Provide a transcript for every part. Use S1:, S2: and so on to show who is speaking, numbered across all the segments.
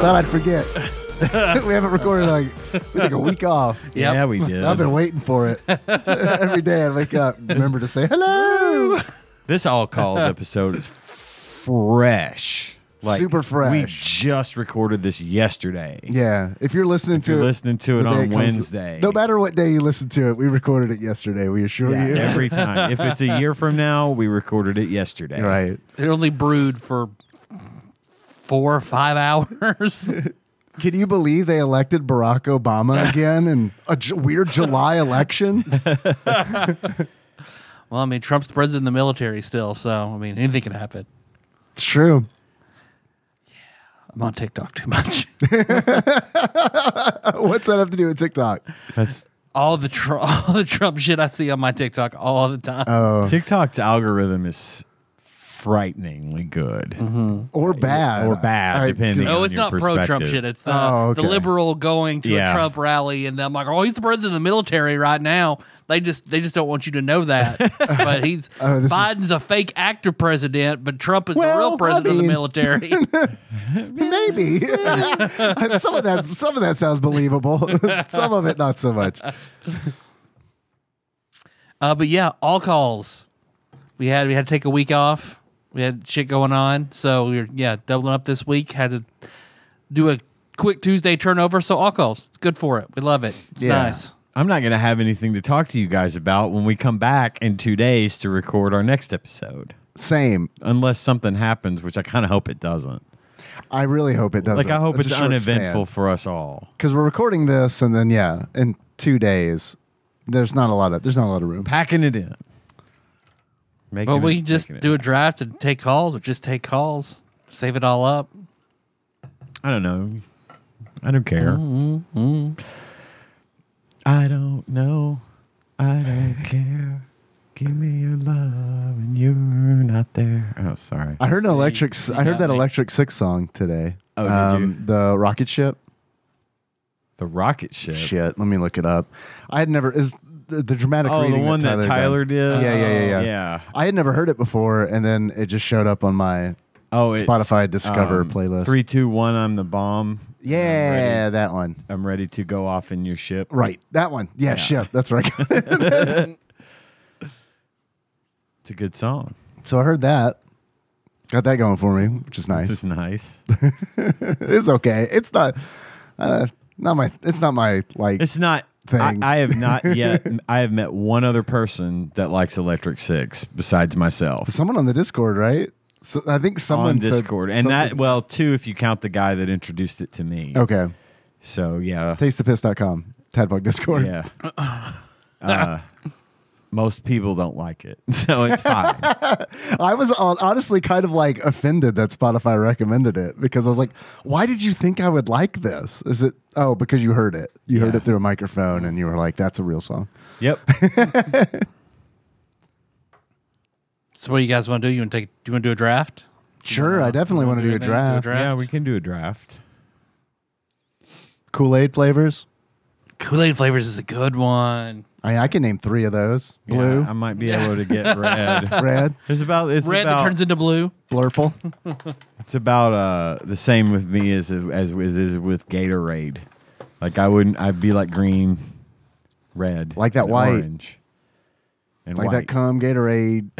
S1: Thought I'd forget. we haven't recorded like we took a week off.
S2: Yep.
S3: Yeah, we did.
S1: I've been waiting for it. Every day I wake up, remember to say hello.
S3: this all calls episode is fresh,
S1: Super fresh.
S3: We just recorded this yesterday.
S1: Yeah, if you're listening to
S3: you're
S1: it,
S3: listening to it
S1: the day
S3: on
S1: comes-
S3: Wednesday.
S1: No matter what day you listen to it, we recorded it yesterday. We assure
S3: Yeah,
S1: you.
S3: every time. If it's a year from now, we recorded it yesterday.
S1: right.
S2: It only brewed for four or five hours.
S1: Can you believe they elected Barack Obama again in a j- weird July election?
S2: well, I mean, Trump's the president of the military still, so I mean, anything can happen.
S1: It's true.
S2: I'm on TikTok too much.
S1: What's that have to do with TikTok?
S3: That's
S2: all the tr- all the Trump shit I see on my TikTok all the time.
S1: Oh, Uh,
S3: TikTok's algorithm is frighteningly good.
S1: Mm-hmm. Or bad?
S3: Or bad,
S1: I-
S3: depending.
S2: no,
S3: on
S2: it's
S3: your
S2: not pro Trump
S3: perspective.
S2: shit. It's the,
S1: Oh,
S2: the
S1: okay.
S2: liberal going to a
S3: Yeah.
S2: Trump rally, and I'm like, oh, he's the president of the military right now. They just they just don't want you to know that. but he's
S1: Oh, this is-
S2: Biden's a fake actor president, but Trump is the
S1: Well,
S2: real
S1: I
S2: president of
S1: mean-
S2: the military.
S1: Maybe some of that some of that sounds believable. some of it not so much.
S2: Uh, but yeah, all calls. We had we had to take a week off. We had shit going on, so we were yeah doubling up this week. Had to do a quick Tuesday turnover. So all calls. It's good for it. We love it. It's
S1: Yeah.
S2: nice.
S3: I'm not going to have anything to talk to you guys about when we come back in two days to record our next episode,
S1: Same.
S3: unless something happens, which I kind of hope it doesn't.
S1: I really hope it doesn't.
S3: Like I hope it's uneventful for us all.
S1: because we're recording this, and then yeah, in two days, there's not a lot of there's not a lot of room.
S3: Packing it in. Making
S2: But
S3: it-
S2: we can just
S3: making it
S2: do a
S3: in.
S2: draft and take calls, or just take calls. Save it all up.
S3: I don't know. I don't care.
S1: Mm-hmm.
S3: I don't know. I don't care. Give me your love and you're not there. Oh, sorry.
S1: I heard an electric.
S2: you
S1: I
S2: got
S1: heard that
S2: me.
S1: electric six song today. Um,
S3: Oh, did you?
S1: The rocket ship.
S3: The rocket ship.
S1: Shit, let me look it up. I had never is the, the dramatic.
S3: Oh, the
S1: reading
S3: one that
S1: Tyler,
S3: Tyler did. Oh,
S1: Yeah, yeah, yeah, yeah.
S3: yeah.
S1: I had never heard it before, and then it just showed up on my
S3: Oh, it's,
S1: Spotify Discover playlist.
S3: Three, two, one. I'm the bomb.
S1: yeah that one.
S3: I'm ready to go off in your ship.
S1: Right. That one. Yeah, Ship. That's right.
S3: It's a good song.
S1: so I heard that. Got that going for me, which is nice.
S3: This is nice.
S1: it's okay. It's not uh, not my it's not my like
S3: It's not. I,
S1: thing.
S3: I have not yet. I have met one other person that likes Electric Six besides myself
S1: someone on the Discord, right? So I think someone
S3: on
S1: said
S3: Discord, and that
S1: something- Oh.
S3: well, two if you count the guy that introduced it to me.
S1: Okay.
S3: So yeah,
S1: Tastethepiss.com. Tadbug Discord.
S3: yeah. Uh, most people don't like it, so it's fine.
S1: I was hon- honestly kind of like offended that Spotify recommended it because I was like, why did you think I would like this? Is it oh, because you heard it. You heard
S3: Yeah.
S1: it through a microphone and you were like, that's a real song.
S3: yep.
S2: So what do you guys want to do? You want to take? Do you want to do a draft?
S1: Sure, I definitely want to do a
S2: anything? Do
S1: draft.
S3: Yeah, we can do a draft.
S1: Kool-Aid flavors.
S2: Kool Aid flavors is a good one.
S1: I mean, I can name three of those:
S3: Yeah,
S1: blue,
S3: I might be able to get red.
S1: red,
S3: It's about it's
S2: Red
S3: about,
S2: that turns into blue.
S1: blurple.
S3: It's about uh the same with me as as as is with Gatorade. Like I wouldn't, I'd be like green, red,
S1: Like that
S3: and
S1: white.
S3: orange, and
S1: Like
S3: white.
S1: that cum Gatorade.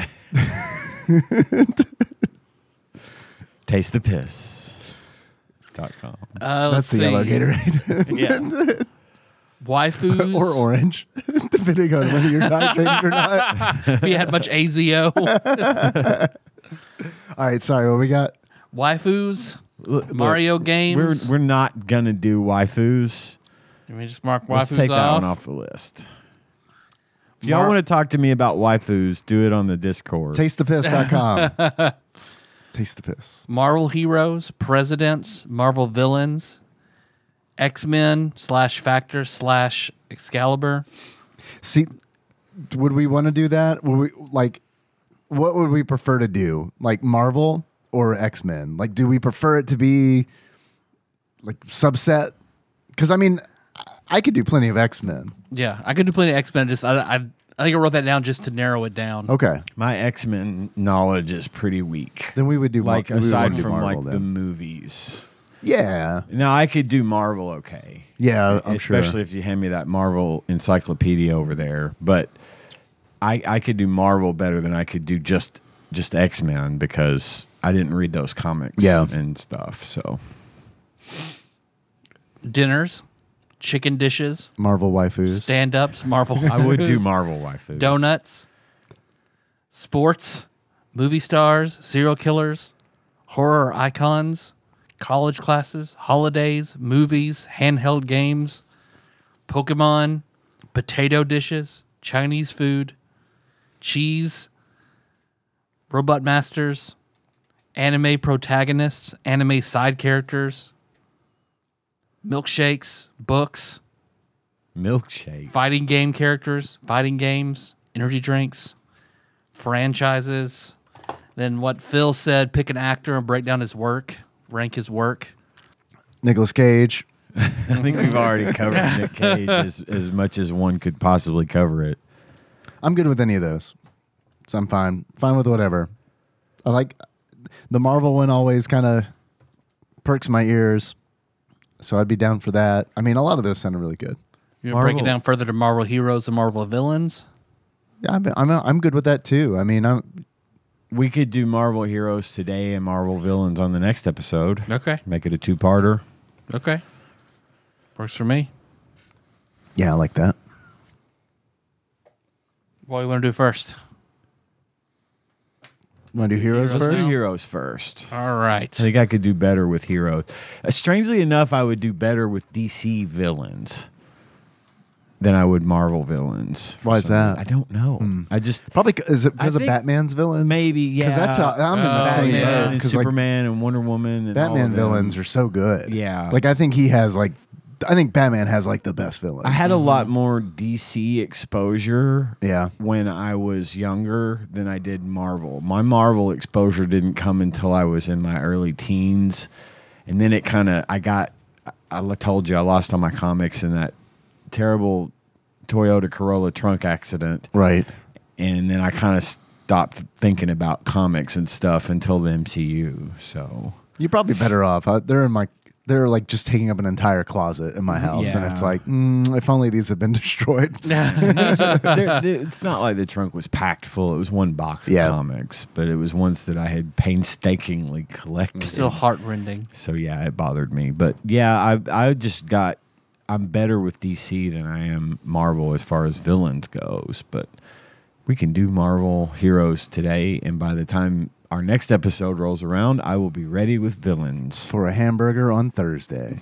S3: Taste the piss. Dot com.
S2: Uh, let's
S1: That's the
S2: see.
S1: yellow Gatorade,
S3: Yeah,
S2: Waifus
S1: or orange, depending on whether you're hydrated or not.
S2: if you had much AZO.
S1: All right, sorry. What we got?
S2: Waifus. Mario
S3: We're
S2: games.
S3: we're not gonna do waifus.
S2: Let me just mark waifus
S3: Let's take that
S2: off.
S3: one off the list. If y'all
S2: Mar-
S3: want to talk to me about waifus, do it on the Discord.
S1: Tastethepiss.com. Taste the piss.
S2: Marvel heroes, presidents, Marvel villains, X Men slash Factor slash Excalibur.
S1: See, would we want to do that? Would we like? What would we prefer to do? Like Marvel or X Men? Like, do we prefer it to be like subset? Because I mean, I- I could do plenty of X Men.
S2: Yeah, I could do plenty of X Men. Just I, I I think I wrote that down just to narrow it down.
S1: Okay,
S3: My X Men knowledge is pretty weak.
S1: then we would do Mar-
S3: Like
S1: we would wanna
S3: aside
S1: do
S3: from
S1: Marvel
S3: like the
S1: then.
S3: movies.
S1: yeah,
S3: Now I could do Marvel okay.
S1: yeah, I'm sure.
S3: e-, especially if you hand me that Marvel encyclopedia over there. But I I could do Marvel better than I could do just just X Men because I didn't read those comics
S1: Yeah.
S3: and stuff. So
S2: Dinners, chicken dishes,
S1: Marvel waifus.
S2: stand ups, Marvel.
S3: I would do Marvel waifu
S2: donuts, sports, movie stars, serial killers, horror icons, college classes, holidays, movies, handheld games, Pokemon, potato dishes, Chinese food, cheese, robot masters, anime protagonists, anime side characters, milkshakes, books
S3: milkshake.
S2: fighting game characters, fighting games, energy drinks, franchises. Then what Phil said: pick an actor and break down his work, rank his work.
S1: Nicholas Cage.
S3: I think we've already covered Nick Cage as, as much as one could possibly cover it.
S1: I'm good with any of those. So I'm fine. Fine with whatever. I like the Marvel one always kind of perks my ears. So I'd be down for that. I mean, a lot of those sounded really good.
S2: You break it
S3: Marvel.
S2: down further to Marvel heroes and Marvel villains.
S1: Yeah, I'm, I'm, I'm good with that too. I mean, I'm,
S3: We could do Marvel heroes today and Marvel villains on the next episode.
S2: Okay,
S3: Make it a two parter.
S2: okay, works for me.
S1: yeah, I like that.
S2: What do you want to do first?
S1: Want to do heroes
S2: Heroes
S1: first?
S2: do.
S3: heroes first.
S2: All right.
S3: I think I could do better with heroes. Uh, strangely enough, I would do better with DC villains than I would Marvel villains. for
S1: Why is
S3: some reason.
S1: that?
S3: I don't know. I just
S1: Probably c- is it because of
S3: I think
S1: Batman's villains?
S3: maybe yeah. Uh,
S1: Because that's how I'm in the
S2: Oh,
S1: same
S2: yeah.
S1: boat.
S3: Batman and
S1: Because like
S3: Superman and Wonder Woman and all of
S1: Batman
S3: them.
S1: villains are so good.
S3: Yeah.
S1: Like I think he has like, I think Batman has like the best villains.
S3: I had a lot more DC exposure
S1: yeah.
S3: when I was younger than I did Marvel. My Marvel exposure didn't come until I was in my early teens, and then it kind of I got I I told you I lost all my comics in that terrible Toyota Corolla trunk accident,
S1: Right.
S3: and then I kind of stopped thinking about comics and stuff until the MCU. So
S1: You're probably better off. Uh, they're in my. They're like just taking up an entire closet in my house, and it's
S3: Yeah.
S1: like, mm, if only these had been destroyed.
S3: There- there- it's not like the trunk was packed full; it was one box of
S1: Yeah.
S3: comics, but it was ones that I had painstakingly collected.
S2: Still heartrending.
S3: So yeah, it bothered me. But yeah, I I just got I'm better with DC than I am Marvel as far as villains goes, but we can do Marvel heroes today and by the time our next episode rolls around, I will be ready with villains.
S1: For a hamburger on Thursday,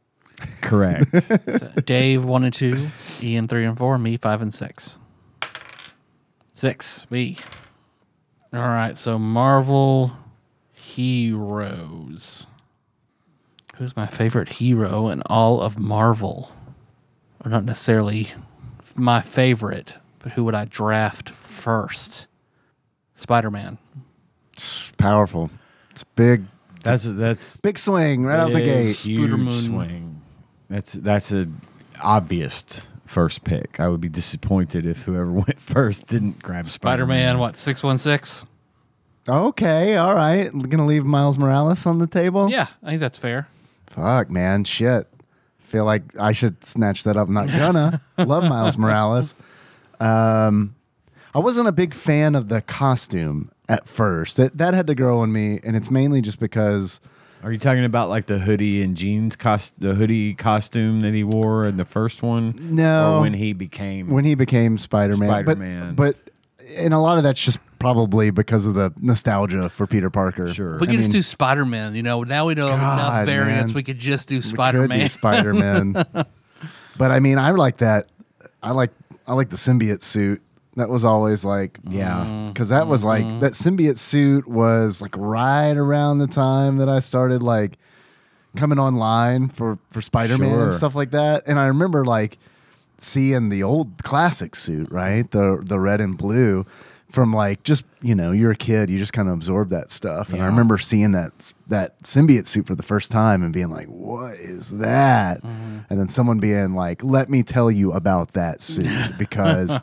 S3: Correct.
S2: So Dave one and two, Ian three and four, me five and six. Six me. All right, so Marvel heroes. Who's my favorite hero in all of Marvel? Or not necessarily my favorite, but who would I draft first? Spider Man.
S1: it's powerful. It's big,
S3: that's that's
S1: big swing right out the gate.
S3: Huge
S2: Spoodermoon.
S3: swing. That's that's a obvious first pick. I would be disappointed if whoever went first didn't grab
S2: Spider Man,
S3: Spider-Man.
S2: what, 616?
S1: Okay, all right. Gonna leave Miles Morales on the table.
S2: Yeah, I think that's fair.
S1: Fuck, man, shit. Feel like I should snatch that up. I'm not gonna. Love Miles Morales. Um, I wasn't a big fan of the costume at first. That that had to grow on me, and it's mainly just because
S3: Are you talking about like the hoodie and jeans cost the hoodie costume that he wore in the first one?
S1: No.
S3: Or when he became
S1: when he became Spider-Man. but-
S3: Spider-Man.
S1: But, and a lot of that's just probably because of the nostalgia for Peter Parker.
S3: Sure.
S2: We
S1: I
S2: could just
S1: mean,
S2: do Spider Man. You know, now we know
S1: God,
S2: enough variants.
S1: man.
S2: We could just do
S1: we could
S2: Spider
S1: do
S2: Man.
S1: Spider-Man. but I mean, I like that. I like I like the symbiote suit That was always like,
S3: Yeah.
S1: because that was like that symbiote suit was like right around the time that I started like coming online for for Spider Man
S3: Sure.
S1: and stuff like that. And I remember like seeing the old classic suit, right? The the red and blue from like just you know you're a kid, you just kind of absorb that stuff. And I
S3: Yeah.
S1: remember seeing that that symbiote suit for the first time and being like, what is that?
S3: Mm-hmm.
S1: And then someone being like, let me tell you about that suit because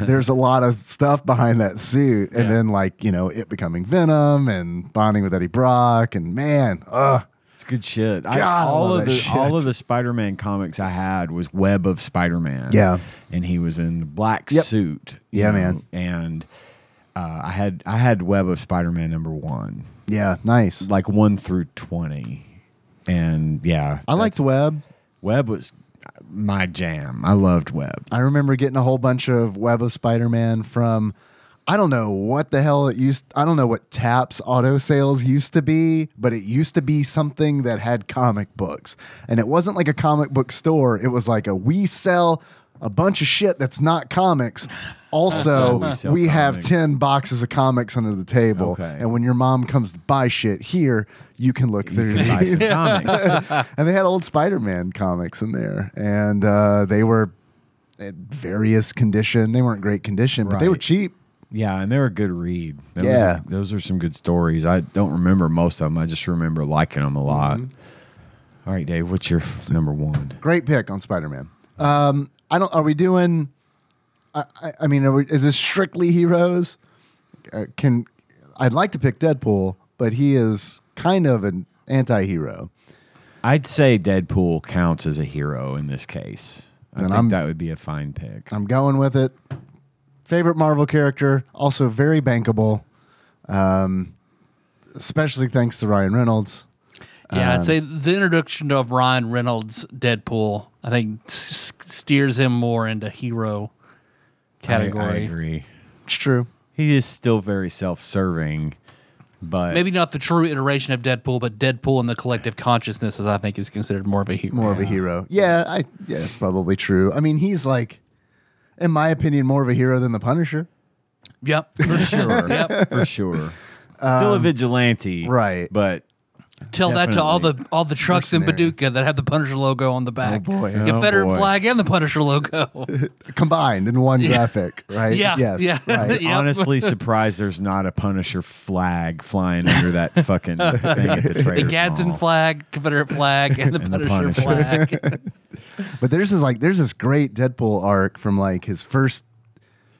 S1: there's a lot of stuff behind that suit. And
S2: Yeah.
S1: then like you know it becoming Venom and bonding with Eddie Brock and man, uh
S3: It's good shit. I,
S1: God, I
S3: all
S1: love
S3: of
S1: that
S3: the
S1: shit.
S3: all of the Spider-Man comics I had was Web of Spider-Man.
S1: Yeah.
S3: and he was in the black
S1: Yep.
S3: suit. you
S1: Yeah, man.
S3: And uh, I had I had Web of Spider-Man number one,
S1: yeah, nice.
S3: like one through twenty, and yeah,
S1: I liked
S3: that's-
S1: Web.
S3: Web was my jam. I loved Web.
S1: I remember getting a whole bunch of Web of Spider Man from I don't know what the hell it used I don't know what Taps auto sales used to be, but it used to be something that had comic books. And it wasn't like a comic book store. It was like a we sell a bunch of shit that's not comics. Also,
S3: Also, we sell
S1: we, have
S3: comics.
S1: 10 boxes of comics under the table.
S3: Okay.
S1: And when your mom comes to buy shit here, you can look through
S3: Buy
S1: these
S3: some comics.
S1: and they had old Spider-Man comics in there, and uh, they were at various condition. They weren't great condition, but they were
S3: Right.
S1: cheap.
S3: Yeah, and they're a good read. Those
S1: Yeah.
S3: are, those are some good stories. I don't remember most of them. I just remember liking them a lot.
S1: Mm-hmm.
S3: All right, Dave, what's your f- number one?
S1: Great pick on Spider-Man. Um, I don't. Are we doing? I, I, I mean, are we, is this strictly heroes? Uh, can I'd like to pick Deadpool, but he is kind of an anti-hero.
S3: I'd say Deadpool counts as a hero in this case. I
S1: Then
S3: think
S1: I'm-
S3: that would be a fine pick.
S1: I'm going with it. Favorite Marvel character, also very bankable. Um, especially thanks to Ryan Reynolds.
S2: Yeah, I'd say the introduction of Ryan Reynolds Deadpool, I think, s- s- steers him more into hero category.
S3: I, I agree.
S1: It's true.
S3: He is still very self-serving, but
S2: Maybe not the true iteration of Deadpool, but Deadpool in the collective consciousness, as I think, is considered more of a hero.
S1: more of a hero. Yeah, I yeah, it's probably true. I mean, he's like, in my opinion, more of a hero than the Punisher.
S2: Yep, for sure. yep.
S3: for sure, still a vigilante,
S1: Um, right.
S3: But
S2: Tell that to all the
S3: Definitely.
S2: all the trucks in
S1: Mercenary.
S2: Paducah that have the Punisher logo on the back.
S1: boy.
S2: The
S1: Oh,
S2: Confederate
S3: boy.
S2: flag and the Punisher logo.
S1: Combined in one graphic, right?
S2: Yeah,
S1: Yes.
S2: yeah.
S1: Right.
S2: Yep.
S3: honestly, surprised there's not a Punisher flag flying under that fucking thing at the
S2: the
S3: Trader's
S2: Gadsden
S3: Mall.
S2: flag, Confederate flag, and the,
S3: And the
S2: Punisher,
S3: Punisher.
S2: flag.
S1: But there's this like there's this great Deadpool arc from like his first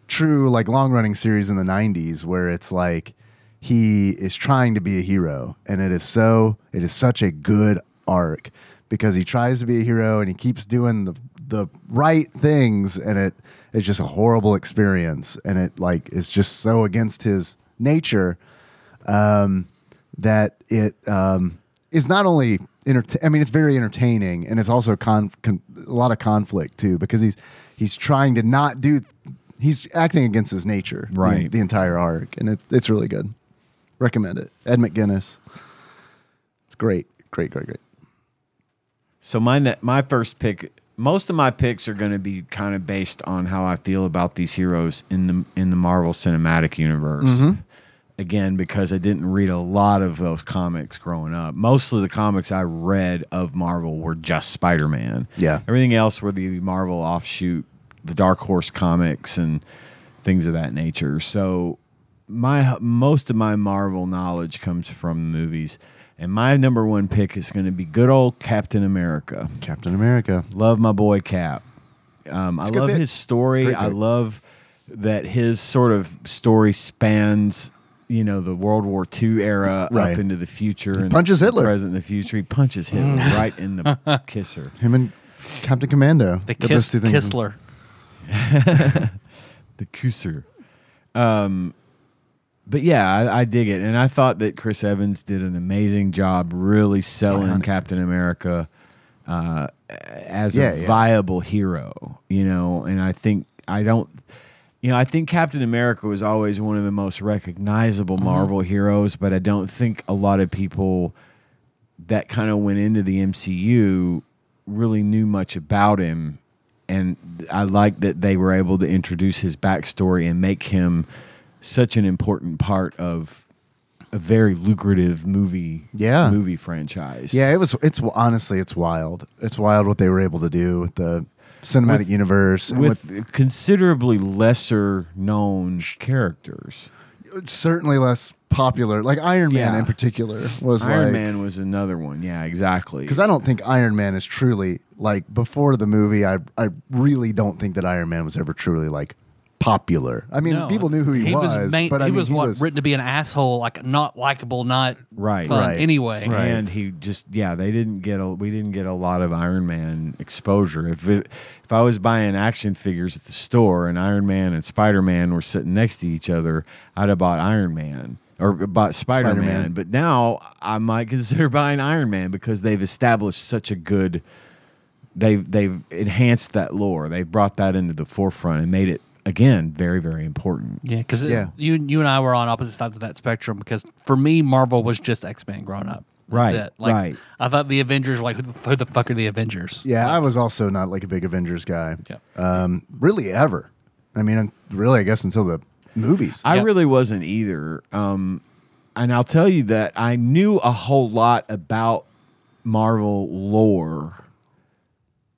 S1: true like long running series in the '90s where it's like he is trying to be a hero, and it is so it is such a good arc because he tries to be a hero and he keeps doing the the right things, and it it's just a horrible experience, and it like is just so against his nature um, that it um, is not only enter- I mean, it's very entertaining, and it's also con- con- a lot of conflict too because he's he's trying to not do. He's acting against his nature, the-
S3: Right.
S1: The, entire arc, and it, it's really good. Recommend it. Ed McGuinness. It's great, great, great, great.
S3: So my ne- my first pick, most of my picks are going to be kind of based on how I feel about these heroes in the in the Marvel Cinematic Universe. Again, because I didn't read a lot of those comics growing up. Mostly the comics I read of Marvel were just Spider Man.
S1: Yeah.
S3: Everything else were the Marvel offshoot, the Dark Horse comics, and things of that nature. So my most of my Marvel knowledge comes from movies, and my number one pick is going to be good old Captain America.
S1: Captain America.
S3: Love my boy Cap. Um, I
S1: a good
S3: love
S1: pick.
S3: his story.
S1: Great
S3: I
S1: pick.
S3: love that his sort of story spans, you know, the World War II era
S1: Right.
S3: up into the future. and
S1: punches
S3: the
S1: Hitler. Mm.
S3: present, and the future. He punches Hitler right in the kisser.
S1: Him and Captain Commando.
S2: The
S1: Put
S2: kiss,
S1: those two things-
S2: Kistler.
S3: the Kusser. Um, but yeah, I, I dig it, and I thought that Chris Evans did an amazing job, really selling Captain America uh, as
S1: Yeah,
S3: a
S1: yeah.
S3: viable hero. You know, and I think I don't. You know, I think Captain America was always one of the most recognizable
S1: Mm-hmm.
S3: Marvel heroes, but I don't think a lot of people that kind of went into the MCU really knew much about him and I like that they were able to introduce his backstory and make him such an important part of a very lucrative movie
S1: Yeah.
S3: movie franchise.
S1: Yeah, it was. It's honestly, it's wild. It's wild what they were able to do with the cinematic
S3: With-
S1: universe and
S3: with, considerably lesser known characters.
S1: with certainly less popular. Like Iron Man
S3: Yeah.
S1: in particular was
S3: Iron
S1: like
S3: Man was another one. Yeah, exactly.
S1: because I don't think Iron Man is truly like before the movie. I I really don't think that Iron Man was ever truly like popular. I mean,
S2: No,
S1: people knew who he, was,
S2: main-
S1: but I
S2: he
S1: mean,
S2: was
S1: he
S2: what,
S1: was
S2: written to be an asshole, like not likable, not
S3: Right.
S2: fun
S1: Right.
S2: anyway.
S1: Right.
S3: And he just yeah, they didn't get a we didn't get a lot of Iron Man exposure. If it, if I was buying action figures at the store and Iron Man and Spider Man were sitting next to each other, I'd have bought Iron Man or bought Spider Man.
S1: Spider-Man.
S3: But now I might consider buying Iron Man because they've established such a good they've they've enhanced that lore. They brought that into the forefront and made it again very very important.
S2: Yeah, because
S1: Yeah.
S2: you you and I were on opposite sides of that spectrum. Because for me, Marvel was just X Men growing up. That's
S3: Right,
S2: It. Like,
S3: right.
S2: I thought the Avengers were like who the, who the fuck are the Avengers?
S1: Yeah, I was also not like a big Avengers guy.
S2: Yeah.
S1: Um, really ever. I mean, I'm- really, I guess until the movies.
S3: I
S2: Yeah.
S3: really wasn't either. Um, and I'll tell you that I knew a whole lot about Marvel lore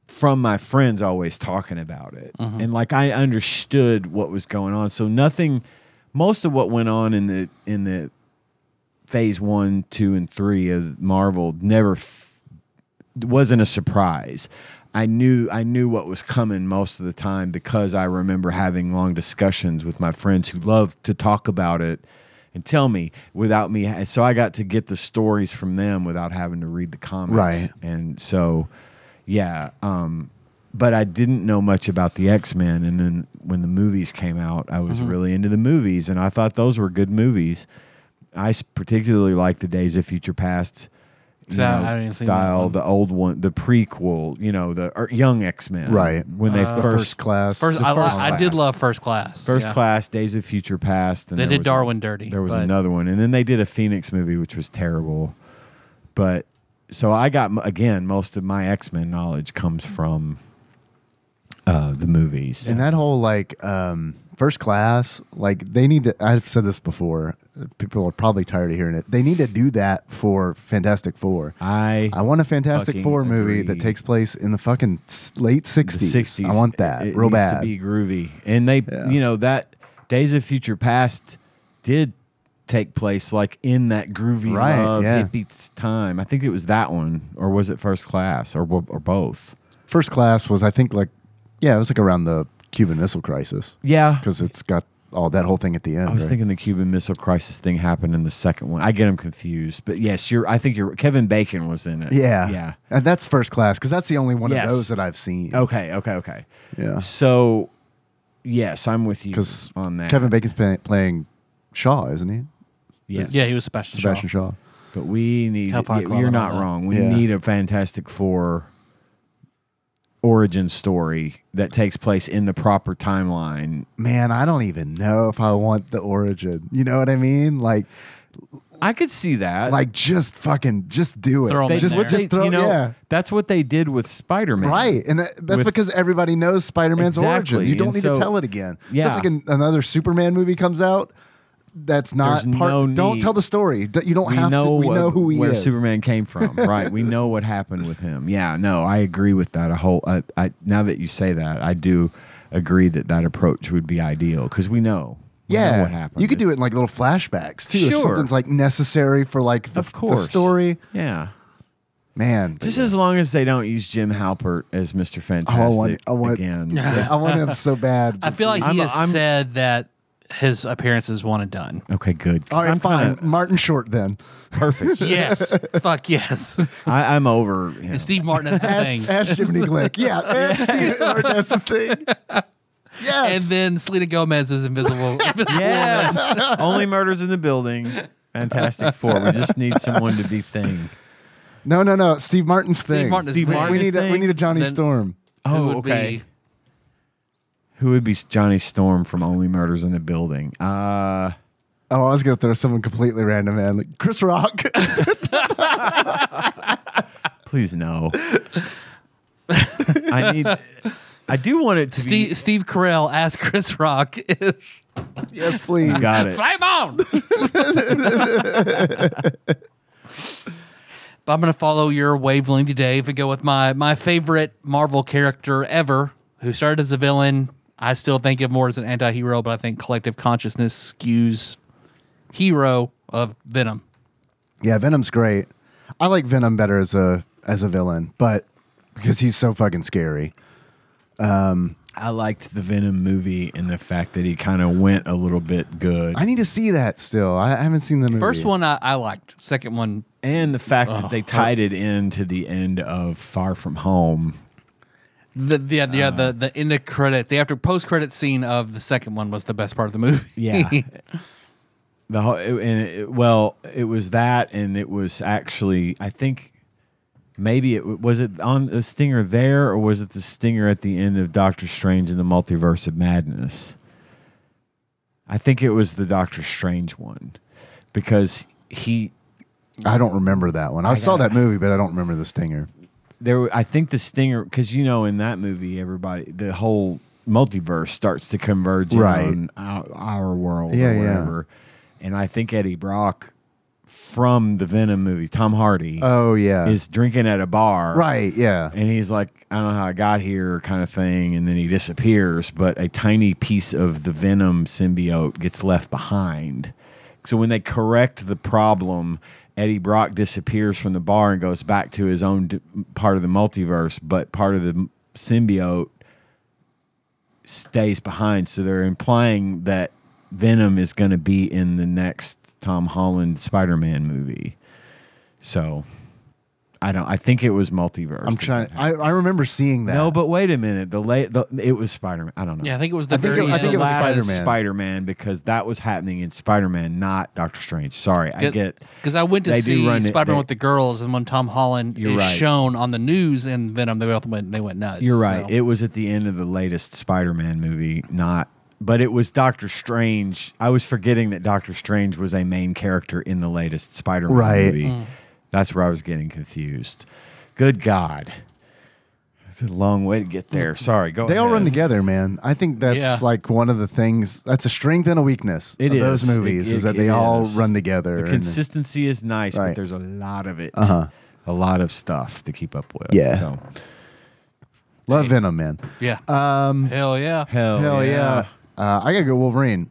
S3: from my friends always talking about it. And like I understood what was going on. So nothing most of what went on in the in the phase 1, 2 and 3 of Marvel never f- wasn't a surprise. I knew I knew what was coming most of the time because I remember having long discussions with my friends who loved to talk about it and tell me without me and so I got to get the stories from them without having to read the comics.
S1: Right.
S3: And so yeah, um but I didn't know much about the X-Men and then when the movies came out, I was really into the movies and I thought those were good movies. I s- particularly liked the Days of Future Past you
S2: So, I
S3: know,
S2: haven't even seen that
S3: style,
S2: one.
S3: the old one, the prequel, you know, the or young X Men,
S1: Right.
S3: When they
S1: The
S3: first,
S1: first class.
S2: Uh, First, I, li-
S3: first
S2: I did
S3: class.
S2: love First Class.
S3: first
S2: Yeah.
S3: class, Days of Future Past, and
S2: They
S3: there
S2: did
S3: was-
S2: Darwin dirty.
S3: There was
S2: but-
S3: another one, and then they did a Phoenix movie, which was terrible. But so I got m- again, most of my X Men knowledge comes from uh, the movies.
S1: And that whole like um, first class, like they need to. I've said this before. People are probably tired of hearing it. They need to do that for Fantastic Four.
S3: I
S1: I want a Fantastic
S3: fucking
S1: Four movie
S3: agree.
S1: that takes place in the fucking s- late sixties. I want that
S3: It, it
S1: real
S3: needs
S1: bad.
S3: To be groovy, and they,
S1: Yeah.
S3: you know, that Days of Future Past did take place like in that groovy
S1: Right,
S3: love
S1: yeah.
S3: hippie time. I think it was that one, or was it First Class, or bo- or both?
S1: First class was, I think, like yeah, it was like around the Cuban Missile Crisis
S3: Yeah,
S1: because it's got all that whole thing at the end.
S3: I was
S1: right?
S3: thinking the Cuban Missile Crisis thing happened in the second one. I get them confused, but yes, you're. I think you're. Kevin Bacon was in it.
S1: Yeah.
S3: yeah.
S1: And that's first class because that's the only one
S3: Yes. Oh.
S1: of those that I've seen.
S3: Okay, okay, okay.
S1: Yeah.
S3: So, yes, I'm with you
S1: Because
S3: on that.
S1: Kevin Bacon's play- playing Shaw, isn't he?
S3: yes.
S2: Yeah, he was Sebastian,
S1: Sebastian
S2: Shaw.
S1: Shaw.
S3: But we need.
S2: How far
S3: yeah,
S2: Colin
S3: you're
S2: on
S3: not
S2: that?
S3: wrong. We
S1: Yeah.
S3: need a Fantastic Four origin story that takes place in the proper timeline.
S1: Man, I don't even know if I want the origin. You know what I mean? Like,
S3: I could see that.
S1: like just fucking, just do it.
S2: Throw 'em in
S1: just,
S2: there.
S1: just throw,
S3: you know,
S1: yeah.
S3: that's what they did with Spider-Man.
S1: Right, and that, that's
S3: With-
S1: because everybody knows Spider-Man's
S3: Exactly,
S1: origin. You don't
S3: and
S1: need
S3: so-
S1: to tell it again. It's
S3: Yeah.
S1: Just like an, another Superman movie comes out, that's not
S3: There's
S1: part.
S3: no
S1: don't
S3: need.
S1: tell the story. D- You don't
S3: We
S1: have
S3: know,
S1: to. We
S3: what-
S1: know who he
S3: where
S1: is.
S3: Superman came from, right? we know what happened with him. Yeah, no, I agree with that. A whole. I, I now that you say that, I do agree that that approach would be ideal because we know. we know
S1: Yeah,
S3: what happened.
S1: you could do
S3: It's-
S1: it in like little flashbacks too.
S3: Sure.
S1: If something's like necessary for like the,
S3: of course.
S1: the story.
S3: Yeah.
S1: Man,
S3: Just as long as they don't use Jim Halpert as Mr. Fantastic
S1: Oh, I want- I want-
S3: again.
S1: Yeah, I want him so bad.
S2: I feel like
S3: I'm-
S2: he has
S3: I'm-
S2: said that his appearance is one and done.
S3: Okay, good. 'Cause
S1: All right,
S3: I'm
S1: fine.
S3: kinda-
S1: Martin Short then.
S3: Perfect.
S2: Yes, fuck yes.
S3: I, I'm over him.
S2: And Steve Martin is the thing.
S1: Ask, ask Jiminy Glick. Yeah, and Steve, or that's the thing.
S2: And
S1: Yes.
S2: then Selena Gomez is invisible. invisible
S3: Yes. Only murders in the building. Fantastic Four. We just need someone to be thing.
S1: no, no, no. Steve Martin's thing.
S2: Martin is
S3: Steve
S2: thing.
S3: Martin
S1: we
S3: is
S1: need a, we
S3: thing.
S1: need a Johnny
S2: Then-
S1: Storm.
S2: It
S3: Oh,
S2: would
S3: okay.
S2: be-
S3: Who would be Johnny Storm from Only Murders in the Building? Uh,
S1: Oh, I was gonna throw someone completely random in, like Chris Rock.
S3: please no. I need. I do want it to be.
S2: Steve, Steve Carell as Chris Rock is
S1: yes, please.
S3: Got it.
S2: flame on. But I'm gonna follow your wavelength today and go with my my favorite Marvel character ever, who started as a villain. I still think of more as an anti-hero, but I think collective consciousness skews hero of Venom.
S1: Yeah, Venom's great. I like Venom better as a as a villain, but because he's so fucking scary.
S3: I liked the Venom movie and the fact that he kind of went a little bit good,
S1: I need to see that still. I I haven't seen the movie.
S2: First one I, I liked. Second one,
S3: and the fact that they tied it into the end of Far From Home.
S2: the the the
S3: Uh.
S2: the, the end of credit, the after post credit scene of the second one was the best part of the movie.
S3: Yeah. the whole and it, well, it was that, and it was actually I think maybe it was it on the stinger there, or was it the stinger at the end of Doctor Strange in the Multiverse of Madness? I think it was the Doctor Strange one because he
S1: I don't remember that one. I, saw that movie, but I don't remember the stinger.
S3: there I think the stinger because you know in that movie everybody the whole multiverse starts to converge in
S1: Right.
S3: on our, our world
S1: Yeah,
S3: or
S1: yeah.
S3: whatever and I think Eddie Brock from the Venom movie Tom Hardy
S1: Oh yeah,
S3: is drinking at a bar
S1: right. Yeah,
S3: and he's like I don't know how I got here kind of thing and then he disappears but a tiny piece of the Venom symbiote gets left behind so when they correct the problem, Eddie Brock disappears from the bar and goes back to his own d- part of the multiverse, but part of the m- symbiote stays behind. So they're implying that Venom is going to be in the next Tom Holland Spider-Man movie. So I don't. I think it was multiverse.
S1: I'm
S3: that
S1: trying.
S3: that
S1: I, I remember seeing that.
S3: no, but wait a minute. The late the, it was Spider Man. I don't know.
S2: Yeah, I think it was the
S1: I think it-
S2: very
S1: I think
S2: end.
S1: it was
S3: Spider
S1: Spider-Man.
S3: Man because that was happening in Spider Man, not Doctor Strange. Sorry, I get.
S2: because I went to
S3: they do
S2: see
S3: run it-
S2: Spider Man
S3: they-
S2: with the girls, and when Tom Holland
S3: You're
S2: is
S3: right.
S2: shown on the news in Venom, they both went they went nuts.
S3: You're right.
S2: so.
S3: It was at the end of the latest Spider Man movie, not. But it was Doctor Strange. I was forgetting that Doctor Strange was a main character in the latest Spider Man
S1: Right.
S3: movie.
S2: Mm.
S3: That's where I was getting confused. Good God. It's a long way to get there. Sorry, go
S1: Mm. they all
S3: ahead.
S1: run together, man. I think that's
S2: Yeah.
S1: like one of the things. That's a strength and a weakness
S3: It
S1: of those
S3: is. It-
S1: movies is
S3: it-
S1: that they
S3: it
S1: all
S3: is.
S1: run together.
S3: The
S1: and-
S3: consistency is nice,
S1: Right.
S3: but there's a lot of it.
S1: Uh-huh.
S3: A lot of stuff to keep up with.
S1: Yeah.
S3: So,
S1: love Venom, man.
S2: Yeah. Um. Hell yeah.
S3: hell,
S1: Hell
S3: Oh, yeah.
S1: yeah. Uh, I gotta go Wolverine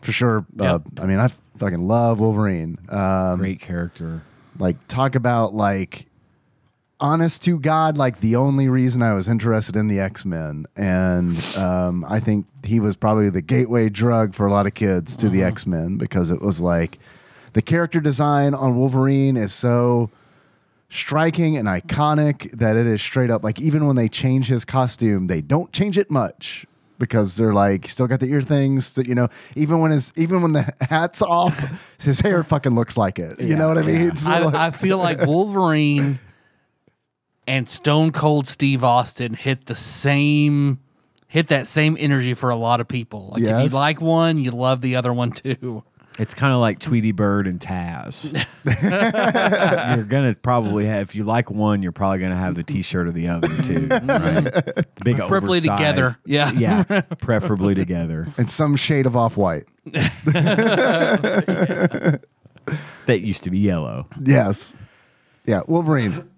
S1: for sure. Uh,
S2: Yep.
S1: I mean, I fucking love Wolverine. Um,
S3: Great character.
S1: like talk about like honest to god like the only reason i was interested in the x-men and um, i think he was probably the gateway drug for a lot of kids to the x-men because it was like the character design on wolverine is so striking and iconic that it is straight up like even when they change his costume they don't change it much because they're like still got the ear things that you know even when his even when the hat's off his hair fucking looks like it you
S3: Yeah,
S1: know what i mean
S3: yeah.
S1: It's like-
S2: I, I feel like Wolverine and Stone Cold Steve Austin hit the same hit that same energy for a lot of people. Like if
S1: Yes.
S2: you like one, you love the other one too.
S3: It's kind of like Tweety Bird and Taz. you're gonna probably have if you like one, you're probably gonna have the T-shirt of the other too. Right? The Big
S2: Preferably
S3: oversized-
S2: together. Yeah.
S3: yeah. Preferably together
S1: and some shade of off white.
S3: that used to be yellow.
S1: Yes. Yeah, Wolverine.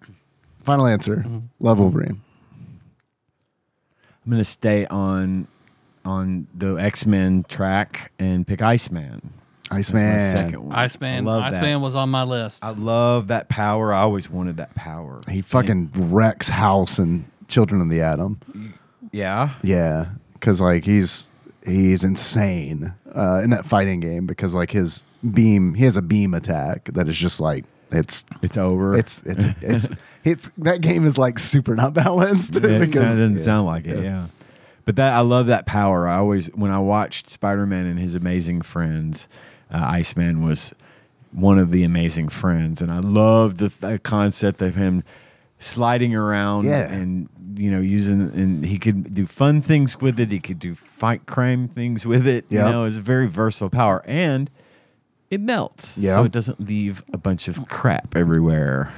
S1: Final answer.
S3: Mm-hmm.
S1: Love Wolverine.
S3: I'm gonna stay on on the X Men track and pick Iceman. That's my
S1: Iceman.
S3: second one.
S2: Iceman.
S3: I love that.
S2: Iceman was on my list.
S3: I love that power. I always wanted that power.
S1: He fucking wrecks house and Children of the Atom.
S3: Yeah.
S1: Yeah, because like he's he's insane uh, in that fighting game because like his beam, he has a beam attack that is just like it's
S3: It's over.
S1: it's it's it's it's that game is like super not balanced
S3: Yeah, it
S1: because-
S3: sound- doesn't
S1: yeah.
S3: sound like it. Yeah. But that I love that power. I always when I watched Spider Man and His Amazing Friends, uh, Iceman was one of the amazing friends, and I loved the th- concept of him sliding around
S1: Yeah.
S3: and you know using and he could do fun things with it. He could do fight crime things with it.
S1: Yep.
S3: You know, it's a very versatile power, and it melts,
S1: Yeah.
S3: so it doesn't leave a bunch of crap everywhere.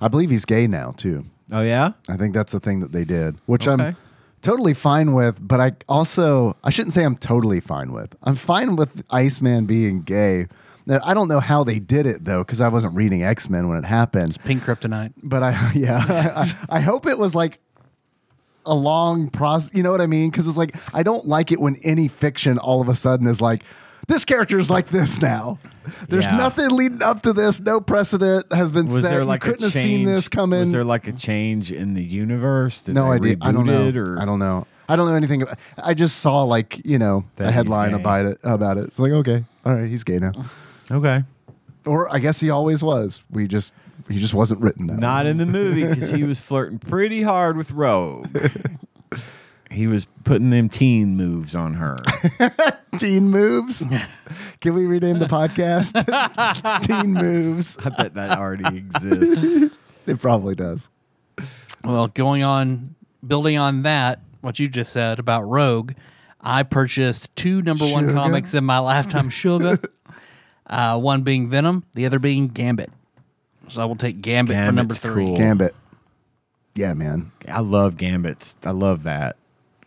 S1: I believe he's gay now too.
S3: Oh yeah,
S1: I think that's the thing that they did, which
S3: Okay.
S1: I'm totally fine with, but I also I shouldn't say I'm totally fine with. I'm fine with Iceman being gay. Now, I don't know how they did it though, because I wasn't reading X Men when it happened.
S2: Pink kryptonite.
S1: But I yeah, I, I hope it was like a long process. You know what I mean? Because it's like I don't like it when any fiction all of a sudden is like this character is like this now. There's
S3: Yeah.
S1: nothing leading up to this. No precedent has been
S3: Was
S1: set.
S3: there like
S1: you couldn't
S3: a
S1: have
S3: change?
S1: seen this coming.
S3: Was there like a change in the universe? Did
S1: no
S3: they
S1: idea. I don't know.
S3: reboot it, Or
S1: I don't know. I don't know anything. About, I just saw like you know
S3: That
S1: a
S3: he's
S1: headline
S3: gay.
S1: about it. About it. It's like okay, all right, he's gay now,
S3: Okay.
S1: or I guess he always was. We just he just wasn't written that. way.
S3: Not in the movie because he was flirting pretty hard with Rogue. he was putting them teen moves on her.
S1: teen moves. Can we rename the podcast? teen moves.
S3: I bet that already exists.
S1: It probably does.
S2: Well, going on, building on that, what you just said about Rogue, I purchased two number one
S1: Sugar.
S2: comics in my lifetime, Sugar. uh, one being Venom, the other being Gambit. So I will take Gambit for number
S3: Gambit's
S2: three.
S3: cool.
S1: Gambit. Yeah, man.
S3: I love Gambits. I love that.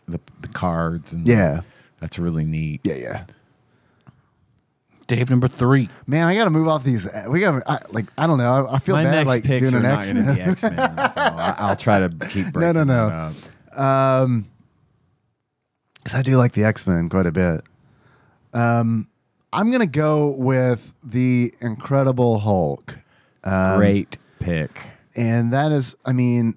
S3: The, the cards and
S1: Yeah.
S3: that's really neat.
S1: Yeah, yeah.
S2: Dave number three.
S1: Man, I gotta move off these. We gotta I, like. I don't know. I, I feel
S3: My
S1: bad
S3: next
S1: like
S3: picks
S1: doing
S3: are
S1: an
S3: not
S1: X
S3: going to
S1: Men.
S3: be X Men. I'll try to keep breaking
S1: No, no, no.
S3: that up.
S1: Um, because I do like the X Men quite a bit. Um, I'm gonna go with the Incredible Hulk, Um,
S3: Great pick.
S1: and that is, I mean,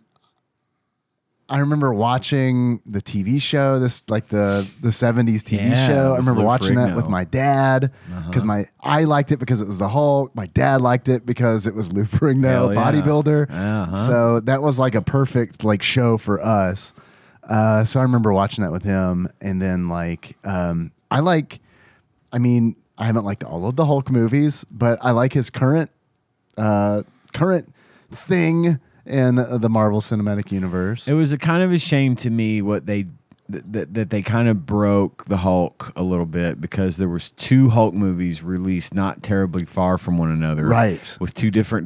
S1: I remember watching the TV show, this like the the '70s TV
S3: Yeah,
S1: show. I
S3: with
S1: remember
S3: Lou
S1: watching that
S3: Ferrigno. Uh-huh.
S1: with my dad because my I liked it because it was the Hulk. My dad liked it because it was Lou Ferrigno,
S3: Hell yeah.
S1: bodybuilder.
S3: Uh-huh.
S1: So that was like a perfect like show for us. Uh, so I remember watching that with him, and then like um, I like, I mean, I haven't liked all of the Hulk movies, but I like his current uh, current thing in the Marvel Cinematic Universe.
S3: It was a kind of a shame to me what they that, that, that they kind of broke the Hulk a little bit because there was two Hulk movies released not terribly far from one another,
S1: Right.
S3: With two different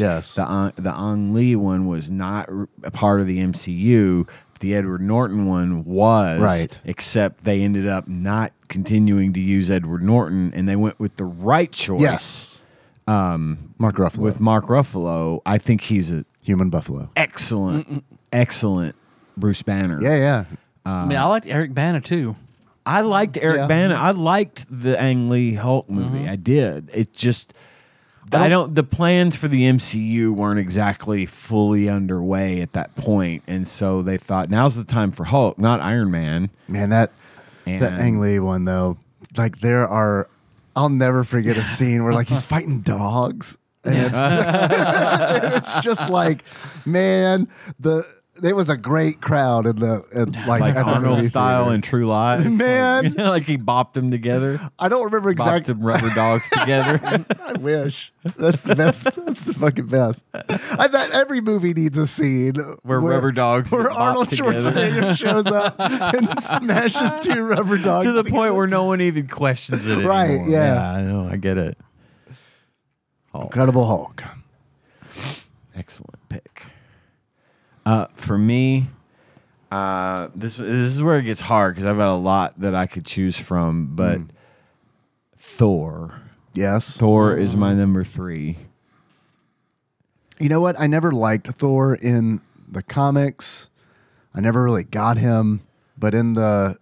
S1: Yes.
S3: the Ang- the Ang Lee one was not r- a part of the MCU. The Edward Norton one was
S1: Right.
S3: except they ended up not continuing to use Edward Norton, and they went with the right choice
S1: Yes. Um, Mark Ruffalo
S3: with Mark Ruffalo. I think he's an
S1: Human Buffalo.
S3: excellent, excellent Bruce Banner.
S1: Yeah, yeah.
S3: Uh,
S2: I mean, I liked Eric Bana too.
S3: I liked Eric
S1: Yeah.
S3: Bana. I liked the Ang Lee Hulk movie. I did. It just I don't, the plans for the MCU weren't exactly fully underway at that point, and so they thought now's the time for Hulk, not Iron Man.
S1: Man, that
S3: And
S1: that Ang Lee one though, like there are, I'll never forget a scene where like he's fighting dogs, and it's it's just like, man, the it was a great crowd in the in, like,
S3: like
S1: at the
S3: Arnold
S1: movie
S3: style
S1: theater.
S3: and True Lies,
S1: Man.
S3: like, like he bopped them together,
S1: I don't remember
S3: bopped
S1: exactly.
S3: them rubber dogs together.
S1: I wish that's the best. That's the fucking best. I thought every movie needs a scene
S3: Where rubber dogs
S1: where
S3: get bopped
S1: Arnold
S3: together.
S1: Schwarzenegger shows up and smashes two rubber dogs
S3: to the
S1: together.
S3: point where no one even questions it
S1: Right,
S3: anymore.
S1: yeah.
S3: I know. I get it. Hulk.
S1: Incredible Hulk.
S3: Excellent pick. Uh, for me, uh, this this is where it gets hard because I've got a lot that I could choose from, but Thor.
S1: Yes.
S3: Thor is my number three.
S1: You know what? I never liked Thor in the comics. I never really got him, but in the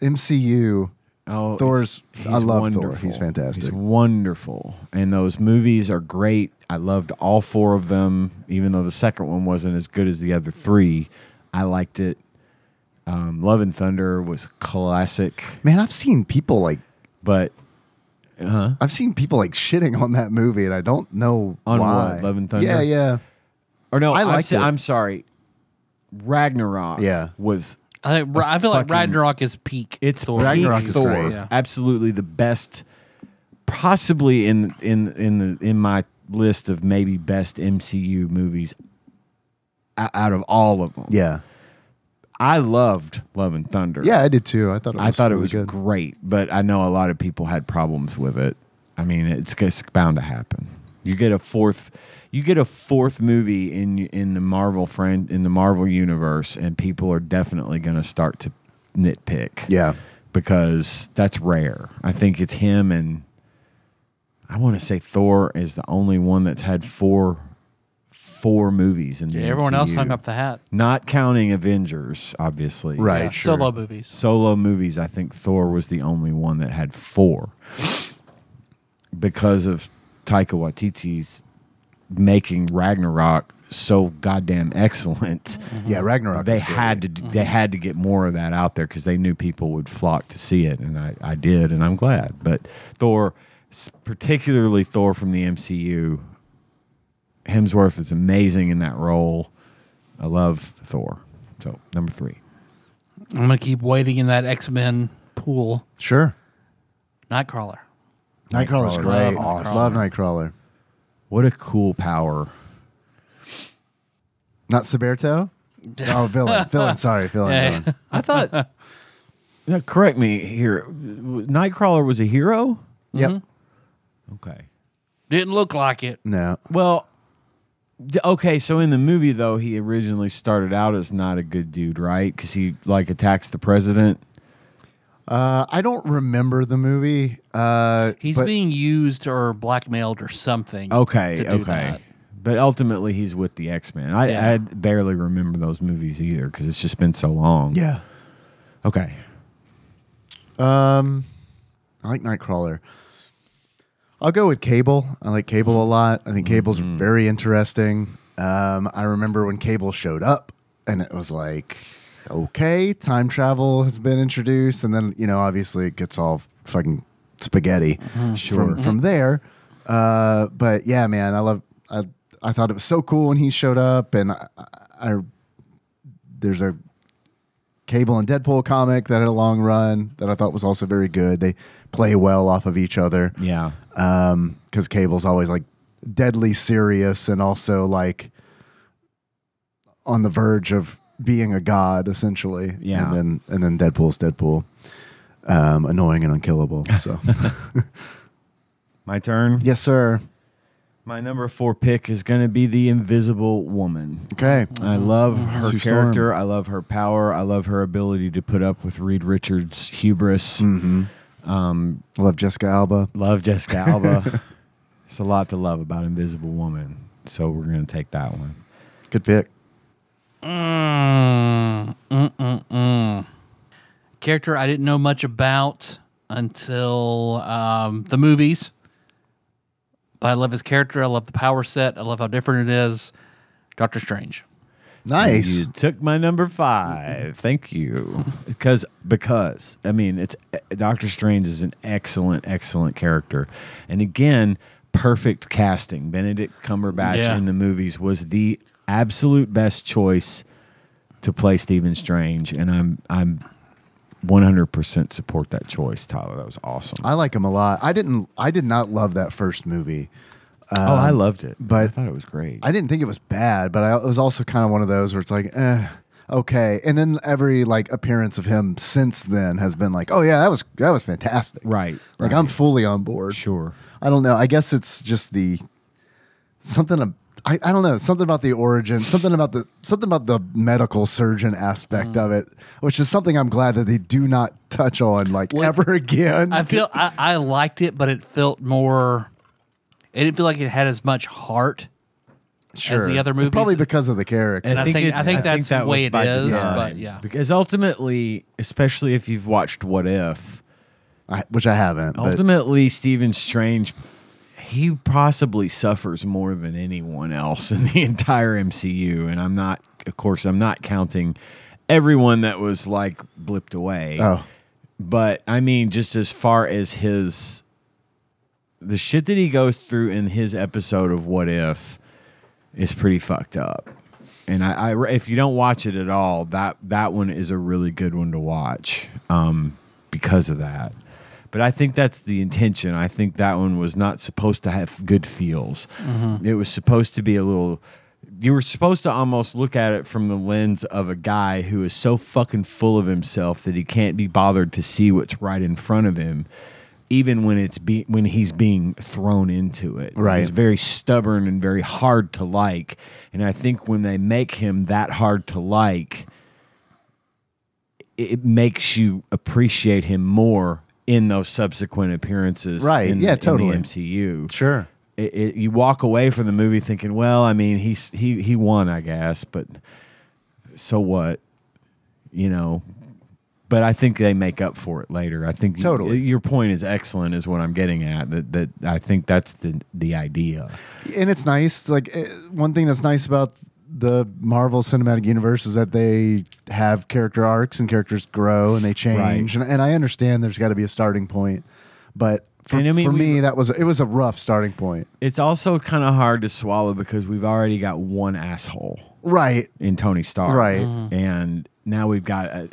S1: MCU,
S3: Oh,
S1: Thor's-
S3: it's-
S1: I
S3: he's
S1: love Thor.
S3: wonderful.
S1: He's fantastic.
S3: He's wonderful, and those movies are great. I loved all four of them, even though the second one wasn't as good as the other three. I liked it. Um, Love and Thunder was classic,
S1: man, I've seen people like
S3: but huh?
S1: I've seen people like shitting on that movie, and I don't know
S3: On
S1: why.
S3: what? Love and Thunder?
S1: Yeah, yeah.
S3: Or no,
S1: I
S3: I
S1: liked
S3: like.
S1: it.
S3: I'm sorry, Ragnarok.
S1: Yeah.
S3: was
S2: I think I feel like
S3: fucking-
S2: Ragnarok is peak.
S3: It's
S2: Thor.
S1: Ragnarok
S3: Ragnarok
S1: is
S3: Thor.
S1: great.
S2: Yeah.
S3: Absolutely the best, possibly in in in the in my list of maybe best MCU movies o- out of all of them.
S1: Yeah.
S3: I loved Love and Thunder.
S1: Yeah, I did too. I thought it was
S3: I thought it
S1: really
S3: was
S1: good.
S3: great, but I know a lot of people had problems with it. I mean, it's, it's bound to happen. You get a fourth. You get a fourth movie in in the Marvel friend in the Marvel universe, and people are definitely going to start to nitpick.
S1: Yeah.
S3: because that's rare. I think it's him and I want to say Thor is the only one that's had four four movies in the
S2: Yeah, everyone else
S3: MCU.
S2: hung up the hat.
S3: Not counting Avengers, obviously.
S1: Right,
S2: Yeah,
S1: sure.
S2: Solo movies.
S3: Solo movies, I think Thor was the only one that had four because of Taika Waititi's making Ragnarok so goddamn excellent.
S1: Yeah, Ragnarok.
S3: They
S1: is great. Mm-hmm.
S3: had to they had to get more of that out there because they knew people would flock to see it, and I, I did, and I'm glad. But Thor, s- particularly Thor from the MCU, Hemsworth is amazing in that role. I love Thor. So number three.
S2: I'm gonna keep waiting in that X Men pool.
S1: sure.
S2: Nightcrawler.
S1: Nightcrawler's
S3: Nightcrawler's
S1: great.
S2: awesome.
S1: Love Nightcrawler.
S3: What a cool power.
S1: Not Saberto? Oh, villain. villain. Sorry, villain.
S2: Yeah.
S1: villain.
S3: I thought. now correct me here. Nightcrawler was a hero.
S2: Mm-hmm.
S1: Yep.
S3: Okay.
S2: Didn't look like it.
S1: No.
S3: Well, d- okay. So in the movie, though, he originally started out as not a good dude, right? Because he like attacks the president.
S1: Uh, I don't remember the movie. Uh,
S2: He's
S1: but-
S2: being used or blackmailed or something.
S3: Okay.
S2: to do
S3: okay.
S2: that.
S3: But ultimately, he's with the X Men. I,
S2: Yeah.
S3: I barely remember those movies either because it's just been so long.
S1: Yeah.
S3: Okay.
S1: Um, I like Nightcrawler. I'll go with Cable. I like Cable a lot. I think Cable's very interesting. Um, I remember when Cable showed up, and it was like, okay, time travel has been introduced, and then you know, obviously, it gets all fucking spaghetti
S3: Sure.
S1: from, from there. Uh, but yeah, man, I love. I I thought it was so cool when he showed up, and I, I there's a Cable and Deadpool comic that had a long run that I thought was also very good. They play well off of each other
S3: Yeah.
S1: because Um, Cable's always like deadly serious and also like on the verge of being a god, essentially.
S3: Yeah.
S1: and then and then Deadpool's Deadpool, um, annoying and unkillable. So
S3: My turn.
S1: yes, sir.
S3: My number four pick is going to be the Invisible Woman.
S1: Okay,
S3: I love her
S1: Mm-hmm. Sue Storm.
S3: character. I love her power. I love her ability to put up with Reed Richards' hubris.
S1: Mm.
S3: Mm-hmm. Um,
S1: I love Jessica Alba.
S3: love Jessica Alba. it's a lot to love about Invisible Woman. So we're going to take that one.
S1: Good pick.
S2: Mm, mm, mm, mm. Character I didn't know much about until um, the movies. But I love his character. I love the power set. I love how different it is. Doctor Strange.
S1: Nice.
S3: You took my number five. Thank you. Because because I mean, it's eh, Doctor Strange is an excellent, excellent character, and again, perfect casting. Benedict Cumberbatch
S2: Yeah.
S3: in the movies was the absolute best choice to play Stephen Strange, and I'm I'm 100% support that choice, Tyler. That was awesome.
S1: I like him a lot. I didn't. I did not love that first movie.
S3: oh, I loved it.
S1: but-
S3: I thought it was great.
S1: I didn't think it was bad, but I, it was also kind of one of those where it's like, eh, okay. And then every like appearance of him since then has been like, oh yeah, that was that was fantastic.
S3: right.
S1: Like
S3: right.
S1: I'm fully on board.
S3: sure.
S1: I don't know. I guess it's just the something. ab- I, I don't know something about the origin, something about the something about the medical surgeon aspect of it, which is something I'm glad that they do not touch on like
S2: Well,
S1: ever again.
S2: I feel I, I liked it, but it felt more. It didn't feel like it had as much heart.
S1: sure.
S2: the other movies-
S1: probably because of the character.
S2: I think-
S3: it's-
S2: I think that's the way
S3: was
S2: it
S3: by
S2: is,
S3: design.
S2: but yeah.
S3: Because ultimately, especially if you've watched What If,
S1: I, which I haven't. but-
S3: ultimately Stephen Strange, he possibly suffers more than anyone else in the entire MCU. And I'm not, of course, I'm not counting everyone that was like blipped away.
S1: oh,
S3: But I mean, just as far as his the shit that he goes through in his episode of What If is pretty fucked up. And I, I if you don't watch it at all, that that one is a really good one to watch um, because of that. But I think that's the intention. I think that one was not supposed to have good feels. It was supposed to be a little. You were supposed to almost look at it from the lens of a guy who is so fucking full of himself that he can't be bothered to see what's right in front of him even when it's be, when he's being thrown into it.
S1: Right.
S3: He's very stubborn and very hard to like. And I think when they make him that hard to like, it it makes you appreciate him more in those subsequent appearances.
S1: Right.
S3: in-
S1: Yeah,
S3: in the
S1: totally.
S3: MCU.
S1: Sure.
S3: It, it, you walk away from the movie thinking, well, I mean, he's he he won, I guess, but so what? You know. But I think they make up for it later. I think you-
S1: Totally.
S3: your point is excellent, is what I'm getting at. That that I think that's the the idea.
S1: and it's nice. Like eh, one thing that's nice about the Marvel Cinematic Universe is that they have character arcs and characters grow and they change. And, and I understand there's got to be a starting point, but for,
S3: And I mean,
S1: for
S3: we-
S1: me that was it was a rough starting point.
S3: It's also kind of hard to swallow because we've already got one asshole.
S1: Right.
S3: in Tony Stark.
S1: Right.
S2: Mm-hmm.
S3: And now we've got a,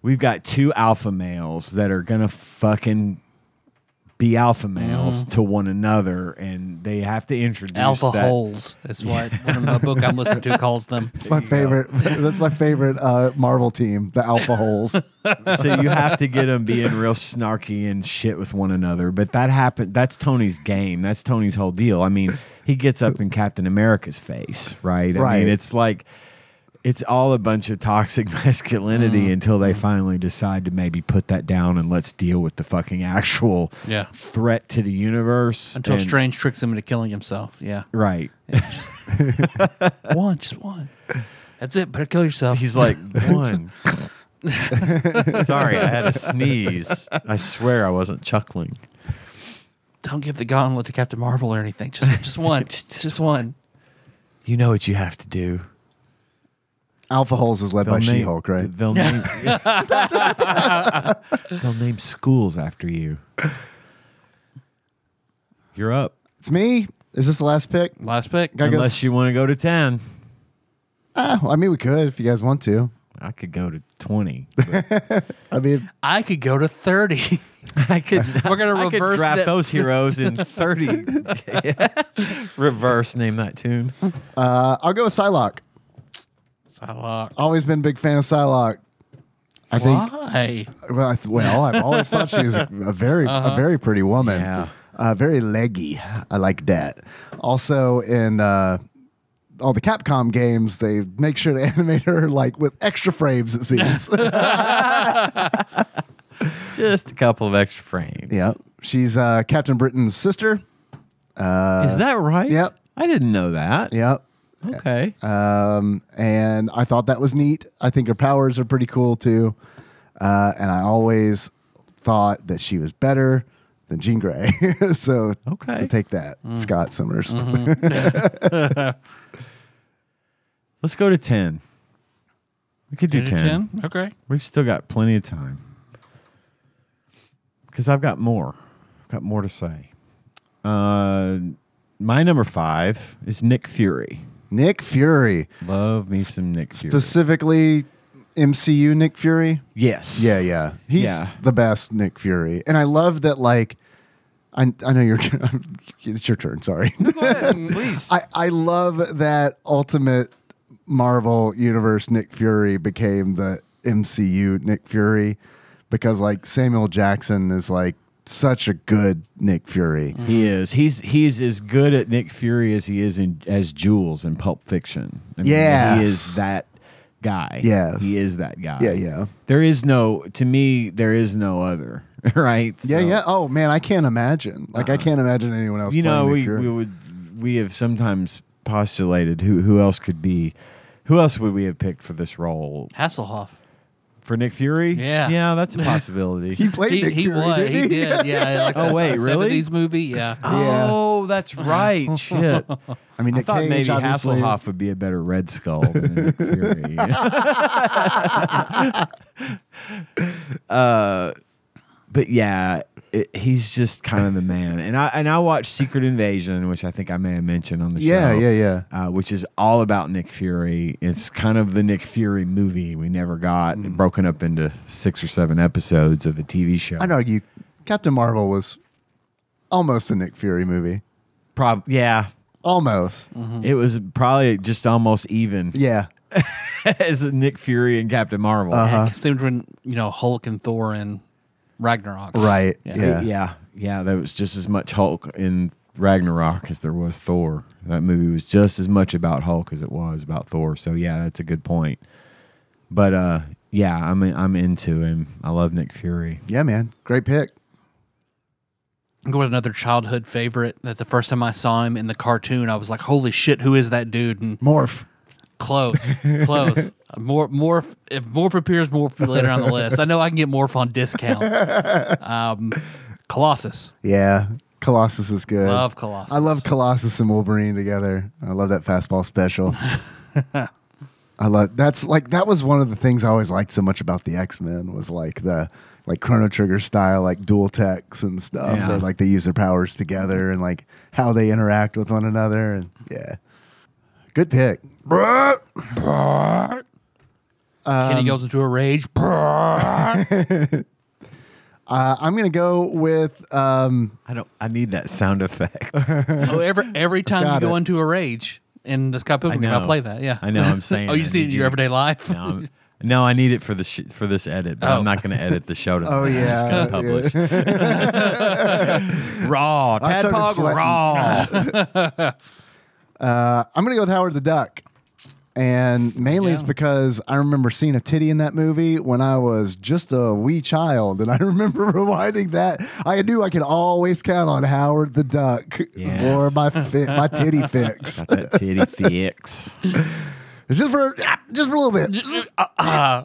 S3: we've got two alpha males that are going to fucking be alpha males to one another and they have to introduce
S2: Mm-hmm. Alpha
S3: that.
S2: holes. That's what one of my book I'm listening to calls them.
S1: It's my favorite. that's my favorite uh, Marvel team, the Alpha Holes.
S3: so you have to get them being real snarky and shit with one another. But that happened. That's Tony's game. That's Tony's whole deal. I mean, he gets up in Captain America's face, right? I
S1: Right.
S3: mean, it's like it's all a bunch of toxic
S2: Mm.
S3: masculinity until they finally decide to maybe put that down and let's deal with the fucking actual
S2: Yeah.
S3: threat to the universe.
S2: Until
S3: and-
S2: Strange tricks him into killing himself. Yeah.
S3: Right.
S2: One, just one. That's it. Better kill yourself.
S3: He's like, one. Sorry, I had a sneeze. I swear I wasn't chuckling.
S2: Don't give the gauntlet to Captain Marvel or anything. Just just one. just, just one.
S3: You know what you have to do.
S1: Alpha Holes is led by
S3: name-
S1: She Hulk, right?
S3: They'll name, they'll name schools after you. You're up.
S1: It's me. Is this the last pick?
S2: Last pick.
S1: Gotta go
S3: Unless
S1: s-
S3: you want to go to 10.
S1: Ah, well, I mean, we could if you guys want to.
S3: I could go to 20.
S1: I mean,
S2: I could go to thirty.
S3: I could
S2: We're gonna
S3: I could
S2: reverse
S3: draft
S2: that-
S3: those heroes in 30. reverse name that tune.
S1: uh, I'll go with Psylocke.
S2: Psylocke.
S1: Always been a big fan of Psylocke. I think
S2: Why?
S1: Well, I th- well, I've always thought she was a, a very, a very pretty woman.
S3: Uh-huh. Yeah.
S1: Uh, very leggy. I like that. Also, in uh, all the Capcom games, they make sure to animate her like with extra frames. It seems.
S3: Just a couple of extra frames.
S1: yeah, she's uh, Captain Britain's sister.
S3: Is that right?
S1: yep.
S3: I didn't know that.
S1: Yep.
S3: Okay.
S1: Um, and I thought that was neat. I think her powers are pretty cool too. Uh, and I always thought that she was better than Jean Grey. so,
S3: Okay. Mm. Mm-hmm.
S1: so take that, Scott Summers.
S3: Let's go to 10. We could do 10.
S2: Okay.
S3: We've still got plenty of time because I've got more. I've got more to say. Uh, my number five is Nick Fury.
S1: Nick Fury,
S3: Love me some Nick Fury.
S1: specifically MCU Nick Fury.
S3: yes.
S1: Yeah, yeah, he's
S3: Yeah.
S1: the best Nick Fury, and I love that. Like, I I know you're. it's your turn. Sorry.
S2: Please.
S1: I I love that Ultimate Marvel Universe Nick Fury became the MCU Nick Fury because like Samuel Jackson is like such a good Nick Fury.
S3: He is. He's he's as good at Nick Fury as he is in as Jules in Pulp Fiction. I mean,
S1: Yes.
S3: He is that guy.
S1: Yes.
S3: He is that guy.
S1: Yeah, yeah.
S3: There is no to me there is no other, right?
S1: Yeah,
S3: So- Uh-uh.
S1: yeah. Oh man, I can't imagine. Like I can't imagine anyone else.
S3: you
S1: playing
S3: know
S1: Nick
S3: we,
S1: Fury.
S3: we would we have sometimes postulated who who else could be who else would we have picked for this role
S2: Hasselhoff.
S3: for Nick Fury?
S2: Yeah.
S3: yeah, that's a possibility.
S1: he played
S2: He,
S1: Nick
S2: he
S1: Fury,
S2: was.
S1: didn't
S2: He did. Yeah. Like
S3: Oh,
S2: the
S3: wait, really?
S2: 70s movie. Yeah.
S3: Oh, that's right. Shit.
S1: I mean,
S3: I
S1: Nick
S3: thought
S1: Cage,
S3: maybe
S1: obviously.
S3: Hasselhoff would be a better Red Skull than Nick Fury. uh, but yeah, it, he's just kind of the man. And I and I watched Secret Invasion, which I think I may have mentioned on the
S1: Yeah,
S3: show.
S1: yeah, yeah.
S3: uh, which is all about Nick Fury. It's kind of the Nick Fury movie we never got,
S1: Mm.
S3: broken up into six or seven episodes of a TV show.
S1: I'd argue Captain Marvel was almost a Nick Fury movie.
S3: Prob- yeah,
S1: Almost.
S2: Mm.
S3: it was probably just almost even
S1: Yeah.
S3: as Nick Fury and Captain Marvel.
S2: Uh-huh. when you know Hulk and Thor and Ragnarok.
S1: Right.
S2: Yeah.
S1: Yeah.
S3: yeah, yeah, there was just as much Hulk in Ragnarok as there was Thor. That movie was just as much about Hulk as it was about Thor. So yeah, that's a good point. But uh, yeah, I'm I'm into him. I love Nick Fury.
S1: Yeah, man. Great pick.
S2: I'm going with another childhood favorite that the first time I saw him in the cartoon, I was like, holy shit, who is that dude? And
S1: Morph.
S2: close, close. More, more. If Morph appears, Morph later on the list. I know I can get Morph on discount. Um, Colossus.
S1: Yeah. Colossus is good.
S2: Love Colossus.
S1: I love Colossus and Wolverine together. I love that fastball special. I love that's like that was one of the things I always liked so much about the X Men was like the like Chrono Trigger style like dual techs and stuff
S3: Yeah.
S1: and like they use their powers together and like how they interact with one another and yeah, good pick. Uh, Bruh.
S2: Kenny goes into a rage. I
S1: Uh, I'm gonna go with um,
S3: I don't. I need that sound effect.
S2: know every every time
S1: Got
S2: you go
S1: it.
S2: into a rage in the Scott Pilgrim game, I
S3: know.
S2: play that. Yeah,
S3: I know, I'm saying
S2: oh, you
S3: I
S2: see it in
S3: need
S2: your
S3: you.
S2: everyday life.
S3: No, I'm- no, I need it for the sh- for this edit, but
S2: Oh.
S3: I'm not going to edit the show tonight.
S1: oh
S3: I'm just gonna
S1: yeah,
S3: publish. raw,
S1: I started
S3: Tadpog
S1: sweating.
S3: raw.
S1: Uh, I'm gonna go with Howard the Duck, and mainly it's
S2: Yeah.
S1: because I remember seeing a titty in that movie when I was just a wee child, and I remember rewinding that. I knew I could always count on Howard the Duck
S3: Yes.
S1: for my fi- my titty fix,
S3: Got that titty fix.
S1: just for ah, just for a little bit.
S2: Just- uh, uh,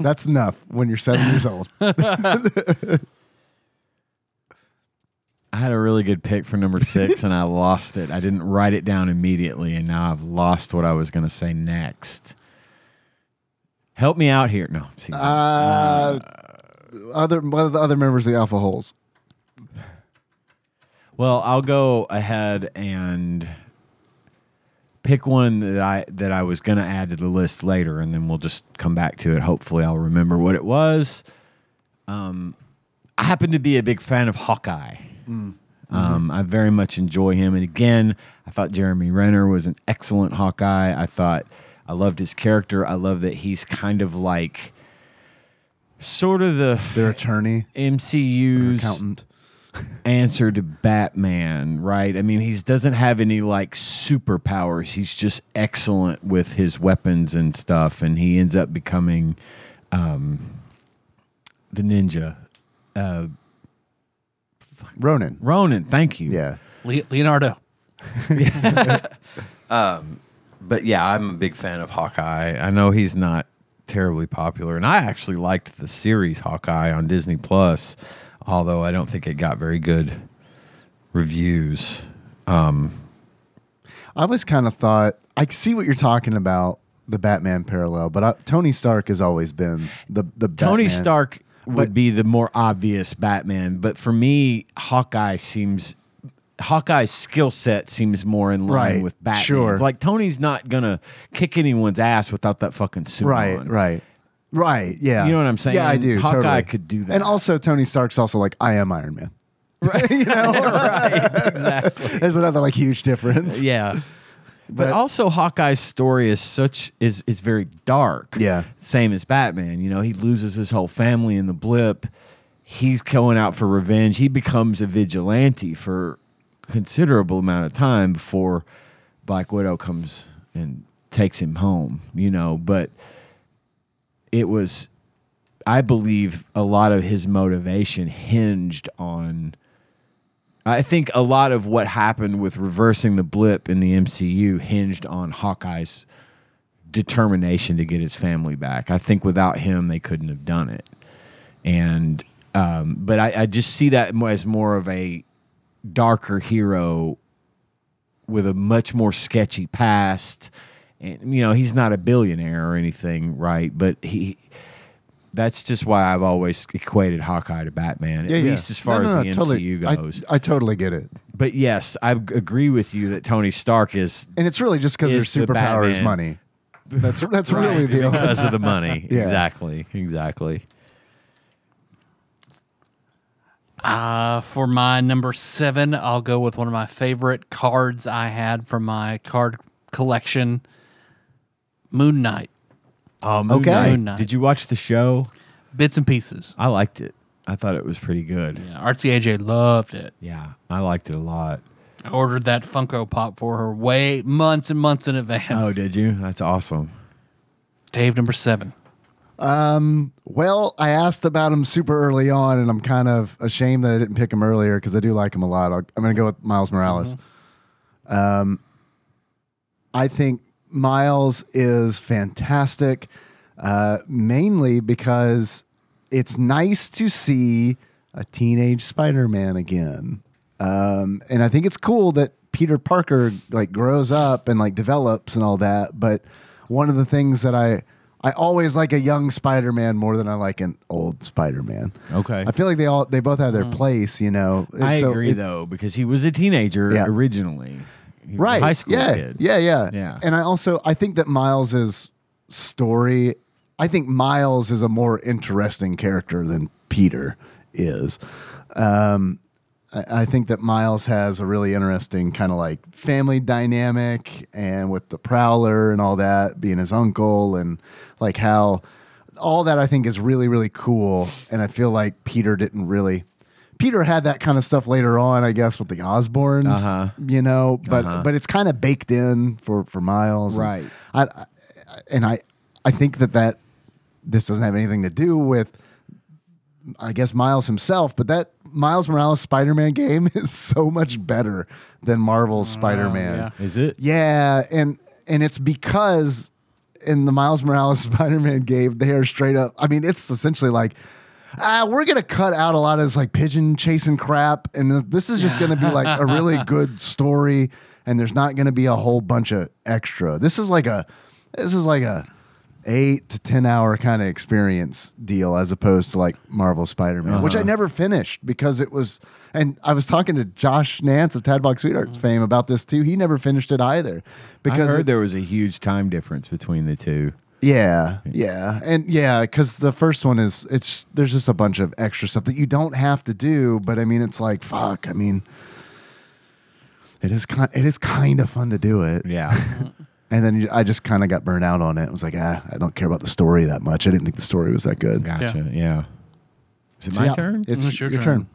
S1: That's enough when you're seven years old.
S3: I had a really good pick for number six, and I lost it. I didn't write it down immediately, and now I've lost what I was going to say next. Help me out here. No, see,
S1: Uh, other one of the other members of the Alpha Holes.
S3: Well, I'll go ahead and pick one that I that I was going to add to the list later, and then we'll just come back to it. Hopefully, I'll remember what it was. Um, I happen to be a big fan of Hawkeye. Um, I very much enjoy him, and again, I thought Jeremy Renner was an excellent Hawkeye. I thought I loved his character. I love that he's kind of like sort of the
S1: Their attorney,
S3: MCU's
S1: accountant.
S3: answer to Batman, right? I mean, he doesn't have any like superpowers. He's just excellent with his weapons and stuff, and he ends up becoming um, the ninja.
S1: Ronan.
S3: Ronan, thank you.
S1: Yeah.
S2: Le- Leonardo.
S3: but yeah, I'm a big fan of Hawkeye. I know he's not terribly popular, and I actually liked the series Hawkeye on Disney Plus, although I don't think it got very good reviews.
S1: I always kind of thought I see what you're talking about the Batman parallel, but I, Tony Stark has always been the the
S3: Tony
S1: Batman.
S3: Stark would
S1: But-
S3: be the more obvious Batman, but for me, Hawkeye seems Hawkeye's skill set seems more in line
S1: Right,
S3: with Batman.
S1: sure.
S3: Like Tony's not gonna kick anyone's ass without that fucking suit
S1: Right,
S3: on.
S1: right, right. Yeah,
S3: You know what I'm saying?
S1: Yeah, I do.
S3: Hawkeye
S1: totally.
S3: could do that.
S1: and also Tony Stark's also like I am Iron Man.
S3: right, exactly.
S1: There's another like huge difference.
S3: Yeah. But,
S1: But-
S3: also Hawkeye's story is such is is very dark.
S1: Yeah.
S3: Same as Batman, you know, he loses his whole family in the blip. He's going out for revenge. He becomes a vigilante for considerable amount of time before Black Widow comes and takes him home, you know, but it was I believe a lot of his motivation hinged on I think a lot of what happened with reversing the blip in the MCU hinged on Hawkeye's determination to get his family back. I think without him, they couldn't have done it. And um, but I, I just see that mo- as more of a darker hero with a much more sketchy past. And you know, he's not a billionaire or anything, right? But he. That's just why I've always equated Hawkeye to Batman,
S1: Yeah,
S3: at
S1: yeah.
S3: least as far
S1: No, no, no,
S3: as the
S1: totally.
S3: MCU goes
S1: I, I totally get it,
S3: but yes, I g- agree with you that Tony Stark is
S1: and it's really just because their
S3: Is the
S1: superpower is
S3: Batman.
S1: money. That's that's
S3: right,
S1: really the only.
S3: because of the money.
S1: Yeah.
S3: Exactly, exactly.
S2: Uh, for my number seven, I'll go with one of my favorite cards I had from my card collection, Moon Knight.
S3: Um,
S1: Okay.
S2: Moon Knight.
S3: Did you watch the show?
S2: Bits and pieces.
S3: I liked it. I thought it was pretty good.
S2: Yeah, Artsy AJ loved it.
S3: Yeah, I liked it a lot.
S2: I ordered that Funko Pop for her way months and months in advance.
S3: Oh, did you? That's awesome.
S2: Dave number seven.
S1: Well, I asked about him super early on, and I'm kind of ashamed that I didn't pick him earlier because I do like him a lot. I'll, I'm going to go with Miles Morales. Um, I think Miles is fantastic, uh, mainly because it's nice to see a teenage Spider-Man again, um, and I think it's cool that Peter Parker like grows up and like develops and all that. But one of the things that I I always like a young Spider-Man more than I like an old Spider-Man.
S3: Okay. Hmm.
S1: I feel like they all they both have their place, you know.
S3: I
S1: So
S3: agree
S1: it-
S3: though because he was a teenager
S1: Yeah.
S3: originally. He was a
S1: right?
S3: High school
S1: yeah,
S3: kid.
S1: yeah, yeah,
S3: Yeah.
S1: And I also I think that Miles's story, I think Miles is a more interesting character than Peter is. Um, I, I think that Miles has a really interesting kind of like family dynamic, and with the Prowler and all that being his uncle, and like how all that I think is really really cool. And I feel like Peter didn't really. Peter had that kind of stuff later on, I guess, with the Osbournes
S3: Uh-huh.
S1: you know but
S3: Uh-huh.
S1: but it's kind of baked in for for miles And
S3: Right.
S1: I, I and i i think that that this doesn't have anything to do with i guess miles himself but that miles morales spider-man game is so much better than marvel's spider-man
S2: yeah.
S3: Is it?
S1: yeah, and and it's because in the Miles Morales Spider-Man game, they are straight up. I mean, it's essentially like. Ah, we're gonna cut out a lot of this like pigeon chasing crap, and this is just gonna be like a really good story. And there's not gonna be a whole bunch of extra. This is like a, this is like a eight to ten hour kind of experience deal, as opposed to like Marvel Spider-Man, which I
S3: Uh-huh.
S1: never never finished because it was and I was talking to Josh Nance of Tadbox Sweethearts fame about this too. He never finished it either because
S3: Uh-huh. I heard there
S1: it's-
S3: was a huge time difference between the two.
S1: yeah, yeah, and yeah, because the first one is it's there's just a bunch of extra stuff that you don't have to do, but I mean it's like fuck. I mean, it is kind it is kind of fun to do it,
S3: Yeah.
S1: and then you- I just kind of got burnt out on it. I was like, ah, I don't care about the story that much. I didn't think the story was that good.
S3: gotcha. Yeah. Is it
S1: So,
S3: my
S1: yeah,
S3: turn?
S1: It's,
S2: It's your
S1: your,
S2: turn.
S1: turn.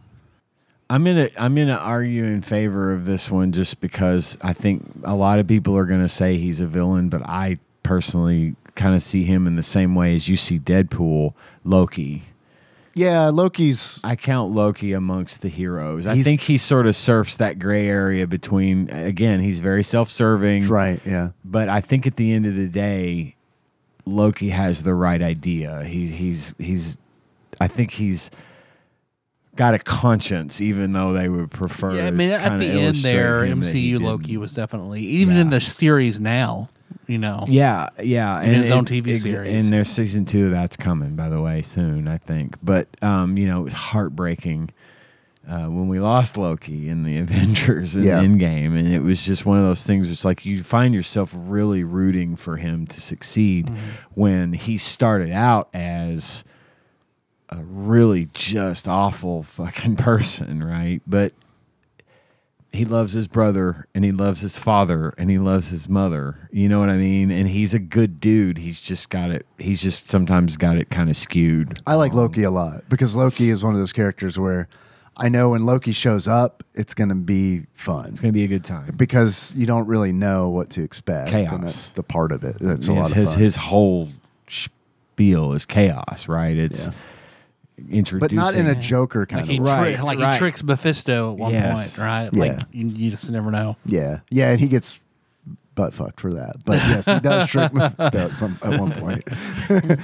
S3: I'm gonna I'm gonna argue in favor of this one just because I think a lot of people are gonna say he's a villain, but I personally kind of see him in the same way as you see Deadpool, Loki.
S1: Yeah, Loki's.
S3: I count Loki amongst the heroes. I
S1: He's-
S3: think he sort of surfs that gray area between. Again, he's very self-serving,
S1: Right, yeah.
S3: but I think at the end of the day, Loki has the right idea. He he's he's I think he's got a conscience, even though they would prefer.
S2: Yeah, I mean, at
S3: kinda
S2: the end
S3: illustrate
S2: there,
S3: him that he
S2: MCU
S3: didn't.
S2: Loki was definitely even
S3: Yeah.
S2: in the series now. You know,
S3: Yeah, yeah,
S2: In his own TV series.
S3: and there's season two of that's coming, by the way, soon I think. But um, you know, it was heartbreaking uh, when we lost Loki in the Avengers in
S1: Yeah.
S3: Endgame, and it was just one of those things. It's like you find yourself really rooting for him to succeed when he started out as a really just awful fucking person, right? But he loves his brother and he loves his father and he loves his mother. You know what I mean? And he's a good dude. He's just got it. He's just sometimes got it kind of skewed.
S1: I like Loki a lot because Loki is one of those characters where I know when Loki shows up, it's going to be fun
S3: It's going to be a good time.
S1: because you don't really know what to expect.
S3: Chaos.
S1: And that's the part of it. That's a
S3: his,
S1: lot of
S3: his,
S1: fun.
S3: his whole spiel is chaos, right? It's introducing.
S1: but not in a Joker kind
S2: like
S1: of
S2: he
S1: way.
S3: Right,
S2: tri- like
S3: right.
S2: he tricks Mephisto at one
S3: Yes.
S2: point, right?
S1: Yeah.
S2: Like you, you just never know.
S1: Yeah. Yeah. And he gets butt fucked for that. But yes, he does trick Mephisto at, some, at one point.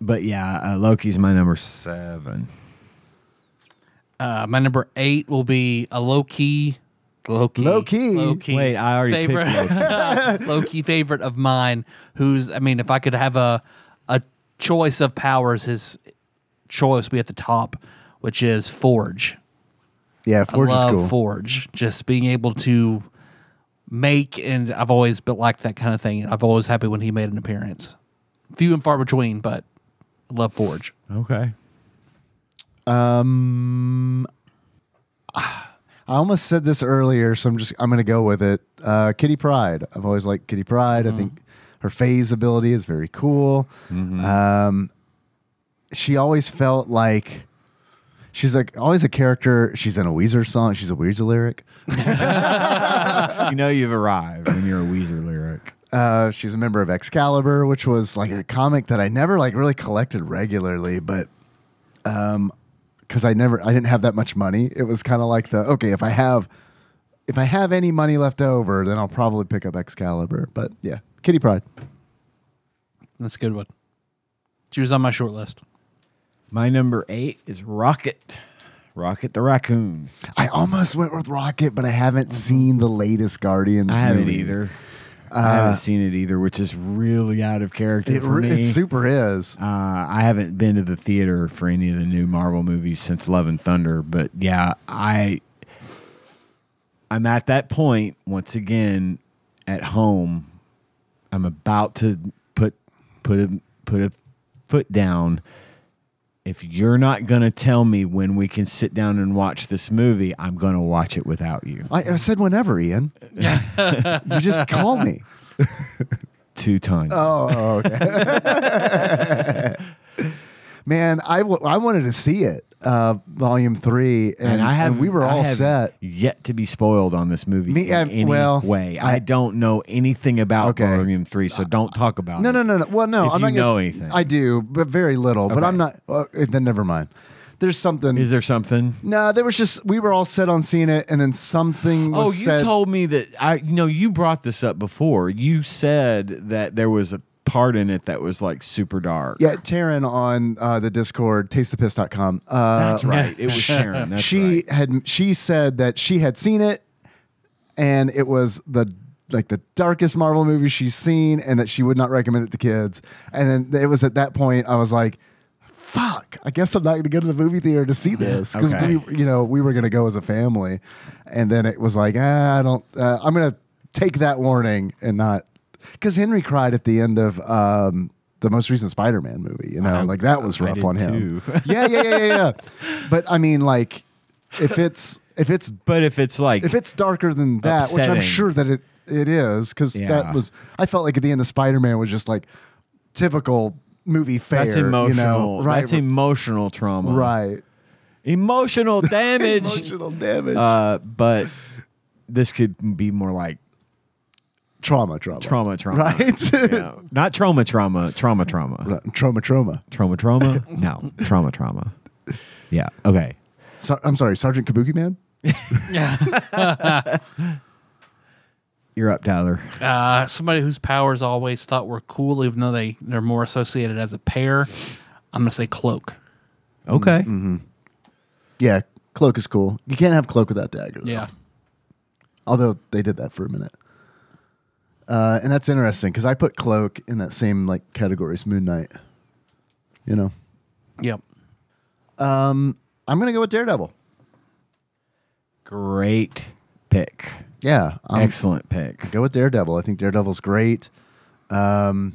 S3: But yeah, uh, Loki's my number seven.
S2: Uh, my number eight will be a low key, low key,
S1: Low key?
S3: Wait, I already picked
S2: favorite, low key favorite of mine. Who's I mean, if I could have a a choice of powers, his choice would be at the top, which is Forge.
S1: Yeah. Forge
S2: I
S1: is
S2: love
S1: cool.
S2: Forge. Just being able to make, and I've always been liked that kind of thing. I've always happy when he made an appearance. Few and far between, but I love Forge.
S3: Okay.
S1: Um, ah, I almost said this earlier, so I'm just I'm gonna go with it. Uh, Kitty Pride. I've always liked Kitty Pride. I think her phase ability is very cool. Um, she always felt like She's like always a character. She's in a Weezer song. She's a Weezer lyric.
S3: you know you've arrived when you're a Weezer lyric.
S1: Uh, she's a member of Excalibur, which was like a comic that I never like really collected regularly, but um, because I never I didn't have that much money. It was kind of like the okay if I have if I have any money left over, then I'll probably pick up Excalibur. But yeah, Kitty Pride.
S2: That's a good one. She was on my short list.
S3: My number eight is Rocket. Rocket the raccoon.
S1: I almost went with Rocket, but I haven't seen the latest Guardians.
S3: Mm-hmm. I haven't
S1: movie.
S3: either. Uh, I haven't seen it either, which is really out of character
S1: It,
S3: for
S1: re-
S3: me.
S1: it super is.
S3: Uh, I haven't been to the theater for any of the new Marvel movies since Love and Thunder, but yeah, I I'm at that point once again at home. I'm about to put put a put a foot down. If you're not gonna tell me when we can sit down and watch this movie, I'm gonna watch it without you.
S1: I, I said whenever, Ian. you just call me.
S3: Two times.
S1: Oh, oh, okay. Man, I wa- I wanted to see it, uh, Volume Three, and,
S3: and I have
S1: and we were
S3: I
S1: all
S3: have
S1: set.
S3: Yet to be spoiled on this movie.
S1: Me,
S3: in
S1: I-
S3: any
S1: well,
S3: way I,
S1: I-
S3: don't know anything about
S1: Okay.
S3: Volume Three, so don't talk about
S1: No,
S3: it.
S1: no, no, no. Well, no,
S3: If
S1: I'm not
S3: you
S1: gonna
S3: know
S1: s-
S3: anything.
S1: I do, but very little. But
S3: Okay.
S1: I'm not. Uh, then never mind. There's something.
S3: Is there something?
S1: no, there was just we were all set on seeing it, and then something.
S3: Oh, you
S1: was said-
S3: told me that I. You know, you brought this up before. You said that there was a part in it that was like super dark.
S1: Yeah, Taryn on uh, the Discord, tastethepiss.com. Uh,
S3: that's right. It was Sharon. That's
S1: she
S3: right.
S1: had she said that she had seen it and it was the like the darkest Marvel movie she's seen and that she would not recommend it to kids. And then it was at that point I was like, fuck, I guess I'm not gonna go to the movie theater to see this. Because
S3: Okay.
S1: we you know, we were gonna go as a family. And then it was like, ah, I don't uh, I'm gonna take that warning and not because Henry cried at the end of um the most recent Spider-Man movie, you know,
S3: Uh-huh.
S1: like that was
S3: I
S1: rough
S3: did
S1: on him.
S3: too.
S1: yeah, yeah, yeah, yeah, yeah. But I mean, like, if it's if it's
S3: But if it's like
S1: if it's darker than that, which
S3: Upsetting.
S1: I'm sure that it it is, because
S3: Yeah.
S1: that was I felt like at the end of Spider Man was just like typical movie fare.
S3: that's emotional,
S1: you know? right?
S3: that's emotional trauma.
S1: right.
S3: Emotional damage.
S1: Emotional damage,
S3: uh, but this could be more like
S1: trauma, trauma,
S3: trauma trauma
S1: Right?
S3: Yeah. not trauma trauma trauma trauma
S1: trauma, trauma.
S3: trauma trauma no trauma trauma yeah okay
S1: So, I'm sorry, Sergeant Kabuki Man.
S3: you're up tyler
S2: Uh, somebody whose powers I always thought were cool, even though they, they're more associated as a pair. I'm going to say Cloak.
S3: okay
S1: Yeah, cloak is cool. You can't have cloak without dagger. though.
S2: Yeah.
S1: although they did that for a minute. Uh, and that's interesting because I put Cloak in that same like category as Moon Knight. You know,
S2: Yep.
S1: um, I'm gonna go with Daredevil.
S3: great pick
S1: Yeah, I'm
S3: excellent pick
S1: go with Daredevil. I think Daredevil's great. Um,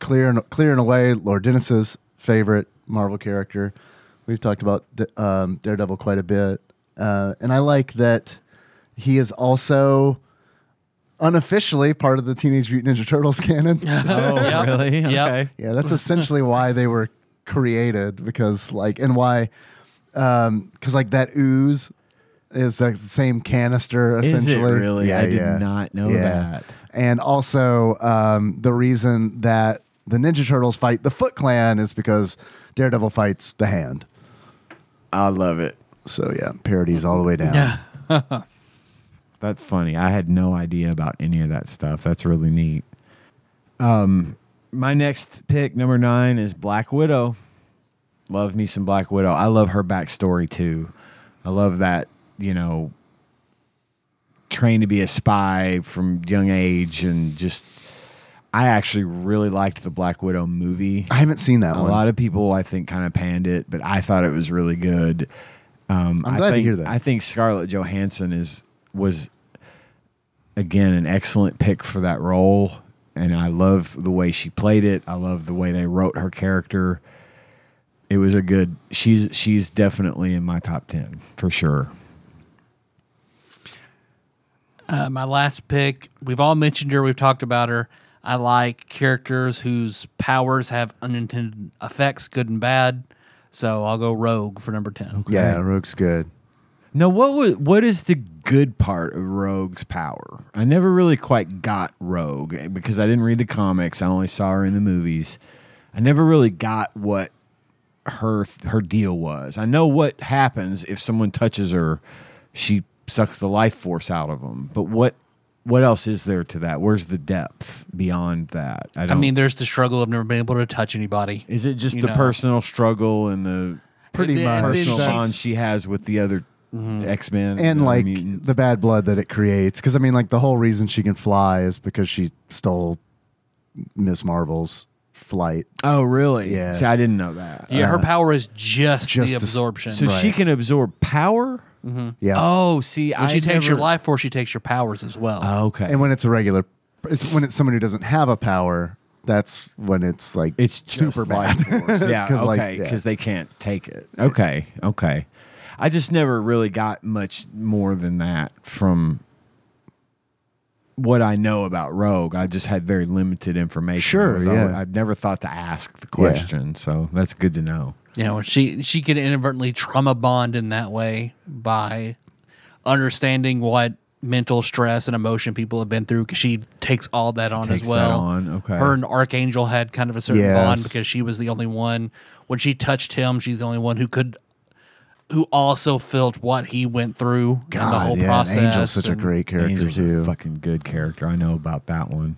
S1: clear and clear and away, Lord Dennis's favorite Marvel character. We've talked about D- um, Daredevil quite a bit, uh, and I like that he is also unofficially part of the Teenage Mutant Ninja Turtles canon.
S3: oh
S2: Yep.
S3: really
S2: Yep.
S3: okay
S1: Yeah, that's essentially why they were created because like and why um cuz like that ooze is the same canister
S3: it
S1: essentially.
S3: really? I did not know that.
S1: And also um the reason that the Ninja Turtles fight the Foot Clan is because Daredevil fights the hand.
S3: i love it
S1: So yeah, parodies all the way down.
S2: Yeah.
S3: that's funny i had no idea about any of that stuff that's really neat um my next pick number nine is black widow love me some Black Widow. I love her backstory too. I love that, you know, trained to be a spy from young age and just I actually really liked the Black Widow movie.
S1: I haven't seen that
S3: A
S1: one.
S3: lot of people I think kind of panned it, but I thought it was really good. Um,
S1: I'm
S3: I
S1: glad to
S3: think-
S1: hear that.
S3: I think Scarlett Johansson is was again an excellent pick for that role, and I love the way she played it. I love the way they wrote her character. It was a good. She's she's definitely in my top ten for sure.
S2: Uh, my last pick, we've all mentioned her, we've talked about her. I like characters whose powers have unintended effects, good and bad. So I'll go Rogue for number ten.
S1: Yeah, Rogue's good.
S3: Now, what was, what is the good part of Rogue's power? I never really quite got Rogue eh, because I didn't read the comics. I only saw her in the movies. I never really got what her her deal was. I know what happens if someone touches her; she sucks the life force out of them. But what what else is there to that? Where's the depth beyond that? don't,
S2: I mean, there's the struggle of never being able to touch anybody.
S3: is it just
S2: you
S3: the
S2: know.
S3: personal struggle and the
S1: Pretty
S2: And then-
S1: much.
S2: and then
S3: personal
S2: she's-
S3: bond she has with the other
S2: Mm-hmm.
S3: X Men
S1: And like
S3: mutants?
S1: the bad blood that it creates, because I mean, like the whole reason she can fly is because she stole Miss Marvel's flight.
S3: Oh, really?
S1: Yeah.
S3: See, I didn't know that.
S2: Yeah, her power is just,
S1: just
S2: the
S1: the s-
S2: absorption.
S3: So she can absorb power.
S1: Yeah,
S3: Oh, see,
S2: When
S3: I
S2: she takes your
S3: never-
S2: life force, she takes your powers as well.
S3: Oh, okay,
S1: and when it's a regular, it's when it's someone who doesn't have a power. That's when it's like
S3: it's just
S1: super
S3: life
S1: bad.
S3: force. yeah,
S1: 'Cause, like,
S3: okay,
S1: yeah.
S3: because they can't take it. Okay, okay. I just never really got much more than that from what I know about Rogue. I just had very limited information.
S1: Sure,
S3: Whereas I would-
S1: yeah.
S3: I've never thought to ask the question, so that's good to know.
S2: You know, she she can inadvertently trauma bond in that way by understanding what mental stress and emotion people have been through because she takes all that on
S3: takes
S2: as
S3: that
S2: well.
S3: on, okay.
S2: Her and Archangel had kind of a certain
S1: Yes.
S2: bond because she was the only one when she touched him, she's the only one who could who also felt what he went through and the
S1: God,
S2: whole
S1: yeah,
S2: process.
S1: and Angel's such a
S2: and-
S1: great character
S3: Angel's
S1: too.
S3: a fucking good character. I know about that one.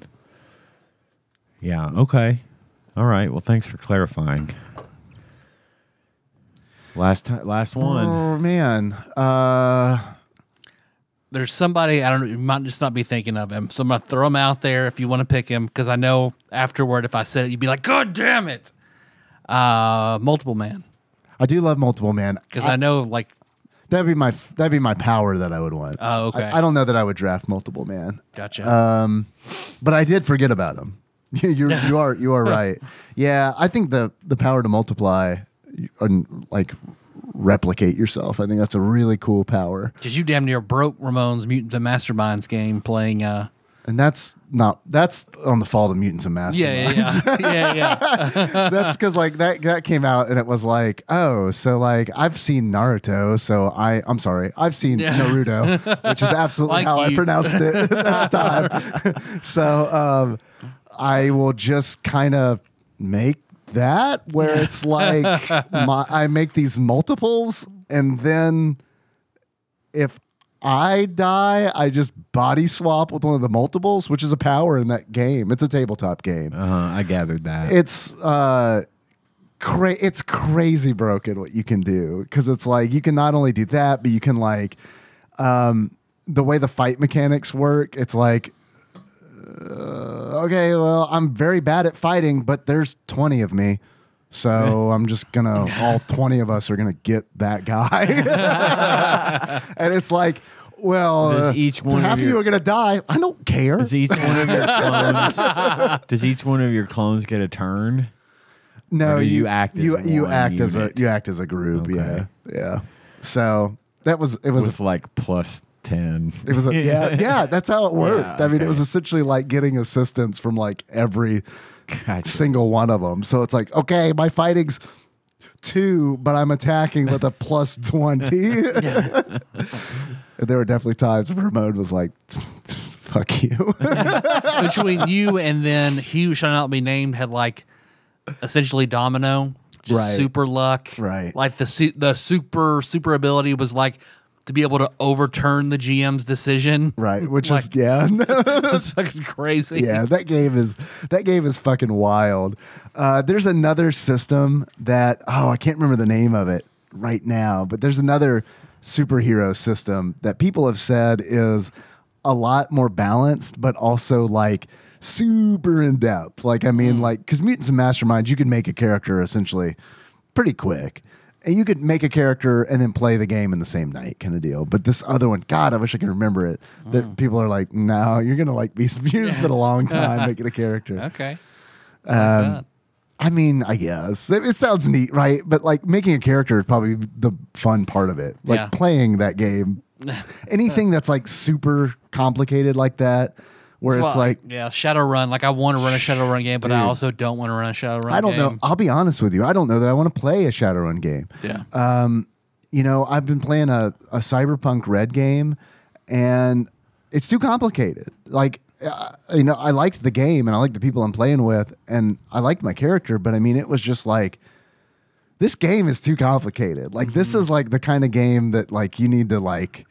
S3: Yeah. Okay. All right. Well, thanks for clarifying. Last time, last one.
S1: Oh man, uh,
S2: there's somebody I don't know, you might just not be thinking of him. So I'm gonna throw him out there if you want to pick him, because I know afterward if I said it, you'd be like, God damn it. Uh multiple man.
S1: I do love multiple man.
S2: Because I know like
S1: That'd be my that'd be my power that I would want.
S2: Oh, okay.
S1: I, I don't know that I would draft multiple man,
S2: gotcha.
S1: Uh, Um, but I did forget about him. you you are you are right. Yeah, I think the the power to multiply and like replicate yourself. I think that's a really cool power,
S2: Because you damn near broke Ramon's Mutants and Masterminds game playing uh
S1: and that's not that's on the fault of mutants and masters.
S2: Yeah, yeah, yeah. yeah, yeah.
S1: that's because like that that came out and it was like oh so like I've seen Naruto so I I'm sorry I've seen
S2: Yeah.
S1: Naruto which is absolutely
S2: Like
S1: how I
S2: you.
S1: pronounced it at the time so um I will just kind of make that where it's like my, I make these multiples and then if I die, I just body swap with one of the multiples, which is a power in that game. It's a tabletop game
S3: Uh, I gathered that.
S1: it's uh cra- it's crazy broken what you can do because it's like you can not only do that but you can like um the way the fight mechanics work it's like uh, okay well i'm very bad at fighting but there's 20 of me so i'm just gonna all 20 of us are gonna get that guy and it's like well
S3: Does
S1: uh,
S3: each one of
S1: half
S3: your-
S1: you are gonna die i don't care
S3: Does each one of your clones? does each one of your clones get a turn?
S1: No,
S3: Or do
S1: you,
S3: you act as
S1: you you
S3: one
S1: act as a
S3: unit?
S1: you act as a group.
S3: Okay.
S1: Yeah, yeah. So that was it was
S3: With
S1: a,
S3: like plus ten.
S1: it was a, yeah yeah. That's how it worked. I mean, it was
S3: okay.
S1: essentially like getting assistance from like every
S3: Gotcha.
S1: single one of them. So it's like okay, my fighting's two, but I'm attacking with a plus twenty. And there were definitely times where Ramon was like, "Fuck you."
S2: Between you and then Hugh shall not be named had like essentially domino. Just
S1: Right.
S2: super luck.
S1: Right.
S2: Like the su- the super super ability was like to be able to overturn the GM's decision.
S1: right, which is
S2: Like-
S1: yeah.
S2: That's fucking crazy.
S1: yeah, that game is that game is fucking wild. Uh, there's another system that oh, I can't remember the name of it right now, but there's another superhero system that people have said is a lot more balanced, but also like super in depth. Like I mean, like because mutants and masterminds, you can make a character essentially pretty quick. And you could make a character and then play the game in the same night, kind of deal. But this other one, God, I wish I could remember it.
S2: Mm.
S1: That people are like, no, you're gonna like be you're gonna spend a long time making a character.
S2: Okay. I
S1: Um,
S2: like that.
S1: I mean, I guess it, it sounds neat, right? But like making a character is probably the fun part of it. Like
S2: Yeah.
S1: playing that game, anything that's like super complicated like that where
S2: That's
S1: it's
S2: why-
S1: like
S2: yeah, Shadow Run. Like I want to run a Shadow Run game, but I also don't want to run a Shadow Run.
S1: I don't know.
S2: game.
S1: I'll be honest with you. I don't know that I want to play a Shadowrun game.
S2: Yeah,
S1: Uh, You know, I've been playing a, a Cyberpunk Red game, and it's too complicated. Like, uh, you know, I liked the game and I liked the people I'm playing with, and I liked my character, but I mean, it was just like this game is too complicated. Like, this
S2: Mm-hmm.
S1: is like the kind of game that like you need to like.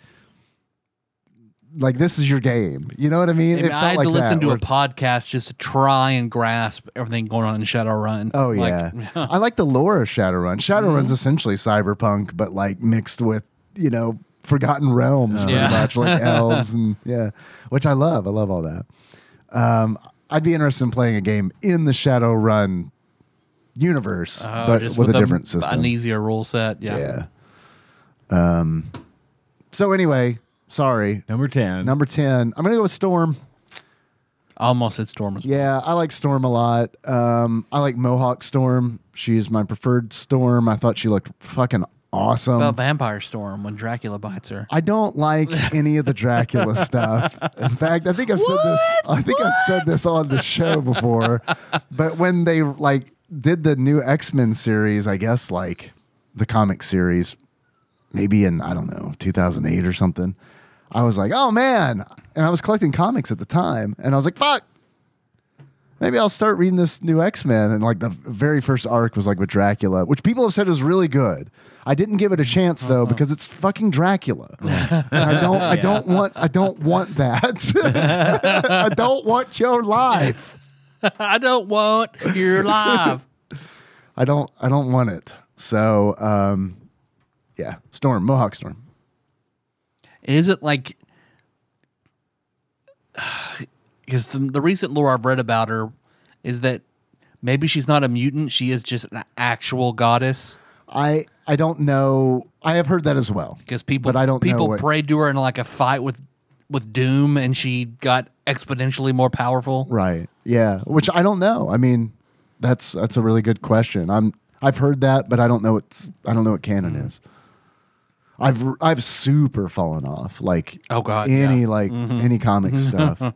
S1: Like this is your game, you know what I
S2: I,
S1: mean?
S2: mean,
S1: It
S2: I
S1: felt
S2: had
S1: like
S2: to listen
S1: that,
S2: to
S1: where
S2: a
S1: it's-
S2: podcast just to try and grasp everything going on in Shadow Run.
S1: Oh
S2: Like, Mm-hmm.
S1: yeah, I like the lore of Shadowrun. Shadowrun's essentially cyberpunk, but like mixed with you know Forgotten Realms, pretty
S2: Yeah.
S1: much like elves and yeah, which I love. I love all that. Um, I'd be interested in playing a game in the Shadowrun universe,
S2: uh,
S1: but
S2: just
S1: with, a, different system.
S2: an easier rule set. Yeah,
S1: yeah. Um. So anyway, sorry.
S3: Number 10.
S1: Number ten, I'm gonna go with Storm.
S2: almost at Storm. as-
S1: Yeah, I like Storm a lot. Um, I like Mohawk Storm. She's my preferred Storm. I thought she looked fucking awesome.
S2: About Vampire Storm when Dracula bites her.
S1: I don't like any of the Dracula stuff. In fact, I think I've said this. I think I've said this on the show before. but when they like did the new X Men series, I guess like the comic series, maybe in I don't know 2008 or something. I was like, oh man, and I was collecting comics at the time, and I was like, fuck. Maybe I'll start reading this new X Men, and like the very first arc was like with Dracula, which people have said is really good. I didn't give it a chance though because it's fucking Dracula. Uh-huh. And I don't, I don't want, I don't want that. I don't want your life.
S2: I don't want your live.
S1: I don't I don't want it. So um yeah, Storm, Mohawk Storm.
S2: Is it like because the, the recent lore I've read about her is that maybe she's not a mutant; she is just an actual goddess.
S1: I I don't know. I have heard that as well.
S2: Because people,
S1: But I don't know
S2: people
S1: what-
S2: prayed to her in like a fight with with Doom, and she got exponentially more powerful.
S1: Right. Yeah, which I don't know. I mean, that's that's a really good question. I'm I've heard that, but I don't know what's I don't know what canon
S2: Hmm.
S1: is. I've I've super fallen off like
S2: Oh, God,
S1: any
S2: yeah. Mm-hmm.
S1: like any comic stuff.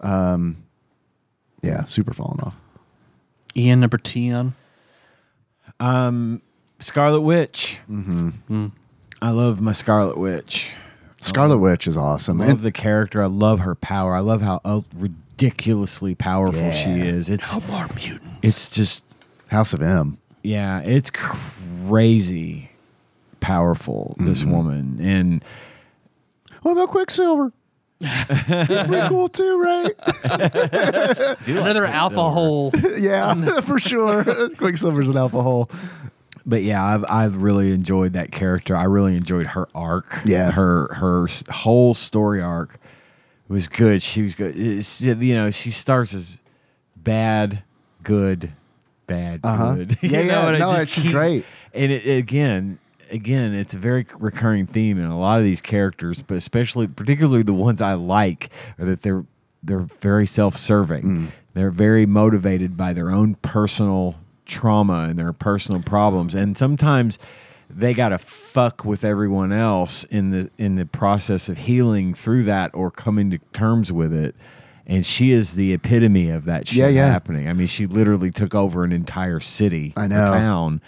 S1: Um yeah, super fallen off.
S2: Oh. Ian number ten.
S3: Scarlet Witch. Mm-hmm. I love my Scarlet Witch.
S1: Scarlet Witch is awesome.
S3: I
S1: And-
S3: love the character. I love her power. I love how uh, ridiculously powerful she
S1: Yeah.
S3: is. It's
S2: more mutant.
S3: it's just
S1: House of M.
S3: yeah, it's crazy powerful
S1: Mm-hmm.
S3: this woman and
S1: What about Quicksilver? pretty cool too, right?
S2: Another alpha hole.
S1: yeah, for sure. Quicksilver's an alpha hole.
S3: but yeah, I've I've really enjoyed that character. I really enjoyed her arc.
S1: Yeah.
S3: her her s- whole story arc was good. She was good. It's, you know, she starts as bad, good, bad,
S1: Uh-huh.
S3: good.
S1: Yeah,
S3: you know,
S1: yeah.
S3: and it
S1: No,
S3: just
S1: it's just
S3: keeps-
S1: great.
S3: And it, again, again, it's a very recurring theme in a lot of these characters, but especially, particularly the ones I like, are that they're they're very self-serving.
S1: Mm.
S3: They're very motivated by their own personal trauma and their personal problems, and sometimes they got to fuck with everyone else in the in the process of healing through that or coming to terms with it. And she is the epitome of that shit
S1: Yeah, yeah.
S3: happening. I mean, she literally took over an entire city
S1: I
S3: or
S1: know.
S3: town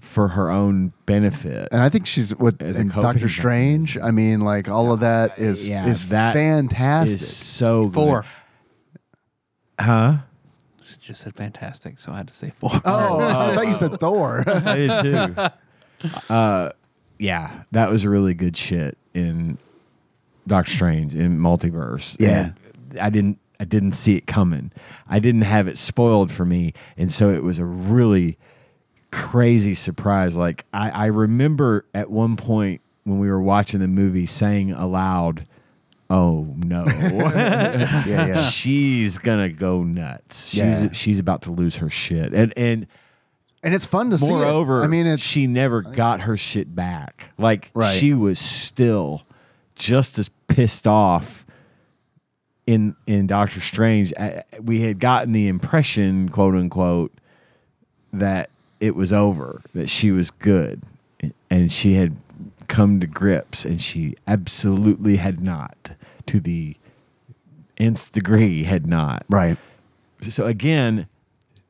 S3: for her own benefit.
S1: And I think she's with
S3: As a
S1: in
S3: coping
S1: Doctor Strange. I mean, like all of that is
S3: yeah,
S1: is
S3: that
S1: fantastic.
S3: Is so good.
S2: Four.
S3: huh?
S2: She just said fantastic, so I had to say four.
S1: oh, I thought you said Thor.
S3: I did too. Uh, yeah, that was really good shit in Doctor Strange in Multiverse.
S1: Yeah.
S3: And I didn't. I didn't see it coming. I didn't have it spoiled for me, and so it was a really crazy surprise. Like I, I remember at one point when we were watching the movie, saying aloud, "Oh no."
S1: yeah, yeah.
S3: she's gonna go nuts. She's
S1: Yeah.
S3: she's about to lose her shit. And and
S1: And it's fun to see. it.
S3: moreover,
S1: I mean, it's
S3: she never got her shit back. Like
S1: Right.
S3: she was still just as pissed off in in Doctor Strange. I, I- we had gotten the impression, quote unquote, that it was over, that she was good, and she had come to grips, and she absolutely had not to the nth degree had not.
S1: Right.
S3: So again,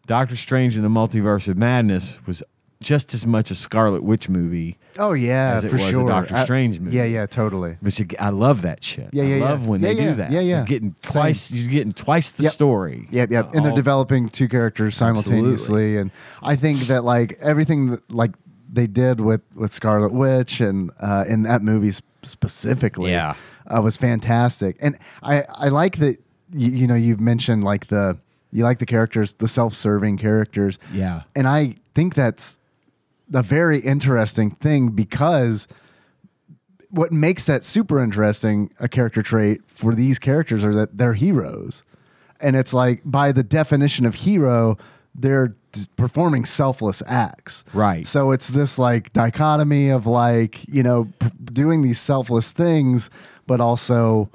S3: Doctor Strange in the Multiverse of Madness was just as much a Scarlet Witch movie,
S1: Oh yeah,
S3: As it
S1: for
S3: was a
S1: sure.
S3: Doctor Strange movie.
S1: Yeah, yeah, totally.
S3: which ag- I love that shit.
S1: Yeah,
S3: I
S1: yeah, yeah.
S3: love when
S1: Yeah,
S3: they
S1: yeah,
S3: do that.
S1: yeah, yeah.
S3: You're getting
S1: Same.
S3: twice. You're getting twice the
S1: Yep.
S3: story.
S1: Yep, yep. And they're
S3: All-
S1: developing two characters simultaneously, and I think that like everything that like they did with with Scarlet Witch and uh, in that movie sp- specifically,
S3: Yeah.
S1: uh, was fantastic. And I I like that you, you know you've mentioned like the you like the characters the self serving characters,
S3: Yeah.
S1: and I think that's a very interesting thing because what makes that super interesting a character trait for these characters are that they're heroes and it's like by the definition of hero they're d- performing selfless acts
S3: Right.
S1: so it's this like dichotomy of like you know p- doing these selfless things but also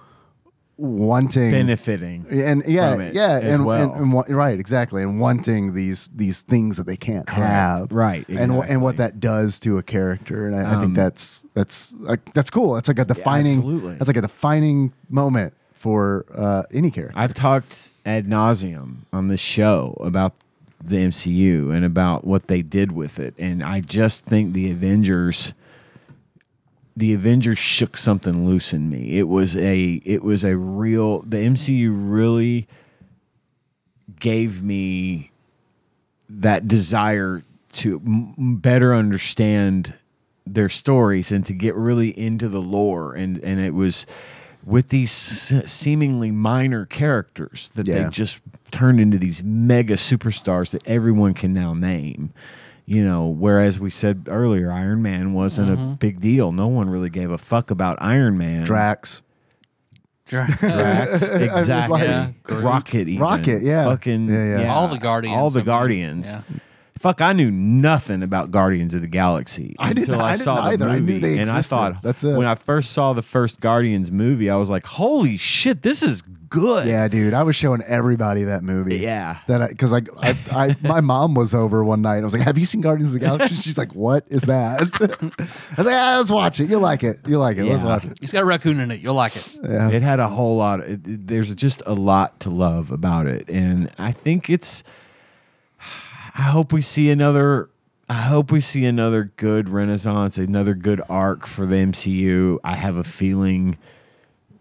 S1: wanting
S3: benefiting.
S1: and yeah,
S3: from it
S1: yeah,
S3: as
S1: and,
S3: well.
S1: and, and wa- right, exactly, and wanting these these things that they can't have,
S3: Right,
S1: and wha- and
S3: exactly.
S1: what that does to a character, and I, I think
S3: Um,
S1: that's that's like that's cool. That's like a defining,
S3: absolutely.
S1: that's like a defining moment for uh, any character.
S3: I've talked ad nauseum on this show about the MCU and about what they did with it, and I just think the Avengers, the Avengers shook something loose in me. It was a, it was a real. The MCU really gave me that desire to m- m- better understand their stories and to get really into the lore and and it was with these se- seemingly minor characters that
S1: Yeah.
S3: they just turned into these mega superstars that everyone can now name you know whereas we said earlier iron man wasn't a big deal no one really gave a fuck about iron man
S1: Drax,
S3: Drax, exactly.
S1: like-
S2: Yeah, Groot.
S3: Rocket, even.
S1: Rocket, yeah.
S3: fucking,
S1: Yeah, yeah.
S2: All the Guardians,
S3: all the
S2: I mean,
S3: Guardians.
S2: yeah.
S3: Fuck, I knew nothing about Guardians of the Galaxy
S1: I didn't-
S3: until I,
S1: I didn't
S3: saw
S1: either.
S3: the
S1: I knew
S3: movie,
S1: they
S3: and I
S1: existed.
S3: thought
S1: That's it.
S3: when I first saw the first Guardians movie, I was like, "Holy shit, this is good."
S1: yeah, dude, I was showing everybody that movie,
S3: Yeah.
S1: that because like I, I my mom was over one night, I was like, "Have you seen Guardians of the Galaxy?" She's like, "What is that?" I was like, ah, "Let's watch it. You'll like it. You'll like it. Let's
S3: Yeah.
S1: watch it."
S2: It's got a raccoon in it. You'll like it.
S3: It had a whole lot. Of, it- it- there's just a lot to love about it, and I think it's. I hope we see another. I hope we see another good renaissance, another good arc for the MCU. I have a feeling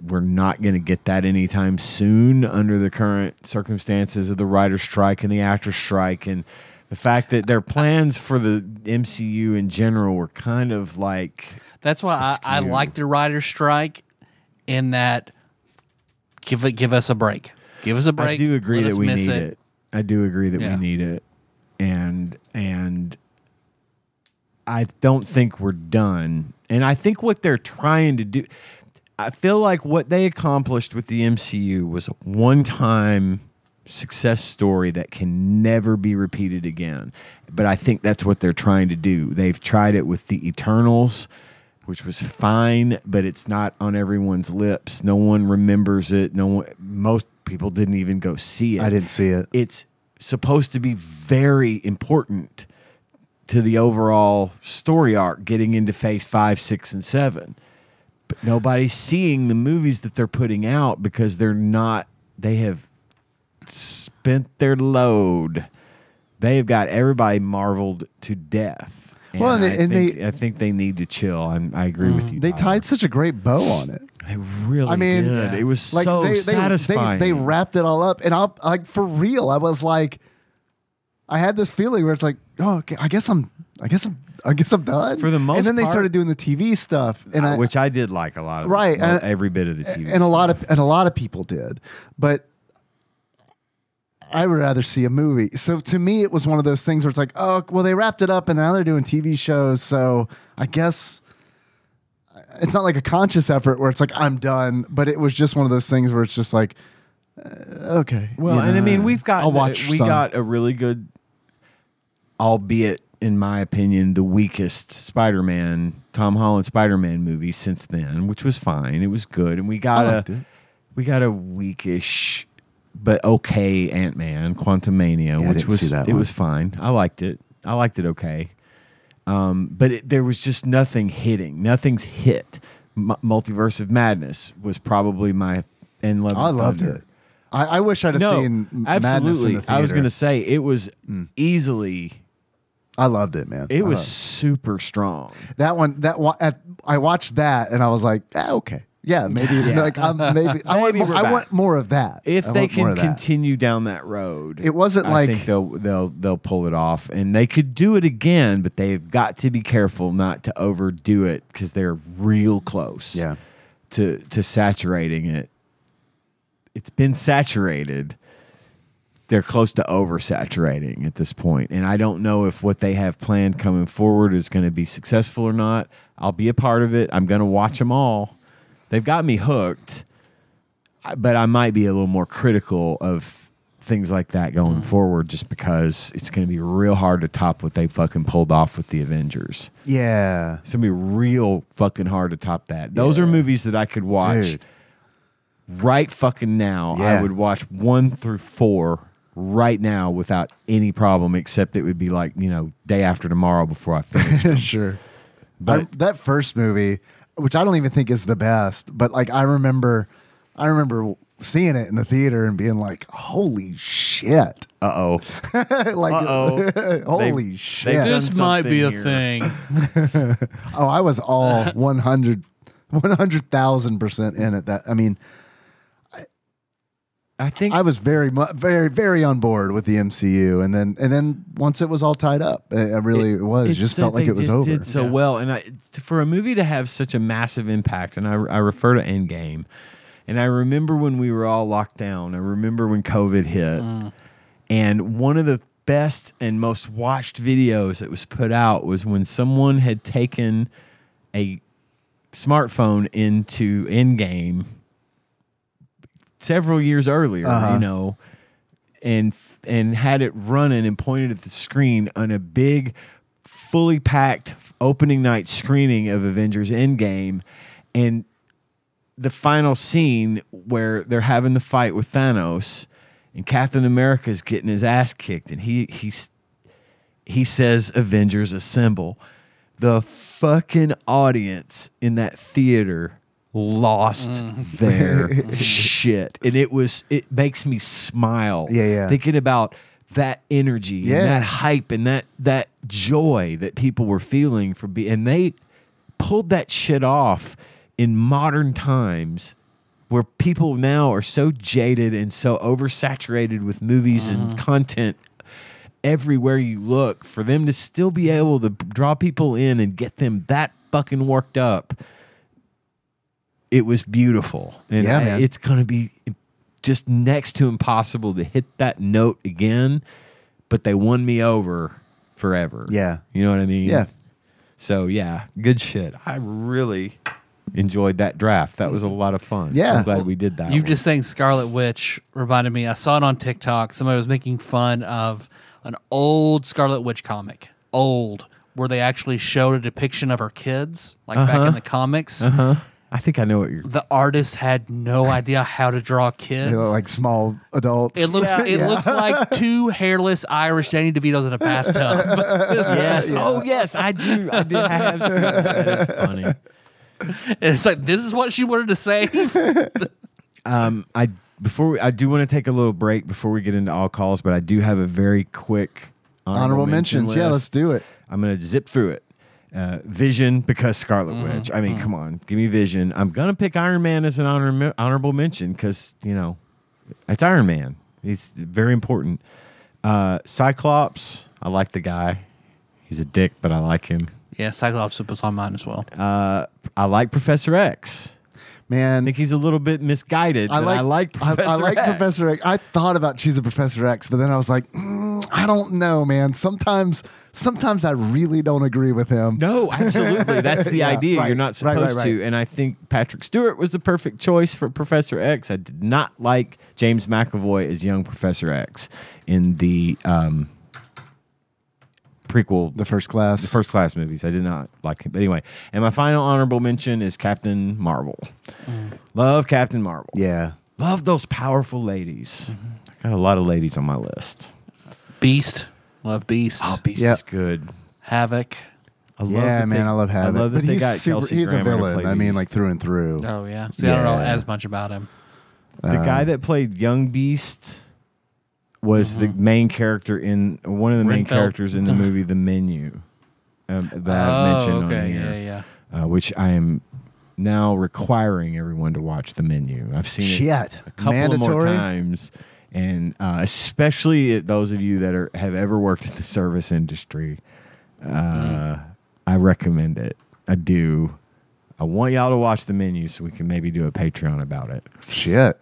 S3: we're not going to get that anytime soon under the current circumstances of the writer's strike and the actor's strike and the fact that their plans for the MCU in general were kind of like
S2: That's why I, I
S3: Askew.
S2: like the writer's strike in that give it give us a break. Give us a break.
S3: I do agree
S2: Let
S3: that
S2: us
S3: we
S2: miss
S3: need it. I do agree that
S2: Yeah.
S3: we need it, and and I don't think we're done. And I think what they're trying to do, I feel like what they accomplished with the MCU was a one-time success story that can never be repeated again. But I think that's what they're trying to do. They've tried it with the Eternals which was fine, but it's not on everyone's lips. No one remembers it. No one, most people didn't even go see it.
S1: I didn't see it.
S3: It's supposed to be very important to the overall story arc, getting into phase five, six, and seven. But nobody's seeing the movies that they're putting out because they're not. They have spent their load. They have got everybody marveled to death.
S1: Well, and
S3: I,
S1: they- and
S3: think,
S1: they- Mm,
S3: I think they need to chill. I'm, I agree with you.
S1: They
S3: Tyler.
S1: tied such a great bow on it.
S3: They really.
S1: I mean,
S3: did.
S2: Yeah.
S3: it was so satisfying.
S1: They, they wrapped it all up, and I like for real. I was like, I had this feeling where it's like, oh, okay, I guess I'm, I guess I'm, I guess I'm done.
S3: For the most
S1: and then they
S3: part-
S1: started doing the TV stuff, and I,
S3: which I did like a lot of
S1: Right,
S3: the-
S1: and-
S3: every bit of the TV
S1: and a lot of and a lot of people did, but I would rather see a movie. So to me, it was one of those things where it's like, oh, well, they wrapped it up, and now they're doing TV shows. So I guess it's not like a conscious effort where it's like I'm done, but it was just one of those things where it's just like, uh, okay.
S3: Well,
S1: you
S3: and I
S1: know,
S3: mean, we've got
S1: I'll watch
S3: we
S1: some.
S3: got a really good, albeit in my opinion, the weakest Spider-Man, Tom Holland Spider-Man movie since then, which was fine. It was good, and we got
S1: I liked
S3: a
S1: it.
S3: we got a weakish but okay Ant-Man, Quantumania,
S1: Yeah, I
S3: which
S1: didn't
S3: was
S1: see that
S3: it
S1: one.
S3: was fine. I liked it. I liked it okay. Um, but it, there was just nothing hitting. Nothing's hit. M- Multiverse of Madness was probably my and Love.
S1: I
S3: and
S1: loved
S3: Thunder.
S1: it. I, I wish I'd have
S3: no,
S1: seen M- Madness in
S3: absolutely.
S1: the
S3: I was
S1: theater. Mm.
S3: going to say it was easily.
S1: I loved it, man.
S3: It
S1: I
S3: was
S1: loved
S3: super strong.
S1: that one. That wa- at, I watched that and I was like, ah, okay, yeah, maybe. Like, I'm, maybe, I want.
S3: Maybe
S1: More,
S3: we're
S1: I
S3: back.
S1: want more of that.
S3: If
S1: I
S3: they
S1: want more
S3: can
S1: of that.
S3: continue down that road,
S1: It wasn't
S3: I
S1: like-
S3: think they'll they'll they'll pull it off, and they could do it again. But they've got to be careful not to overdo it because they're real close.
S1: Yeah.
S3: to to saturating it. It's been saturated. They're close to oversaturating at this point, and I don't know if what they have planned coming forward is going to be successful or not. I'll be a part of it. I'm going to watch them all. They've got me hooked, I- but I might be a little more critical of things like that going forward, just because it's going to be real hard to top what they fucking pulled off with the Avengers.
S1: Yeah,
S3: It's gonna be real fucking hard to top that. Those are movies that I could watch
S1: Dude.
S3: right fucking now.
S1: Yeah.
S3: I would watch one through four right now without any problem, except it would be like, you know, day after tomorrow before I finish.
S1: sure.
S3: But-
S1: I- that first movie, which I don't even think is the best, but like I remember, I remember seeing it in the theater and being like, "Holy shit!"
S3: uh oh.
S1: like,
S3: Uh-oh.
S1: holy
S3: They-
S1: shit!
S3: they done
S2: This might be a
S3: something here.
S2: thing.
S1: Oh, I was all 100 100,000 percent in it. That I mean,
S3: I think
S1: I was very, mu- very, very on board with the MCU, and then and then once it was all tied up, I I really it, was just
S3: that
S1: felt like
S3: they
S1: it was
S3: just
S1: over.
S3: Did so
S2: Yeah.
S3: well, and I, t- for a movie to have such a massive impact, and I, I refer to Endgame, and I remember when we were all locked down. I remember when COVID hit, and one of the best and most watched videos that was put out was when someone had taken a smartphone into Endgame several years earlier,
S1: Uh-huh.
S3: you know, and and had it running and pointed at the screen on a big, fully packed opening night screening of Avengers Endgame, and the final scene where they're having the fight with Thanos, and Captain America's getting his ass kicked, and he he's he says Avengers assemble. The fucking audience in that theater lost
S1: Mm.
S3: their shit. And it was it makes me smile.
S1: Yeah, yeah.
S3: Thinking about that energy
S1: Yeah.
S3: and that hype and that that joy that people were feeling for be and they pulled that shit off in modern times where people now are so jaded and so oversaturated with movies
S1: Uh-huh.
S3: and content everywhere you look for them to still be able to draw people in and get them that fucking worked up it was beautiful and
S1: Yeah,
S3: I-
S1: man.
S3: it's going to be just next to impossible to hit that note again but they won me over forever
S1: Yeah.
S3: you know what i mean
S1: Yeah.
S3: so yeah good shit i really enjoyed that draft that was a lot of fun
S1: Yeah.
S3: i'm glad we did that
S2: You
S3: one.
S2: just saying Scarlet Witch reminded me. I saw it on TikTok. Somebody was making fun of an old Scarlet Witch comic, old, where they actually showed a depiction of her kids, like back
S3: Uh-huh.
S2: in the comics.
S3: i think i know what you're
S2: The artist had no idea how to draw kids.
S1: They look like small adults.
S2: it looks it
S1: Yeah.
S2: looks like two hairless Irish Danny DeVitos in a bathtub.
S3: Yes. Oh, yes. I do. I do have. Seen that. That is funny.
S2: it's like this is what she wanted to say.
S3: Um, I before we, I do want to take a little break before we get into all calls, but I do have a very quick
S1: honorable mentions. Yeah, let's
S3: list.
S1: do it.
S3: I'm gonna zip through it. Uh, Vision because Scarlet Witch. I mean, come on, give me Vision. I'm gonna pick Iron Man as an honor, honorable mention because you know it's Iron Man. He's very important. Uh, Cyclops. I like the guy. He's a dick, but I like him.
S2: yeah, Cyclops was on mine as well.
S3: Uh, I like Professor X. I
S1: Man,
S3: think he's a little bit misguided. but I like Professor
S1: I, like
S3: X.
S1: Professor X. I thought about choosing Professor X, but then I was like, mm, I don't know, man. Sometimes, sometimes I really don't agree with him.
S3: No, absolutely. That's the
S1: Yeah,
S3: idea.
S1: right,
S3: You're not
S1: right,
S3: supposed
S1: right, right.
S3: to. And I think Patrick Stewart was the perfect choice for Professor X. I did not like James McAvoy as young Professor X in the um, prequel,
S1: The first class.
S3: the first class movies. I did not like him. But anyway, and my final honorable mention is Captain Marvel. Love Captain Marvel.
S1: Mm. Yeah. Mm-hmm.
S3: Love those powerful ladies. I got a lot of ladies on my list.
S2: Beast, love Beast,
S3: Oh, Beast
S1: Yeah.
S3: is good.
S2: Havoc.
S3: I love
S1: Yeah,
S3: that
S1: man,
S3: they-
S1: I love having.
S3: I love that
S1: but
S3: they
S1: he's
S3: got
S1: super,
S3: Kelsey
S1: He's
S3: Grammer
S1: a
S3: to
S1: villain.
S3: play
S1: I mean,
S3: Beast.
S1: like through and through.
S2: Oh yeah. See, I don't know
S3: Yeah.
S2: as much about him.
S3: The guy that played Young Beast was the main character in one of the main
S2: Mm-hmm. Renfeld.
S3: characters in the movie The Menu um, that I've mentioned
S2: Oh, okay,
S3: on
S2: yeah,
S3: here,
S2: yeah.
S3: uh, which I am now requiring everyone to watch The Menu. I've seen it
S1: Shit.
S3: a couple more
S1: Mandatory?
S3: times, and uh, especially if those of you that are have ever worked in the service industry, uh,
S2: Mm.
S3: I recommend it. I do. I want y'all to watch the menu so we can maybe do a Patreon about it.
S1: Shit.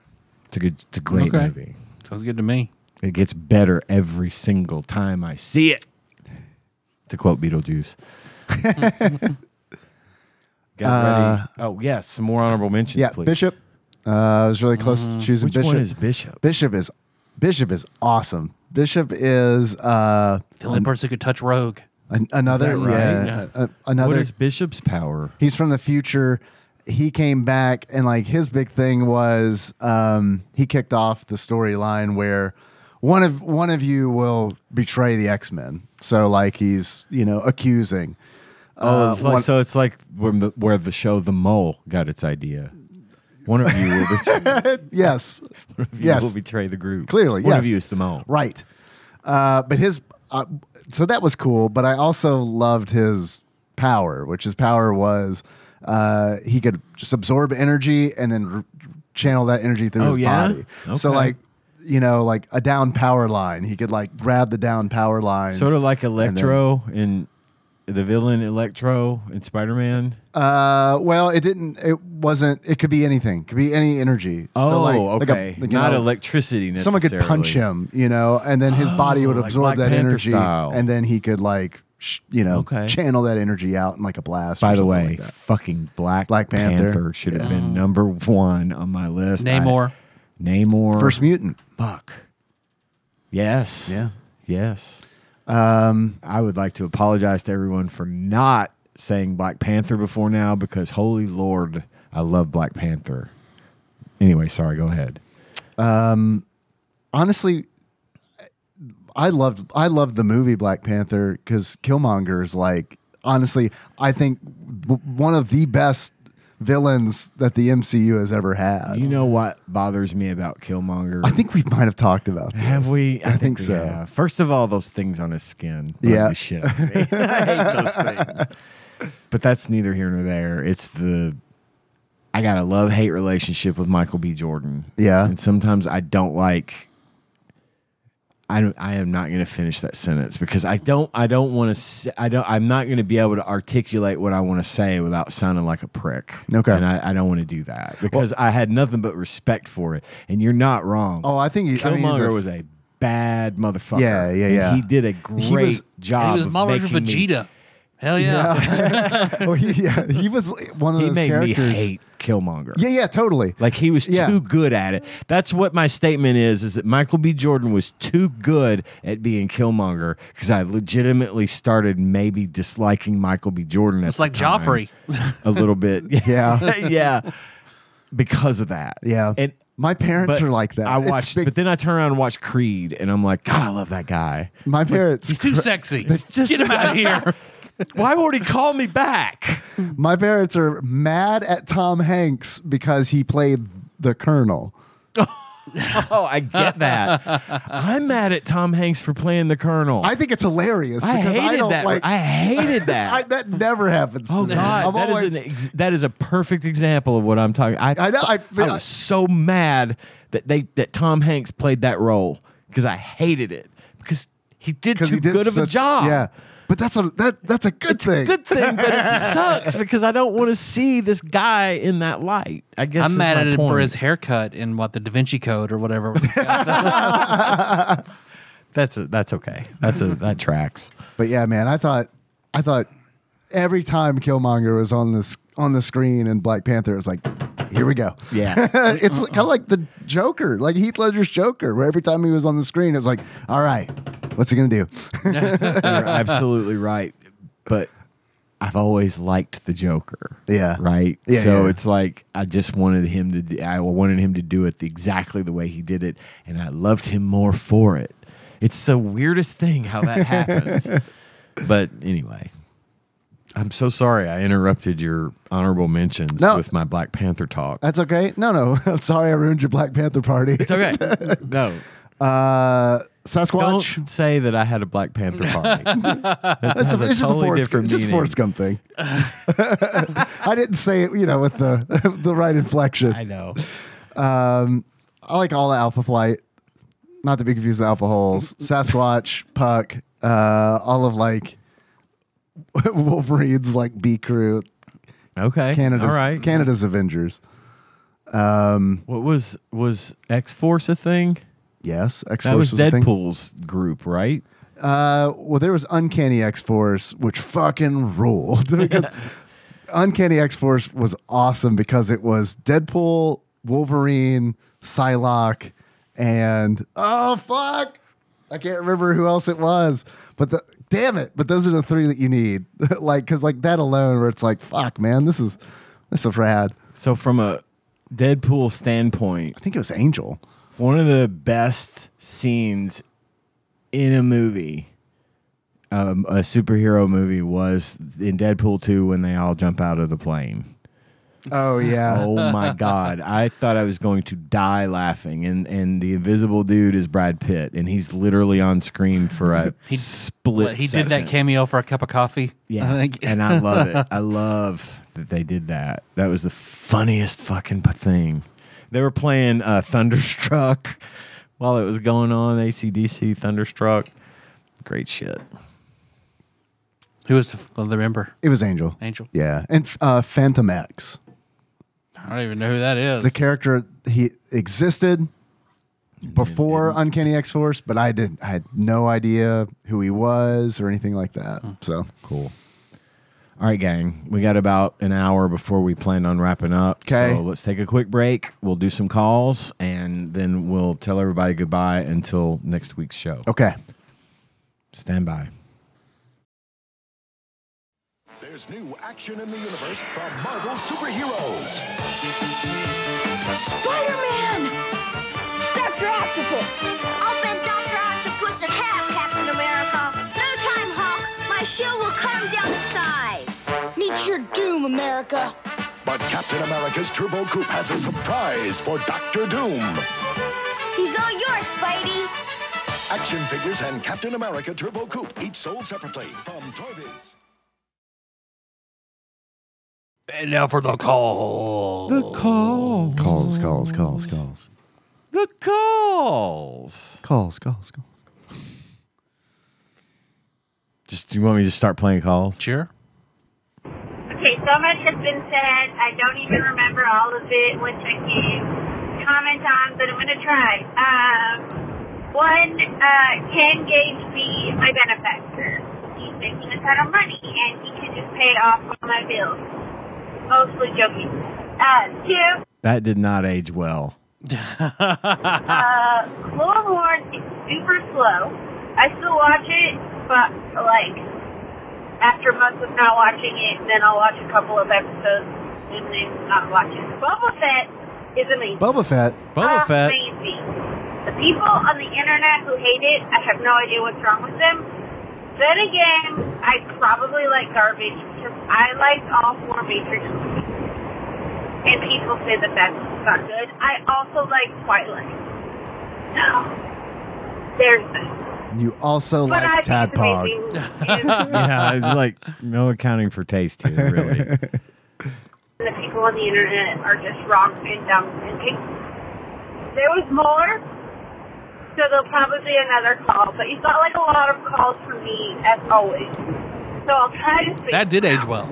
S3: It's a good, it's a great
S2: Okay.
S3: movie.
S2: Sounds good to me.
S3: It gets better every single time I see it. To quote Beetlejuice. Got ready. Oh yes, some more honorable mentions,
S1: Yeah,
S3: please. Uh,
S1: Bishop. Uh, I was really close to choosing
S3: Which
S1: Bishop.
S3: one is Bishop?
S1: Bishop is Bishop is awesome. Bishop is uh,
S2: The only person who could touch Rogue.
S1: an, another
S3: right?
S1: yeah,
S2: Yeah.
S1: a- a- another.
S3: What is Bishop's power?
S1: he's from the future. He came back and like his big thing was um, he kicked off the storyline where one of one of you will betray the X Men. So like he's you know accusing.
S3: Oh, it's like,
S1: Uh, one-
S3: so it's like where the, where the show The Mole got its idea. One of you will betray, one
S1: Yes,
S3: of you
S1: Yes.
S3: will betray the group.
S1: Clearly,
S3: one
S1: yes.
S3: of you is the mole.
S1: Right. Uh, but his, uh, so that was cool. But I also loved his power, which his power was uh, he could just absorb energy and then r- channel that energy through
S3: Oh,
S1: his
S3: yeah?
S1: body. So
S3: Okay.
S1: like, you know, like a down power line, he could like grab the down power line.
S3: Sort of like Electro and, the villain Electro in Spider Man.
S1: Uh, well, it didn't. It wasn't. It could be anything. Could be any energy.
S3: Oh,
S1: so like, like a-
S3: okay.
S1: like, you
S3: Not
S1: know,
S3: electricity.
S1: someone could punch
S3: necessarily. Oh,
S1: him, you know, and then his body would
S3: like
S1: absorb
S3: Black
S1: that
S3: Panther
S1: energy,
S3: style.
S1: and then he could like, sh- you know,
S3: Okay.
S1: channel that energy out in like a blast. or
S3: By the
S1: something
S3: way,
S1: like that.
S3: fucking Black
S1: Black Panther.
S3: should have been number one on my list. I-
S2: Namor.
S3: Namor.
S1: first mutant.
S3: Fuck. Yes.
S1: Yeah.
S3: Yes.
S1: Um,
S3: I would like to apologize to everyone for not saying Black Panther before now because holy lord, I love Black Panther. Anyway, sorry, go ahead.
S1: honestly, I loved I loved the movie Black Panther because Killmonger is like honestly, I think w- one of the best villains that the MCU has ever had.
S3: You know what bothers me about Killmonger?
S1: I think we might have talked about. This.
S3: have we?
S1: I, think,
S3: we
S1: so.
S3: have. First of all, those things on his skin. bug
S1: Yeah.
S3: the shit out of me. I hate those things. But that's neither here nor there. It's the I got a love hate relationship with Michael B. Jordan.
S1: Yeah.
S3: And sometimes I don't like I don't, I am not going to finish that sentence because I don't I don't want to I don't I'm not going to be able to articulate what I want to say without sounding like a prick.
S1: Okay.
S3: And I, I don't want to do that because I had nothing but respect for it. And you're not wrong.
S1: Oh, I think he, I mean, he's
S3: Killmonger was a bad motherfucker.
S1: Yeah, yeah,
S3: And
S1: yeah.
S3: he did a great
S1: He was-
S3: job.
S2: he was
S3: of
S2: modeled after
S3: making me-
S2: Vegeta. Hell yeah.
S1: oh, he, yeah, he was one of
S3: he
S1: those
S3: made
S1: characters.
S3: me hate Killmonger.
S1: Yeah, yeah, totally.
S3: Like he was
S1: Yeah.
S3: too good at it. That's what my statement is: is that Michael B. Jordan was too good at being Killmonger because I legitimately started maybe disliking Michael B. Jordan. at
S2: It's like
S3: the time
S2: Joffrey.
S3: a little bit.
S1: Yeah.
S3: yeah, because of that.
S1: Yeah.
S3: and
S1: my parents
S3: but
S1: are like that.
S3: I
S1: It's
S3: watched,
S1: big-
S3: but then I turn around and watch Creed, and I'm like, God, I love that guy.
S1: my parents.
S2: He's too sexy.
S3: just-
S2: Get him out of here.
S3: Why won't he call me back?
S1: my parents are mad at Tom Hanks because he played the Colonel.
S3: Oh, I get that. I'm mad at Tom Hanks for playing the Colonel.
S1: I think it's hilarious
S3: I
S1: because
S3: hated
S1: I don't
S3: that.
S1: like.
S3: I hated that.
S1: I- that never happens.
S3: oh
S1: to me.
S3: God,
S1: I'm
S3: that is
S1: always.
S3: an ex- that is a perfect example of what I'm talking. I
S1: I know, I-
S3: was so mad that they that Tom Hanks played that role because I hated it because he did
S1: 'cause
S3: too
S1: he did
S3: good of a
S1: such-
S3: job.
S1: Yeah, but that's a that that's a good thing.
S3: Good thing, but it sucks because I don't want to see this guy in that light. I guess
S2: I'm
S3: is
S2: mad
S3: my
S2: at him
S3: point.
S2: for his haircut in what the Da Vinci Code or whatever.
S3: That's a, that's okay. That's a that tracks.
S1: But yeah, man, I thought I thought every time Killmonger was on this on the screen in Black Panther, it was like, here we go.
S3: Yeah.
S1: it's kind of like the Joker, like Heath Ledger's Joker, where every time he was on the screen, it's like, all right, what's he gonna do?
S3: You're absolutely right. But I've always liked the Joker.
S1: Yeah.
S3: Right.
S1: Yeah,
S3: so
S1: yeah.
S3: it's like I just wanted him to. Do, I wanted him to do it the, exactly the way he did it, and I loved him more for it. It's the weirdest thing how that happens. but anyway, I'm so sorry I interrupted your honorable mentions
S1: No.
S3: with my Black Panther talk.
S1: That's okay. No, no. I'm sorry I ruined your Black Panther party.
S3: It's okay. no.
S1: Uh,
S3: Don't
S1: Sasquatch.
S3: say that I had a Black Panther party.
S1: It's,
S3: That's
S1: a, it's just a Forrest Gump, just Forrest Gump thing. I didn't say it, you know, with the the right inflection.
S3: I know.
S1: Um, I like all the Alpha Flight, not to be confused with Alpha Holes, Sasquatch, Puck, uh, all of like Wolverine's like B crew,
S3: Okay.
S1: Canada's
S3: All right.
S1: Canada's Avengers. Um,
S3: what was was X Force a thing?
S1: yes, X
S3: That
S1: Force
S3: was
S1: was, a thing.
S3: Deadpool's group, right?
S1: Uh, well, there was Uncanny X Force, which fucking ruled because Uncanny X Force was awesome because it was Deadpool, Wolverine, Psylocke, and oh fuck, I can't remember who else it was, but the damn it, but those are the three that you need, like because like that alone, where it's like fuck, man, this is this is rad.
S3: So from a Deadpool standpoint,
S1: I think it was Angel.
S3: one of the best scenes in a movie, um, a superhero movie, was in Deadpool 2 when they all jump out of the plane.
S1: Oh yeah,
S3: Oh my God. I thought I was going to die laughing. And, and the invisible dude is Brad Pitt, and he's literally on screen for a split
S2: But he did that
S3: second.
S2: cameo for a cup of coffee.
S3: Yeah,
S2: I think.
S3: and I love it. I love that they did that. That was the funniest fucking p- thing. They were playing uh, Thunderstruck while it was going on. ACDC Thunderstruck, great shit.
S2: Who was the f- the member?
S1: it was Angel.
S2: Angel.
S1: Yeah, and uh, Phantom X.
S2: I don't even know who that is.
S1: the character he existed before Uncanny X Force, but I didn't. I had no idea who he was or anything like that. So
S3: Cool. All right, gang. We got about an hour before we plan on wrapping up.
S1: 'Kay.
S3: So let's take a quick break. We'll do some calls, and then we'll tell everybody goodbye until next week's show.
S1: okay,
S3: Stand by.
S4: There's new action in the universe from Marvel superheroes.
S5: Spider-Man! Dr. Octopus!
S6: I'll bend Dr. Octopus in half, Captain America. No time, Hulk. My shield will come down to size.
S5: Meet your doom, America!
S4: But Captain America's turbo coupe has a surprise for Doctor Doom.
S6: He's all yours, Spidey.
S4: Action figures and Captain America turbo coupe, each sold separately from Toy Biz.
S2: and now for the call.
S3: The call.
S1: calls, calls, calls, calls,
S3: The calls.
S1: calls, calls, calls.
S3: Just do you want me to start playing calls?
S2: Cheer.
S7: Okay, so much has been said. I don't even remember all of it, which I can't comment on, but I'm going to try. Um, one, uh, can Gage be my benefactor? He's making a ton of money, and he can just pay off all my bills. Mostly joking. Uh, two,
S3: That did not age well.
S7: uh, Clone is super slow. I still watch it, but like after months of not watching it, then I'll watch a couple of episodes and then not watch it. Boba Fett is amazing.
S1: Boba Fett.
S7: Ah,
S3: Boba Fett.
S7: Amazing. The people on the internet who hate it, I have no idea what's wrong with them. Then again, I probably like garbage because I liked all four Matrix movies. And people say that that's not good. I also like Twilight. There's that.
S1: You also
S7: But I
S1: like
S7: think it's
S1: Tadpog.
S7: amazing. And
S3: yeah, it's like no accounting for taste here, really.
S7: the people on the internet are just wrong and dumb and picky. There was more, so there'll probably be another call. But you got like a lot of calls from me as always, so I'll try to. speak
S2: That did
S7: now,
S2: age well.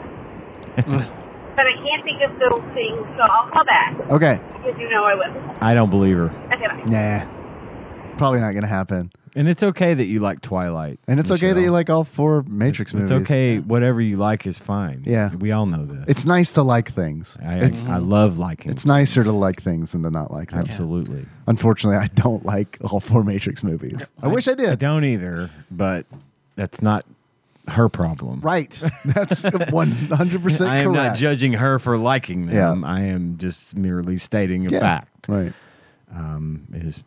S7: but I can't think of the thing, so I'll call back
S1: Okay,
S7: because you know I will.
S3: I don't believe her.
S7: Okay, bye.
S1: nah, probably not gonna happen.
S3: And it's okay that you like Twilight.
S1: And it's okay that
S3: Michelle.
S1: you like all four Matrix
S3: It's
S1: movies.
S3: okay. Whatever you like is fine.
S1: Yeah.
S3: We all know this.
S1: It's nice to like things.
S3: I,
S1: it's
S3: I love liking.
S1: it's nicer to like things than to not like them.
S3: Absolutely.
S1: Unfortunately, I don't like all four Matrix movies. I wish I
S3: I
S1: did.
S3: don't either, but that's not her problem.
S1: Right. That's 100% correct.
S3: I am not judging her for liking them.
S1: Yeah.
S3: I am just merely stating a
S1: Yeah.
S3: fact.
S1: Right.
S3: is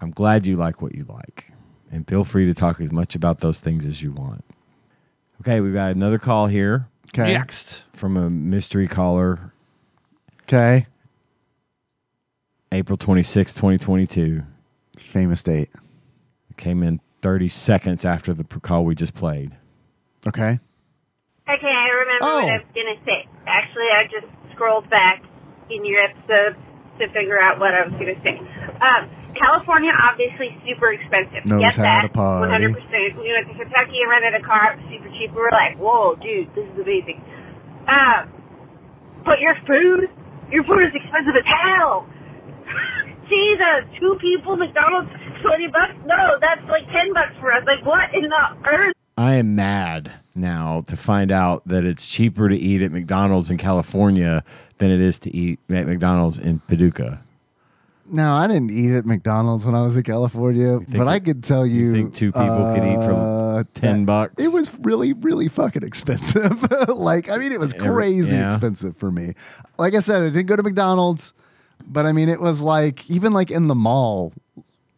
S3: I'm glad you like what you like. And feel free to talk as much about those things as you want. Okay, we've got another call here.
S1: Okay.
S2: Next.
S3: from a mystery caller,
S1: Okay.
S3: April twenty sixth, 2022.
S1: Famous date.
S3: It came in 30 seconds after the p- call we just played.
S1: Okay.
S7: Okay, I remember what
S1: Oh.
S7: I was going to say. Actually, I just scrolled back in your episode to figure out what I was going to say. Um, California, obviously, super expensive.
S1: Knows
S7: Get
S1: how
S7: that,
S1: to party.
S7: 100%. We went to Kentucky and rented a car. It was super cheap. We were like, whoa, dude, this is amazing. Um, but your food, your food is expensive as hell. Jesus, two people, McDonald's, 20 bucks? No, that's like 10 bucks for us. Like, what in the earth?
S3: I am mad now to find out that it's cheaper to eat at McDonald's in California than it is to eat at McDonald's in Paducah.
S1: No, I didn't eat at McDonald's when I was in California, but I could tell you,
S3: think two people could eat for
S1: uh,
S3: 10
S1: that-
S3: bucks?
S1: It was really, really fucking expensive. like, I mean, it was
S3: Every-
S1: crazy
S3: yeah.
S1: expensive for me. Like I said, I didn't go to McDonald's, but I mean, it was like even like in the mall,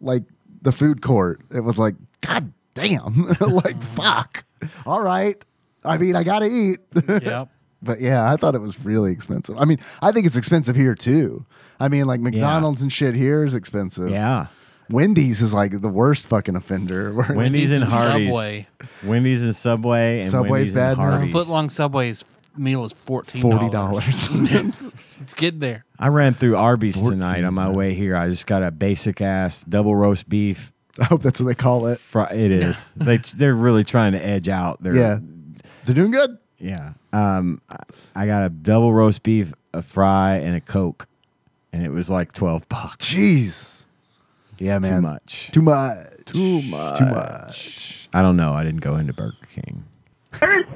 S1: like the food court, it was like, god damn, like fuck. All right, I mean, I gotta eat.
S2: Yep.
S1: But yeah, I thought it was really expensive. I mean, I think it's expensive here too. I mean, like McDonald's and shit here is expensive.
S3: Yeah.
S1: Wendy's is like the worst fucking offender. Where it's-
S3: Wendy's and
S2: and
S3: Hardee's.
S2: Subway.
S3: Wendy's and Subway and
S1: Subway's
S3: Wendy's
S1: bad
S3: and
S1: now?
S2: A
S3: Hardee's.
S2: foot long Subway's meal is $14.
S1: forty dollars.
S2: It's getting there.
S3: I ran through Arby's tonight on my way here. I just got a basic ass double roast beef.
S1: I hope that's what they call it.
S3: Fr- it is. they they're really trying to edge out their
S1: Yeah, they're doing good.
S3: Yeah. Um, I- I got a double roast beef, a fry, and a coke, and it was like twelve bucks.
S1: Jeez. Yeah,
S3: It's
S1: man.
S3: Too much.
S1: Too much.
S3: Too
S1: Too much.
S3: I don't know. I didn't go into Burger King.
S7: Earth,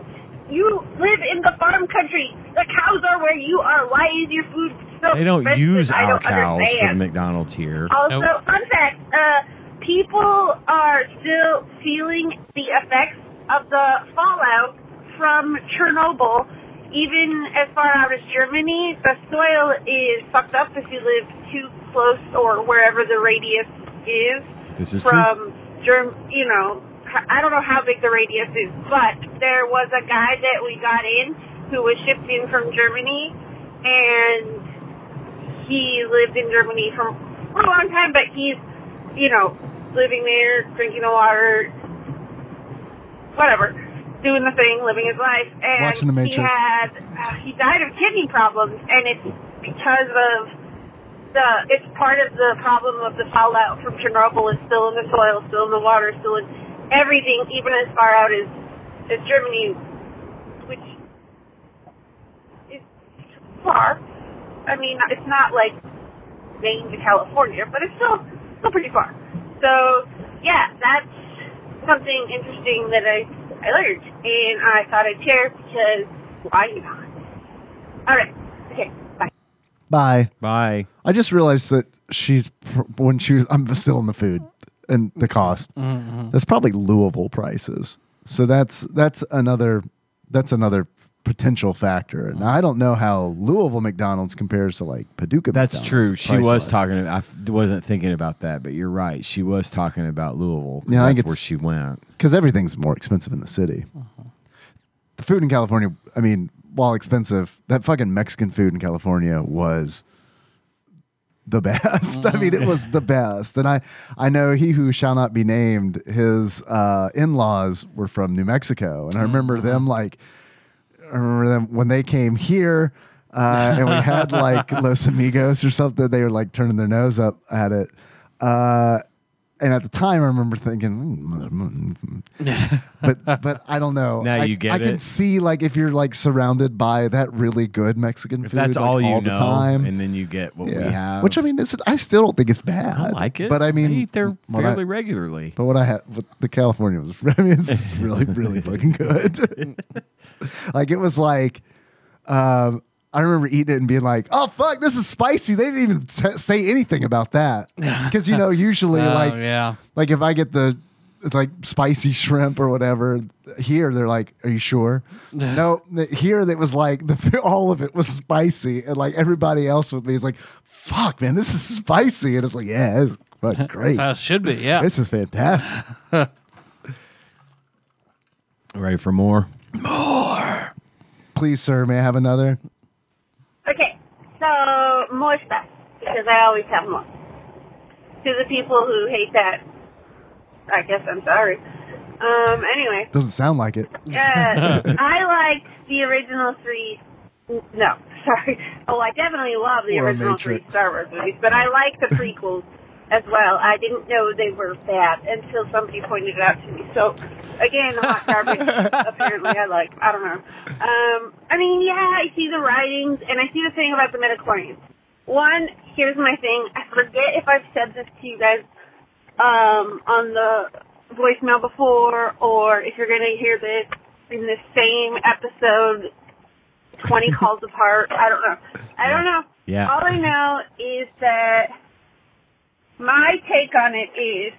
S7: you live in the farm country. The cows are where you are. Why is your food so
S3: They don't
S7: expensive?
S3: use
S7: I
S3: our
S7: don't
S3: cows for the
S7: understand.
S3: McDonald's here.
S7: Also,
S2: Nope.
S7: fun fact, uh, people are still feeling the effects of the fallout from Chernobyl. Even as far out as Germany, the soil is fucked up if you live too close or wherever the radius is
S3: This is true.
S7: from Germ, you know, I don't know how big the radius is, but there was a guy that we got in who was shipped in from Germany, and he lived in Germany for for a long time, but he's, you know, living there, drinking the water, whatever, doing the thing, living his life, and
S1: Watching The
S7: he
S1: Matrix.
S7: had, uh, he died of kidney problems, and it's because of the it's part of the problem of the fallout from Chernobyl is still in the soil, still in the water, still in everything, even as far out as as Germany, which is far. I mean, it's not like Maine to California, but it's still still pretty far. So yeah, that's something interesting that I I learned, and I thought I'd share because why not? All right, okay, bye.
S1: Bye.
S3: Bye.
S1: I just realized that she's pr- when she was. I'm still in the food and the cost.
S3: Mm-hmm,
S1: That's probably Louisville prices. So that's that's another that's another potential factor.
S3: Mm-hmm.
S1: Now I don't know how Louisville McDonald's compares to like Paducah.
S3: That's
S1: McDonald's,
S3: true. She
S1: price-wise.
S3: was talking. I f- wasn't thinking about that, but you're right. She was talking about Louisville. 'cause
S1: Yeah, I
S3: that's
S1: think it's-
S3: where she went.
S1: because everything's more expensive in the city.
S3: Uh-huh.
S1: The food in California, I mean, while expensive, that fucking Mexican food in California was the best. I mean,
S3: Oh.
S1: it was the best. And I, I know he who shall not be named, his uh, in laws were from New Mexico, and I remember
S3: Mm-hmm.
S1: them like, I remember them when they came here. Uh, and we had like Los Amigos or something. They were like turning their nose up at it. Uh, and at the time, I remember thinking, "Mm, but but I don't know.
S3: Now
S1: I,
S3: you get
S1: I can
S3: it.
S1: see like if you're like surrounded by that really good Mexican
S3: If
S1: food.
S3: that's
S1: like,
S3: all you know,
S1: the time.
S3: and then you get what we have,
S1: Which I mean, it's, I still don't think it's bad.
S3: I like it.
S1: but I mean,
S3: I eat there
S1: what I-
S3: fairly regularly.
S1: but what I had, what the California was, I mean, it's really, really fucking good. like it was like, um, I remember eating it and being like, "Oh fuck, this is spicy." They didn't even t- say anything about that because you know usually
S2: Oh,
S1: like
S2: yeah.
S1: like if I get the like spicy shrimp or whatever here, they're like, "Are you sure?" no, th- here it was like the all of it was spicy, and like everybody else with me is like, "Fuck, man, this is spicy," and it's like, "Yeah, it's fucking great."
S2: That's how it should be. Yeah.
S1: This is fantastic.
S3: Ready for more?
S1: Please, sir, may I have another?
S7: Okay, so more stuff because I always have more. To the people who hate that, I guess I'm sorry. Um. Anyway,
S1: Doesn't sound like it.
S7: uh, I liked the original three. No, sorry. Oh, I definitely love the
S1: Or
S7: original three
S1: Matrix.
S7: Star Wars movies, but I like the prequels as well. I didn't know they were bad until somebody pointed it out to me. So, again, hot garbage. apparently, I like. I don't know. Um, I mean, yeah, I see the writings and I see the thing about the midichlorians. One, here's my thing. I forget if I've said this to you guys um, on the voicemail before, or if you're going to hear this in the same episode, 20 calls apart. I don't know. I don't know.
S3: Yeah.
S7: All I know is that my take on it is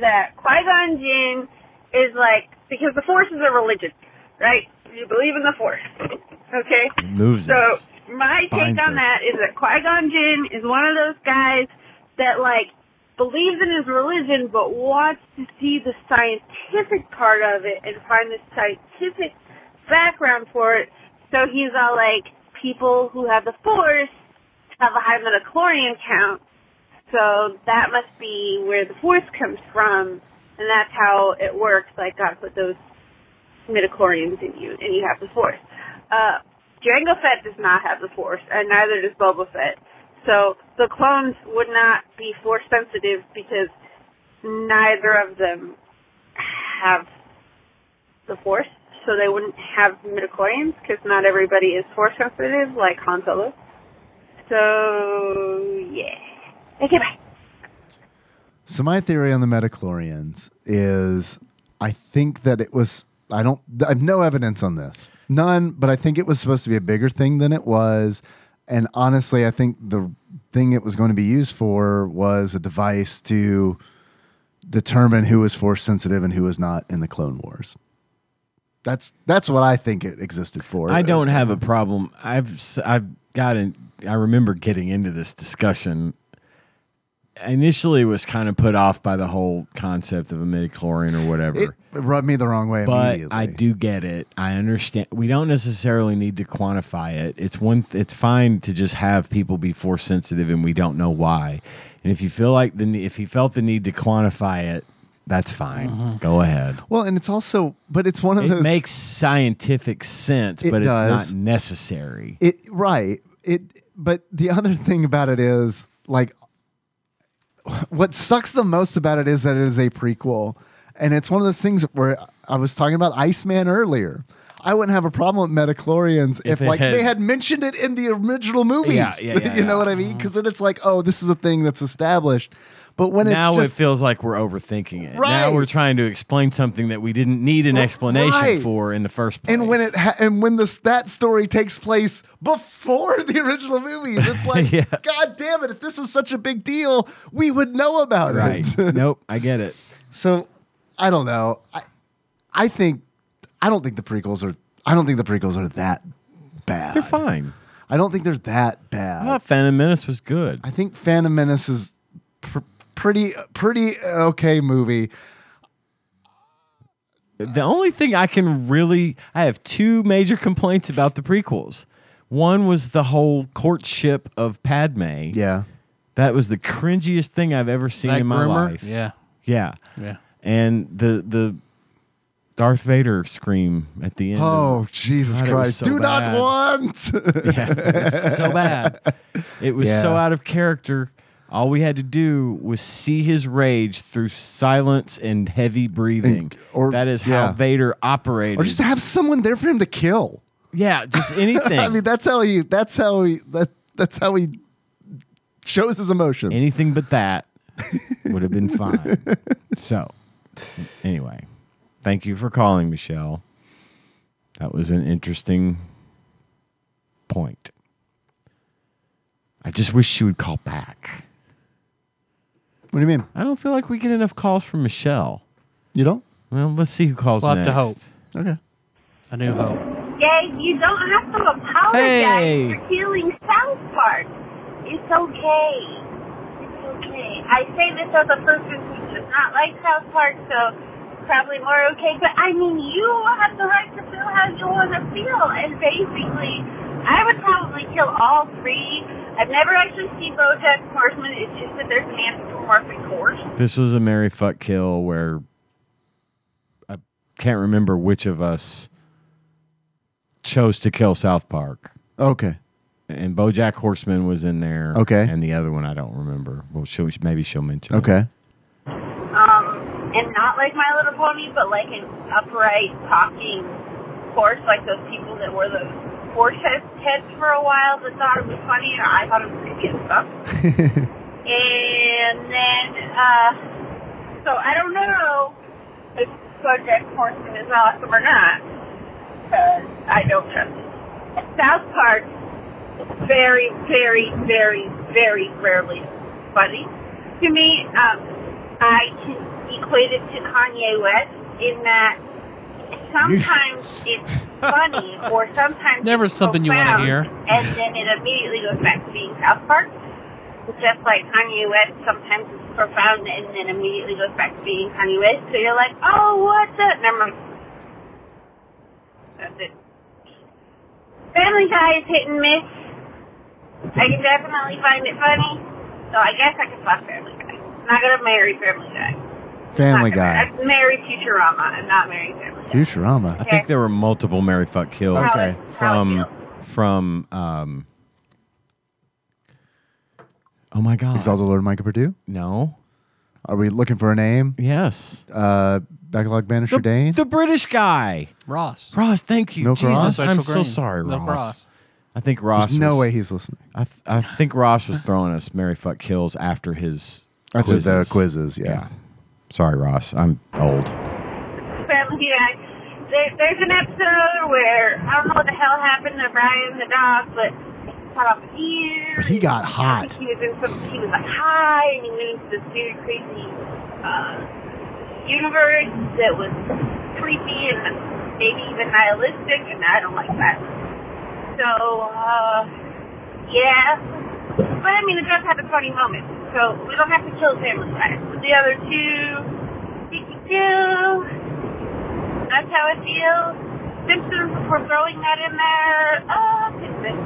S7: that Qui Gon Jinn is like, because the Force is a religion, right? You believe in the Force. Okay?
S3: Moves
S7: So
S3: us.
S7: my take
S1: Binds
S7: on
S1: us.
S7: that is that Qui Gon Jinn is one of those guys that like believes in his religion but wants to see the scientific part of it and find the scientific background for it. So he's all like, people who have the Force have a high midichlorian count, so that must be where the Force comes from, and that's how it works. Like God put those midichlorians in you, and you have the Force. Uh, Jango Fett does not have the Force, and neither does Boba Fett. So the clones would not be Force sensitive because neither of them have the Force, so they wouldn't have midichlorians because not everybody is Force sensitive like Han Solo. So yeah. Okay, bye.
S1: So my theory on the Metachlorians is I think that it was I don't I have no evidence on this. None, but I think it was supposed to be a bigger thing than it was. And honestly, I think the thing it was going to be used for was a device to determine who was force sensitive and who was not in the Clone Wars. That's that's what I think it existed for.
S3: I don't have a problem. I've s- I've gotten. I remember getting into this discussion. Initially, was kind of put off by the whole concept of a midichlorian or whatever.
S1: It rubbed me the wrong way.
S3: but
S1: immediately.
S3: I do get it. I understand. We don't necessarily need to quantify it. It's one. Th- it's fine to just have people be force sensitive, and we don't know why. And if you feel like the ne- if you felt the need to quantify it, that's fine. Go ahead.
S1: Well, and it's also, but it's Mm-hmm. one of
S3: It
S1: those
S3: makes scientific sense,
S1: It
S3: but it's
S1: does.
S3: not necessary.
S1: It right. It but the other thing about it is like what sucks the most about it is that it is a prequel. And it's one of those things where I was talking about Iceman earlier. I wouldn't have a problem with Metachlorians if,
S3: If it
S1: like
S3: had-
S1: they had mentioned it in the original movies.
S3: Yeah, yeah, yeah,
S1: you
S3: yeah. Uh-huh.
S1: know what I mean? Because then it's like, oh, this is a thing that's established. But when
S3: now
S1: it's just,
S3: it feels like we're overthinking it.
S1: Right.
S3: Now we're trying to explain something that we didn't need an explanation
S1: Right.
S3: for in the first place.
S1: and when it ha- and when this that story takes place before the original movies, it's like,
S3: Yeah.
S1: God damn it! If this was such a big deal, we would know about
S3: right?
S1: it.
S3: nope, I get it.
S1: so I don't know. I I think I don't think the prequels are. I don't think the prequels are that bad.
S3: They're fine.
S1: I don't think they're that bad.
S3: I thought Phantom Menace was good.
S1: I think Phantom Menace is pr- pretty pretty okay movie.
S3: The only thing I can really I have two major complaints about the prequels. One was the whole courtship of Padme.
S1: Yeah.
S3: That was the cringiest thing I've ever seen
S2: That
S3: in my
S2: groomer?
S3: life.
S2: Yeah.
S3: Yeah.
S2: Yeah.
S3: And the the Darth Vader scream at the end. of-
S1: Oh Jesus
S3: God, it was
S1: Christ!
S3: so
S1: Do
S3: bad.
S1: not want.
S3: yeah, it was so bad. It was
S1: Yeah.
S3: so out of character. All we had to do was see his rage through silence and heavy breathing.
S1: or-
S3: that is
S1: yeah.
S3: how Vader operated.
S1: or just have someone there for him to kill.
S3: yeah, just anything.
S1: I mean, that's how he. That's how he. That that's how he shows his emotions.
S3: anything but that would have been fine. So, anyway, thank you for calling, Michelle. That was an interesting point. I just wish she would call back.
S1: what do you mean?
S3: I don't feel like we get enough calls from Michelle.
S1: You don't?
S3: Well, let's see who calls
S2: We'll have
S3: next.
S2: to hope.
S1: Okay.
S2: A new hope.
S7: Yay, you don't have to apologize
S3: Hey.
S7: for killing South Park. It's okay. It's okay. I say this as a person who does not like South Park, so probably more okay. But I mean, you have the right to feel how you want to feel, and basically, I would probably kill all three. I've never actually seen BoJack Horseman. It's just that there's an anthropomorphic horse.
S3: This was a Mary Fuck Kill where I can't remember which of us chose to kill South Park.
S1: Okay.
S3: And Bojack Horseman was in there.
S1: Okay.
S3: And the other one I don't remember. Well, she'll, maybe she'll mention. it.
S1: Okay.
S7: Um, and not like My Little Pony, but like an upright talking horse, like those people that wore those horse head- heads for a while that thought it was funny, and I thought it was creepy as fuck. and then, uh, so I don't know if Project Horseman is awesome or not, because I don't trust it. South Park is very, very, very, very rarely funny to me. Um, I can equate it to Kanye West in that sometimes it's funny or sometimes
S2: Never
S7: it's
S2: something you wanna
S7: profound,
S2: hear.
S7: and then it immediately goes back to being South Park. Just like Kanye West, sometimes it's profound and then immediately goes back to being Kanye West. So you're like, oh, what the? Never mind. That's it. Family Guy is hit and miss. I can definitely find it funny, so I guess I could fuck Family Guy. I'm not gonna marry Family Guy.
S1: Family
S7: Not gonna-
S1: Guy.
S7: I'd marry Futurama. I'm not marrying Family Guy.
S3: I
S1: Futurama.
S3: think there were multiple Mary Fuck Kills
S7: How
S1: Okay.
S7: it- how it
S3: from
S7: feels.
S3: from um. Oh my God!
S1: Exalted Lord Micah Purdue.
S3: No.
S1: Are we looking for a name?
S3: Yes.
S1: Uh, Backlog Banisher Dane.
S3: the British guy.
S2: Ross.
S3: Ross, thank you.
S1: Milk Ross?
S3: Jesus, I'm
S2: Social
S3: so
S2: Green.
S3: sorry,
S2: Milk
S3: Ross.
S2: Ross.
S3: I think Ross.
S1: There's no
S3: was-
S1: way he's listening.
S3: I, th- I think Ross was throwing us Mary Fuck Kills after his
S1: After
S3: quizzes.
S1: the quizzes, yeah.
S3: Sorry, Ross. I'm old.
S7: Family Guy. There, there's an episode where I don't know what the hell happened to Brian the dog, but he cut off an ear.
S1: But he got
S7: I
S1: hot.
S7: think he was in some. He was like high, and he went into this weird, crazy uh, universe that was creepy and maybe even nihilistic, and I don't like that. So, uh, yeah. But I mean, it does have a funny moment. So we don't have to kill Family Guy. But the other two, Tiki Two, that's how I feel. Simpsons for throwing that in there. Uh, Simpsons.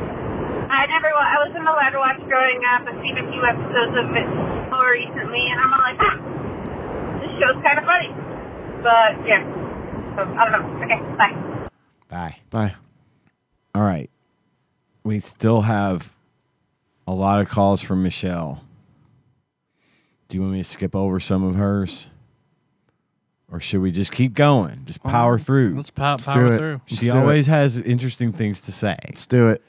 S7: I never. wa- I wasn't allowed to watch growing up. I've seen a few episodes of it more recently, and I'm all like, ah, this show's kind of funny. But yeah, so, I don't know. Okay, bye.
S3: Bye.
S1: Bye.
S3: All right. We still have a lot of calls from Michelle. Do you want me to skip over some of hers? Or should we just keep going? Just power through.
S2: Let's pow-
S1: do
S2: power
S1: it.
S2: through.
S1: Let's
S3: she
S1: Um, do it.
S3: always has interesting things to say.
S1: Let's do it.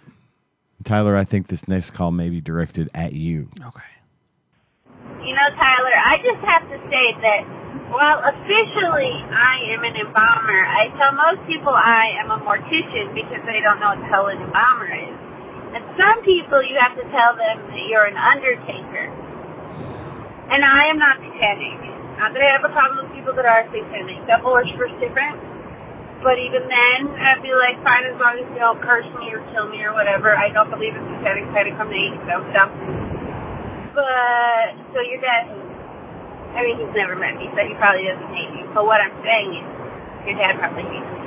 S3: Tyler, I think this next call may be directed at you.
S2: Okay.
S7: You know, Tyler, I just have to say that while officially I am an embalmer, I tell most people I am a mortician because they don't know what the hell an embalmer is. And some people, you have to tell them that you're an undertaker. And I am not satanic. Not that I have a problem with people that are satanic. Double is first different. But even then, I'd be like, fine, as long as you don't curse me or kill me or whatever. I don't believe in satanic predicamnate, so stuff. But so your dad, I mean, he's never met me, so he probably doesn't hate me. But what I'm saying is, your dad probably hates me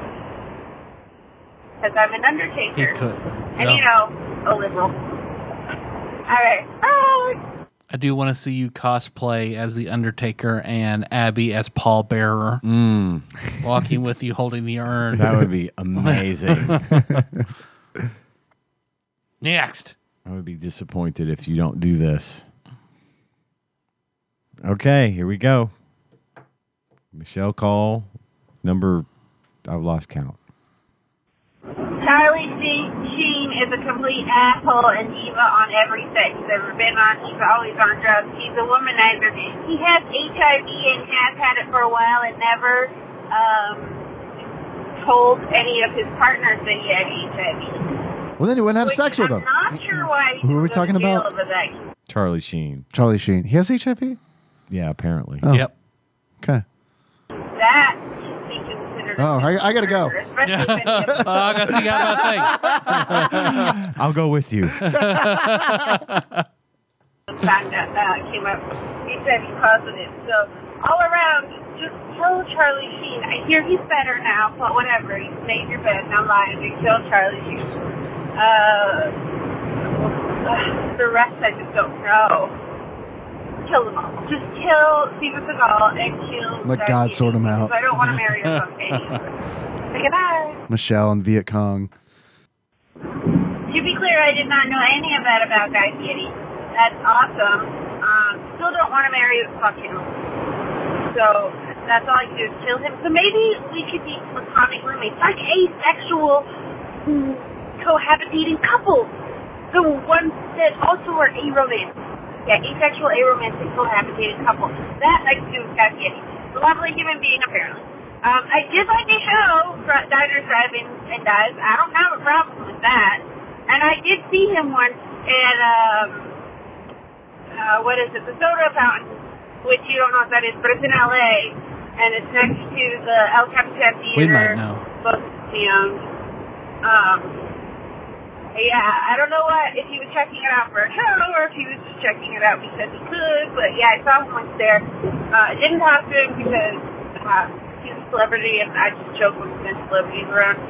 S7: because I'm an
S2: He
S7: undertaker,
S2: could.
S7: and you
S2: Yeah.
S7: know, a liberal. All right, Oh, bye.
S2: I do want to see you cosplay as the Undertaker and Abby as pallbearer,
S3: Mm,
S2: walking with you holding the urn.
S3: that would be amazing. I
S2: Next.
S3: would be disappointed if you don't do this. Okay, here we go. Michelle call number, I've lost count.
S7: Charlie C- Sheen is a complete asshole and diva on every set he's ever been on. He's always on drugs. He's a womanizer. He has HIV and has had it for a while and never um, told any of his partners that he had HIV.
S1: Well, then he wouldn't have
S7: Which
S1: sex with
S7: I'm
S1: him.
S7: not sure why.
S1: Who are we
S7: he's
S1: talking
S7: in jail
S1: about?
S7: over that.
S3: Charlie Sheen.
S1: Charlie Sheen. He has HIV.
S3: Yeah, apparently.
S1: Oh.
S2: Yep.
S1: Okay.
S7: That should be considered.
S1: Oh, I- I gotta go.
S7: murder, especially when it's-
S2: Oh, I got to see how that thing.
S3: I'll go with you.
S7: found out, uh, came up HIV positive. So all around, just kill Charlie Sheen. I hear he's better now, but whatever. He's made your bed. No lying. They killed Charlie Sheen. Uh, the rest I just don't know. Kill them all. Just kill Steven Seagal and kill.
S1: Let
S7: Brad
S1: God
S7: Pitt,
S1: sort 'em out.
S7: because I don't want to marry a fuck anyway. Say Goodbye.
S1: Michelle and Viet Cong.
S7: To be clear, I did not know any of that about Guy Fieri. That's awesome. Um, still don't want to marry a fuck him. So that's all I can do is kill him. So maybe we could be platonic roommates, like asexual mm, cohabitating couples. The ones that also are aromantic. Yeah, asexual, aromantic, cohabitating couples. That I can do with Guy Fieri. Lovely human being, apparently. Um, I did like the show, Dr. Driving and Dies. I don't have a problem with that. And I did see him once at, um, uh, what is it, the soda fountain, which you don't know what that is, but it's in LA, and it's next to the El Capitan Theater.
S2: We might know.
S7: Both museums. Um, yeah, I don't know what if he was checking it out for a show or if he was just checking it out because he could, but yeah, I saw him once there. Uh, I didn't talk to him because uh, he's a celebrity and I just joke with him celebrities around.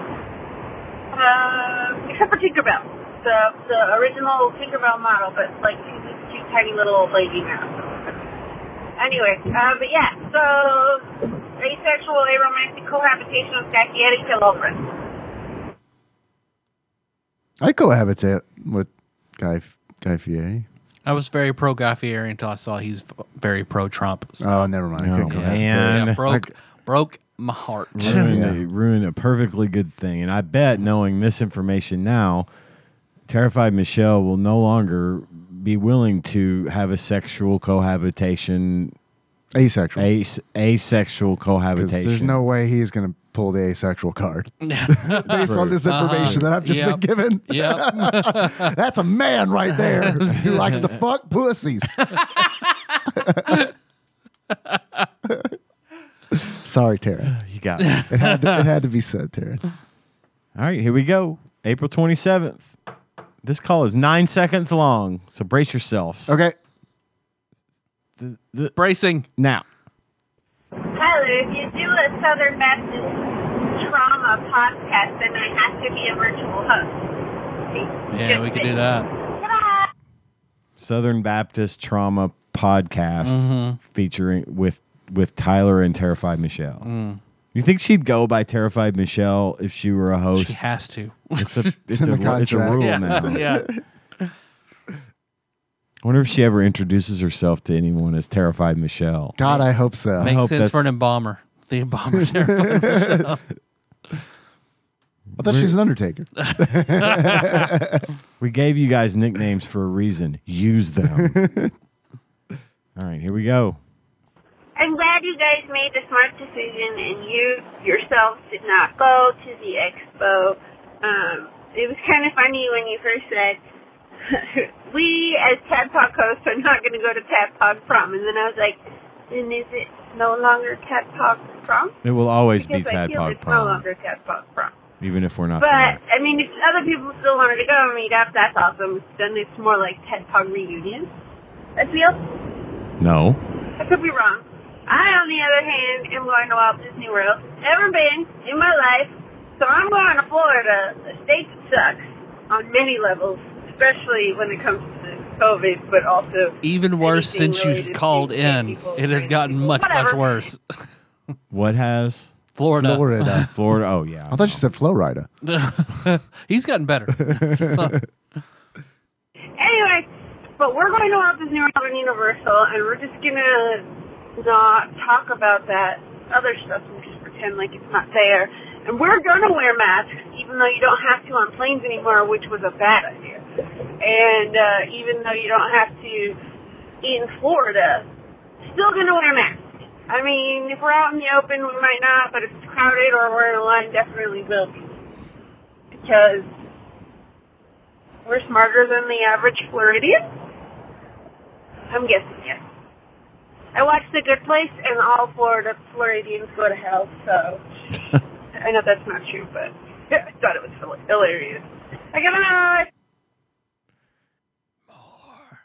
S7: Uh, except for Tinkerbell, the the original Tinkerbell model, but like she's a cute tiny little old lady now. Anyway, uh, but yeah, so asexual, aromantic cohabitation with Zacchaeus Kilobrin.
S1: I cohabitate with Guy F- Guy Fieri.
S2: I was very pro Guy Fieri until I saw he's v- very pro Trump. So
S1: Oh, never mind. I couldn't
S3: Oh,
S1: cohabitate.
S3: man.
S2: yeah, broke broke my heart.
S3: ruined,
S1: Yeah.
S3: a, ruined a perfectly good thing. And I bet knowing this information now, terrified Michelle will no longer be willing to have a sexual cohabitation,
S1: Asexual.
S3: as, asexual
S1: 'Cause
S3: cohabitation.
S1: there's no way he's going to pull the asexual card based on this information that I've just
S2: Uh-huh. Yep.
S1: been given.
S2: yep.
S1: That's a man right there who likes to fuck pussies. Sorry, Tara.
S3: You got it.
S1: It had, to, it had to be said, Tara.
S3: All right, here we go. April 27th. This call is nine seconds long, so brace yourselves.
S1: Okay.
S3: Th- th-
S2: Bracing.
S3: now,
S7: Tyler, if you do a Southern Baptist trauma podcast, then I have to be a virtual host.
S2: Yeah, we could do that.
S7: Goodbye.
S3: Southern Baptist Trauma Podcast
S1: Mm-hmm.
S3: featuring with with Tyler and Terrified Michelle.
S1: Mm.
S3: You think she'd go by Terrified Michelle if she were a host?
S2: She has to.
S3: it's a it's,
S1: in the
S3: a, it's a
S1: contract.
S3: rule
S2: yeah,
S3: now.
S2: yeah.
S3: I wonder if she ever introduces herself to anyone as Terrified Michelle.
S1: God, I hope so.
S2: Makes
S3: hope
S2: sense for
S3: that's-
S2: an embalmer. The embalmer's terrified.
S1: I thought she was an undertaker.
S3: We gave you guys nicknames for a reason. Use them. All right, here we go.
S7: I'm glad you guys made the smart decision and you yourselves did not go to the expo. Um, it was kind of funny when you first said, we as Tadpog hosts are not going to go to Tadpog prom. And then I was like, then is it no longer Tadpog prom?
S3: It will always be
S7: I feel
S3: Tadpog
S7: it's no
S3: Prom,
S7: longer Tadpog prom.
S3: even if we're not
S7: But
S3: there.
S7: I mean, if other people still wanted to go and meet up, that's awesome. Then it's more like TED Pog reunion. I feel.
S3: No.
S7: I could be wrong. I, on the other hand, am going to Walt Disney World. Never been in my life, so I'm going to Florida, a state that sucks on many levels, especially when it comes to COVID, but also
S2: Even worse
S7: anything
S2: since
S7: related
S2: you
S7: to
S2: called
S7: gay
S2: in.
S7: people,
S2: It has
S7: trans
S2: gotten
S7: people,
S2: much, much
S7: whatever.
S2: worse.
S3: What has
S2: Florida.
S1: Florida.
S3: Florida? Oh yeah.
S1: uh, I thought she said Florida.
S2: He's gotten better.
S7: Anyway, but we're going to Walt Disney World and Universal, and we're just gonna not talk about that other stuff and just pretend like it's not there. And we're gonna wear masks, even though you don't have to on planes anymore, which was a bad idea. And uh, even though you don't have to in Florida, still gonna wear masks. I mean, if we're out in the open, we might not, but if it's crowded or we're in a line, definitely will be. Because we're smarter than the average Floridian? I'm guessing yes. I watched The Good Place, and all Florida Floridians go to hell. So I know that's not true, but I thought it was hila- hilarious. I got More.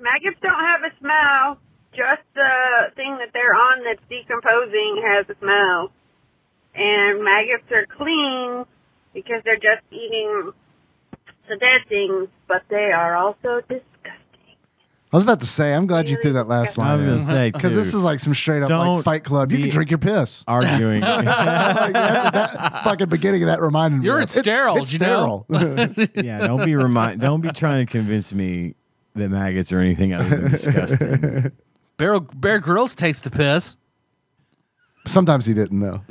S7: Maggots don't have a smell. just the thing that they're on that's decomposing has a smell. And maggots are clean because they're just eating the dead things, but they are also disgusting.
S1: I was about to say, I'm glad you threw that last
S3: I
S1: line
S3: was gonna
S1: in.
S3: say
S1: Because this
S3: dude,
S1: is like some straight up like
S3: Don't
S1: Fight Club. You
S3: be-
S1: can drink your piss.
S3: arguing. yeah,
S1: Like, that's what that fucking beginning of that reminded me.
S2: You're
S1: of.
S2: in sterile,
S1: It's
S2: you know?
S1: sterile.
S3: don't be remind. Don't be trying to convince me that maggots are anything other than disgusting.
S2: Bear, Bear Grylls takes the piss.
S1: sometimes he didn't though.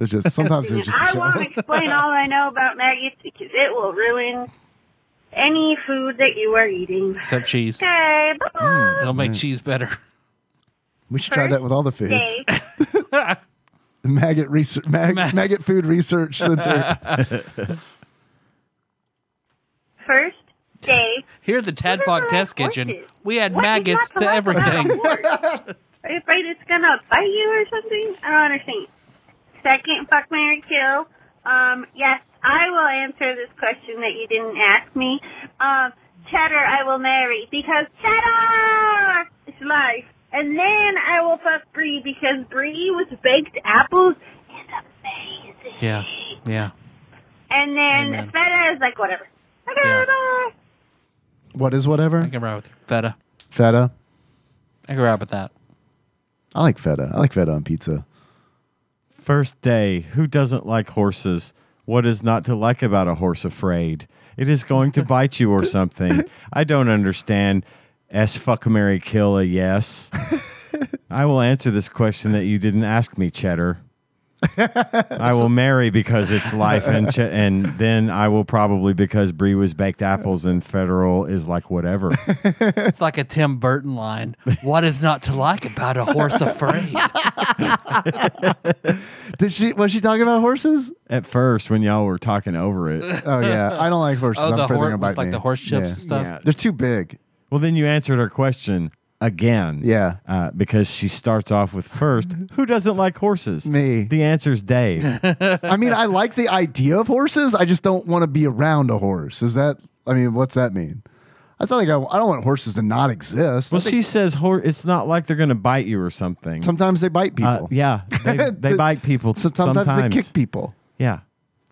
S1: It's just sometimes it was just. a
S7: I
S1: joke.
S7: won't explain all I know about maggots because it will ruin any food that you are eating.
S2: Except cheese.
S7: Okay, bye.
S2: It'll make cheese better.
S1: We should try that with all the foods.
S7: Okay.
S1: The maggot research, mag-
S2: Mag-
S1: maggot food research center.
S7: First day.
S2: Here at the Tadpog
S7: Remember
S2: Test
S7: horses.
S2: Kitchen, we had
S7: What did
S2: maggots
S7: not
S2: to
S7: come up with that
S2: everything.
S7: word? Are you afraid it's gonna bite you or something? I don't understand. Second, fuck Mary Kill. Um, yes, I will answer this question that you didn't ask me. Um, cheddar I will marry because cheddar is life. And then I will fuck Brie because Brie with baked apples is amazing.
S2: yeah, yeah.
S7: And then
S2: Amen.
S7: feta is like whatever. Okay,
S2: Yeah.
S7: bye.
S1: What is
S2: I
S1: whatever?
S2: can ride with feta.
S1: Feta.
S2: I can ride with that.
S1: I like feta. I like feta on pizza.
S3: First day. Who doesn't like horses? What is not to like about a horse afraid? It is going to bite you or something. I don't understand. S fuck Mary kill a yes. I will answer this question that you didn't ask me, Cheddar. I will marry because it's life, and ch- and then I will probably because Brie was baked apples and federal is like whatever.
S2: It's like a Tim Burton line. What is not to like about a horse afraid?
S1: Did she? Was she talking about horses?
S3: At first, when y'all were talking over it,
S1: Oh yeah, I don't like horses.
S2: Oh,
S1: I'm
S2: the
S1: afraid they're
S2: horse
S1: gonna bite
S2: like
S1: me.
S2: the horse chips and stuff.
S3: Yeah.
S1: They're too big.
S3: well, then you answered her question again.
S1: Yeah.
S3: uh, because she starts off with first, who doesn't like horses?
S1: Me.
S3: The answer's Dave.
S1: I mean, I like the idea of horses. I just don't want to be around a horse. Is that? I mean, what's that mean? I don't think I, I don't want horses to not exist. I
S3: well,
S1: think
S3: she says hor- it's not like they're going to bite you or something.
S1: sometimes they bite
S3: Uh,
S1: people.
S3: yeah, they, they bite people t-
S1: Sometimes,
S3: sometimes.
S1: they kick people.
S3: Yeah,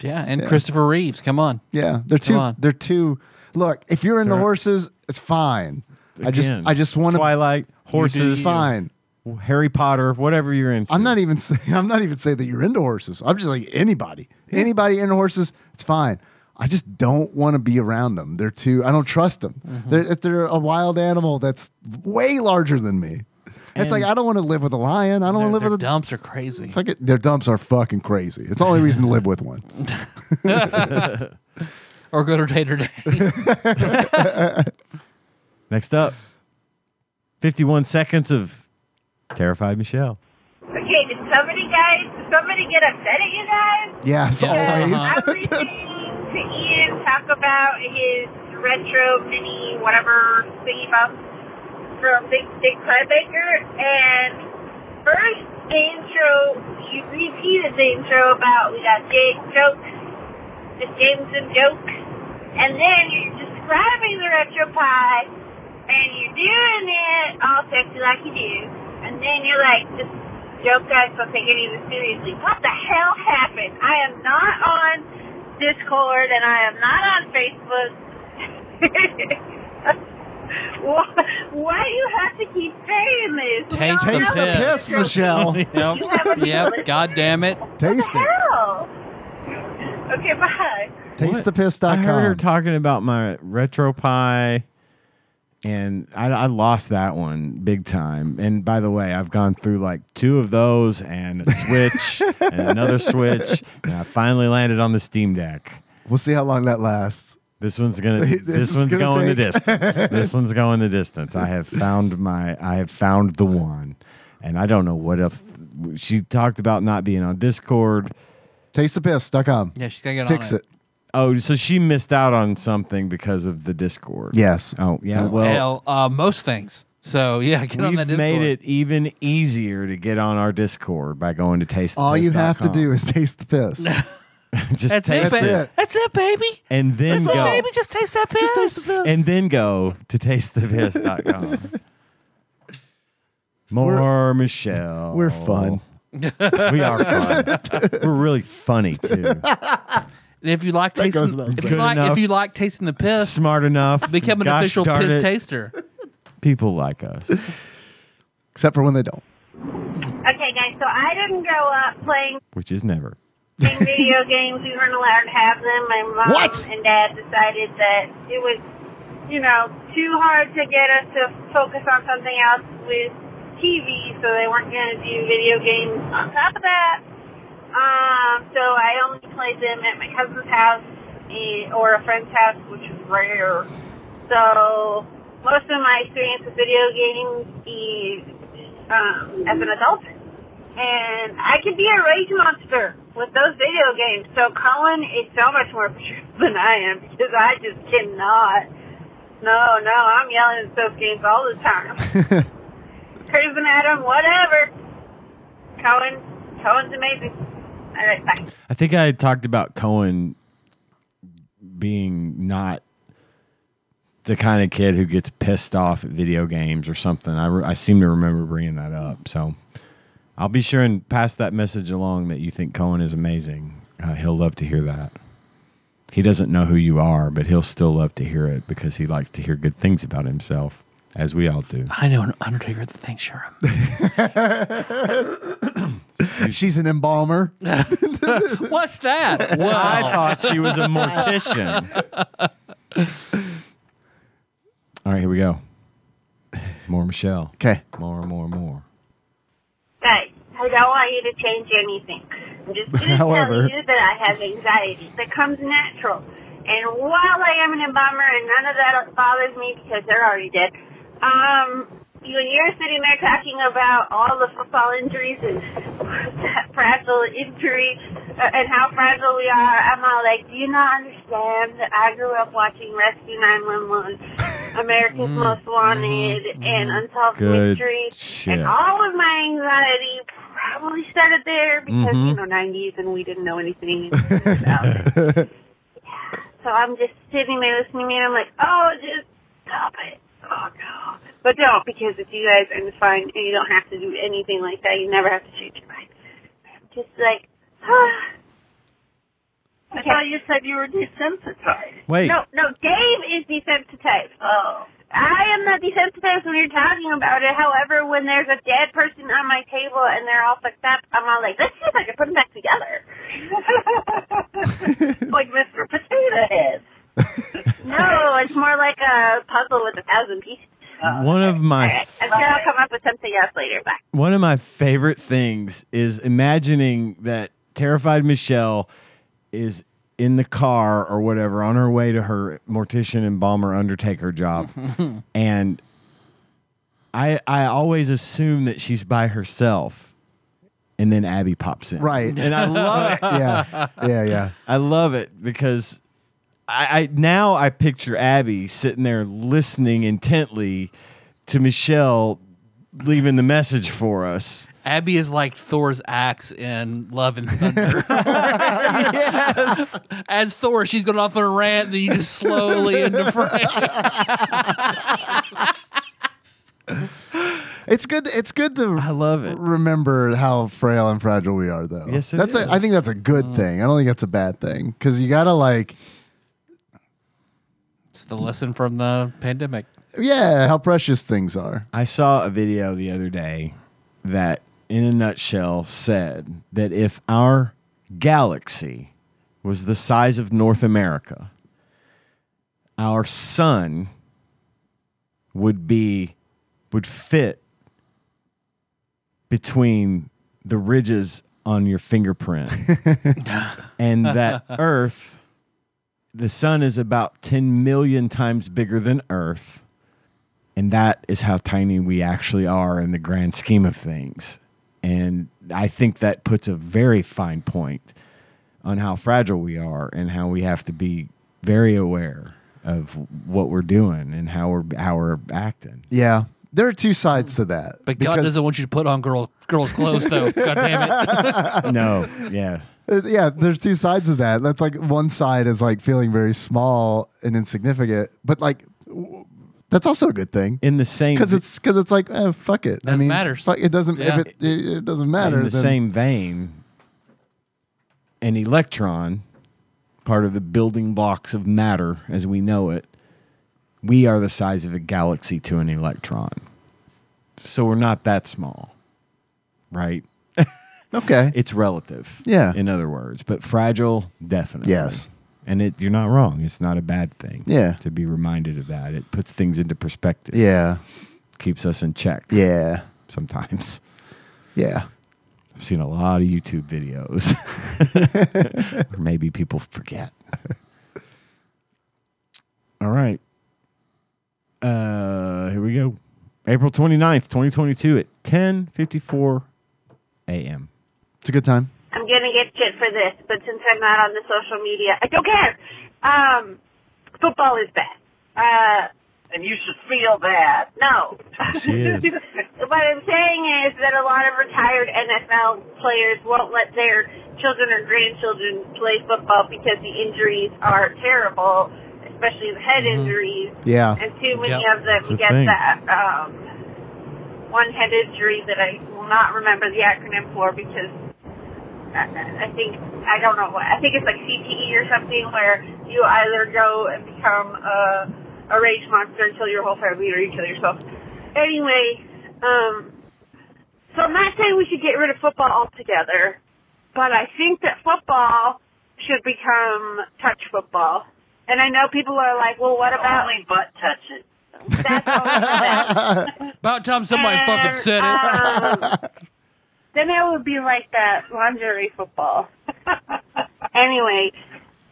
S2: Yeah, and Christopher Reeves. Come on.
S1: Yeah, they're too.
S2: on.
S1: They're too. Look, if you're into
S3: They're-
S1: horses, it's fine. I just,
S3: Again,
S1: I just want to.
S3: Twilight horses,
S1: It's fine.
S3: Harry Potter, whatever you're into.
S1: I'm not even saying. I'm not even saying that you're into horses. I'm just like anybody. Anybody into horses, it's fine. I just don't want to be around them. They're too. I don't trust them.
S3: Mm-hmm.
S1: They're they're a wild animal that's way larger than me.
S3: And-
S1: it's like I don't want to live with a lion. I don't
S2: Their,
S1: want to
S2: their
S1: live with a.
S2: dumps are crazy.
S1: Fucking, their dumps are fucking crazy. It's the only reason to live with one.
S2: Or go to Tater Day.
S1: e-
S3: Next up, 51 seconds of terrified Michelle.
S7: Okay, did somebody guys, did somebody get upset at you guys?
S1: Yes, always.
S2: Uh-huh.
S7: I'm listening to Ian talk about his retro mini whatever thingy bump from Big Dick Clybaker, and first the intro, he repeated the intro about we got Jake jokes, the Jameson jokes, and then you're describing the retro pie, and you're doing it all sexy like you do, and then you're like, this joke guys don't take any of this seriously. What the hell happened? I am not on Discord, and I am not on Facebook. Why, why do you have to keep saying this? We
S2: Taste
S7: all
S2: the
S7: know
S1: Taste the
S2: Yes.
S1: piss, Michelle.
S2: yep. Yep. God damn it.
S1: Taste it.
S7: Hell. Okay, bye.
S3: I heard her
S1: Tastethepiss.com.
S3: talking about my retro pie, and I, I lost that one big time. And by the way, I've gone through like two of those and a Switch and another Switch, and I finally landed on the Steam Deck.
S1: We'll see how long that lasts.
S3: This one's gonna.
S1: This
S3: This,
S1: is
S3: one's
S1: gonna
S3: going the
S1: take-
S3: distance. this one's going the distance. I have found my. I have found the one, and I don't know what else. She talked about not being on Discord.
S1: Tastethepiss.com.
S2: Yeah, she's gonna get
S1: Fix
S2: on
S1: it.
S2: it.
S3: Oh, so she missed out on something because of the Discord.
S1: Yes.
S3: Oh, yeah. Well,
S2: Hell, uh, most things. So yeah, get on
S3: We've
S2: that Discord.
S3: made it even easier to get on our Discord by going to taste.
S1: All you have to do is taste the piss.
S3: just
S2: That's it,
S3: taste
S2: ba-
S3: it,
S1: it.
S2: That's it, baby.
S3: and
S2: That's
S3: then
S2: it,
S3: go
S2: baby. Just taste that piss.
S1: Just taste the piss.
S3: and then go to tastethepiss.com. More Michelle.
S1: We're fun.
S3: We are fun. We're really funny too.
S2: And if you like tasting,
S1: goes without
S2: if you
S1: saying.
S2: like, if
S3: enough.
S2: you like tasting the piss,
S3: Smart enough.
S2: become an
S3: Gosh
S2: official
S3: darn
S2: piss
S3: it,
S2: taster.
S3: People like us.
S1: Except for when they don't.
S7: Okay, guys, so I didn't grow up playing
S3: Which is never.
S7: playing video games. We weren't allowed to have them. My mom
S1: What?
S7: and dad decided that it was, you know, too hard to get us to focus on something else with TV, so they weren't going to do video games on top of that. Um, so I only played them at my cousin's house eh, or a friend's house, which is rare. So most of my experience with video games is um, as an adult and I could be a rage monster with those video games. So Colin is so much more mature than I am because I just cannot. No, no, I'm yelling at those games all the time, cursing at them, whatever. Colin, Colin's amazing. All right, bye.
S3: I think I had talked about Cohen being not the kind of kid who gets pissed off at video games or something. I, re- I seem to remember bringing that up. So I'll be sure and pass that message along that you think Cohen is amazing. Uh, he'll love to hear that. He doesn't know who you are, but he'll still love to hear it because he likes to hear good things about himself, as we all do.
S2: I know an Undertaker that thinks you're a
S1: She's an embalmer.
S2: What's that? Wow.
S3: I thought she was a mortician. All right, here we go. More Michelle.
S1: Okay.
S3: More, more, more.
S7: Guys, I don't want you to change anything. I'm just going to tell
S1: However-
S7: you that I have anxiety that comes natural. And while I am an embalmer and none of that bothers me because they're already dead, um, when you're sitting there talking about all the football injuries and that fragile injury uh, and how fragile we are, I'm all like, do you not understand that I grew up watching Rescue 911, America's Most Wanted, and Unsolved
S3: Good
S7: Mysteries,
S3: shit.
S7: and all of my anxiety probably started there because
S3: Mhm.
S7: you know 90s and we didn't know anything about it. Yeah. so i'm just sitting there listening to you and i'm like oh just stop it oh no but don't because if you guys are fine and you don't have to do anything like that you never have to change your mind I'm just like "Ah." I thought you said you were desensitized.
S3: Wait.
S7: No, no, Dave is desensitized. Oh. I am not desensitized when you're talking about it. However, when there's a dead person on my table and they're all fucked up, I'm all like, let's see if I can put them back together. like Mr. Potato Head. no, it's more like a puzzle with a thousand pieces.
S3: One of my
S7: I'm sure I'll come up with something else later. Bye.
S3: one of my favorite things is imagining that terrified Michelle is in the car or whatever on her way to her mortician and bomber undertaker job and I I always assume that she's by herself and then Abby pops in.
S1: Right.
S3: And I love it.
S1: yeah. Yeah. Yeah.
S3: I love it because I, I now I picture Abby sitting there listening intently to Michelle leaving the message for us.
S2: Abby is like Thor's axe in Love and Thunder. yes. As Thor, she's going off on a rant, then you just slowly into frame.
S1: It's good. It's good to
S3: I love it.
S1: remember how frail and fragile we are, though.
S3: Yes, it
S1: that's. A, I
S3: is.
S1: think that's a good
S2: Mm.
S1: thing. I don't think that's a bad thing because you gotta like,
S2: It's the lesson from the pandemic.
S1: yeah, how precious things are.
S3: I saw a video the other day that, in a nutshell, said that if our galaxy was the size of North America, our sun would be would fit between the ridges on your fingerprint and that earth the sun is about 10 million times bigger than earth and that is how tiny we actually are in the grand scheme of things. And I think that puts a very fine point on how fragile we are and how we have to be very aware of what we're doing and how we're how we're acting.
S1: Yeah, there are two sides to that.
S2: Mm. But God
S1: because-
S2: doesn't want you to put on girl girls' clothes, though. God damn it.
S3: no, yeah.
S1: Uh, Yeah, there's two sides of that. That's like one side is like feeling very small and insignificant, but like w- That's also a good thing
S3: in the same
S1: because it's because it's like eh, fuck it. I
S2: That
S1: mean,
S2: matters.
S1: Fuck, it doesn't.
S2: Yeah.
S1: If it, it, it doesn't matter.
S3: in the
S1: then-
S3: same vein. An electron, part of the building blocks of matter as we know it, we are the size of a galaxy to an electron. So we're not that small, right?
S1: Okay.
S3: It's relative.
S1: Yeah.
S3: In other words, but fragile, definitely.
S1: Yes.
S3: And it, you're not wrong. It's not a bad thing.
S1: Yeah.
S3: To be reminded of that, it puts things into perspective.
S1: yeah.
S3: Keeps us in check.
S1: Yeah.
S3: Sometimes
S1: Yeah.
S3: I've seen a lot of YouTube videos. or maybe people forget. All right. Uh, here we go. April 29th, 2022 at 10:54 a.m.
S1: It's a good time.
S7: I'm gonna get shit for this, but since I'm not on the social media, I don't care. Um, football is bad. Uh, and you should feel bad. No.
S3: She is.
S7: what I'm saying is that a lot of retired NFL players won't let their children or grandchildren play football because the injuries are terrible, especially the head injuries.
S1: Mm-hmm. Yeah.
S7: And too many
S2: Yep.
S7: of them
S3: It's a
S7: get
S3: thing.
S7: that um, one head injury that I will not remember the acronym for because I, I think, I don't know what, I think it's like CTE or something where you either go and become a, a rage monster and kill your whole family or you kill yourself. Anyway, um, so I'm not saying we should get rid of football altogether, but I think that football should become touch football. And I know people are like, well, what about only butt touching? That's all
S2: About time somebody fucking said it.
S7: it. Um, then it would be like that lingerie football. anyway,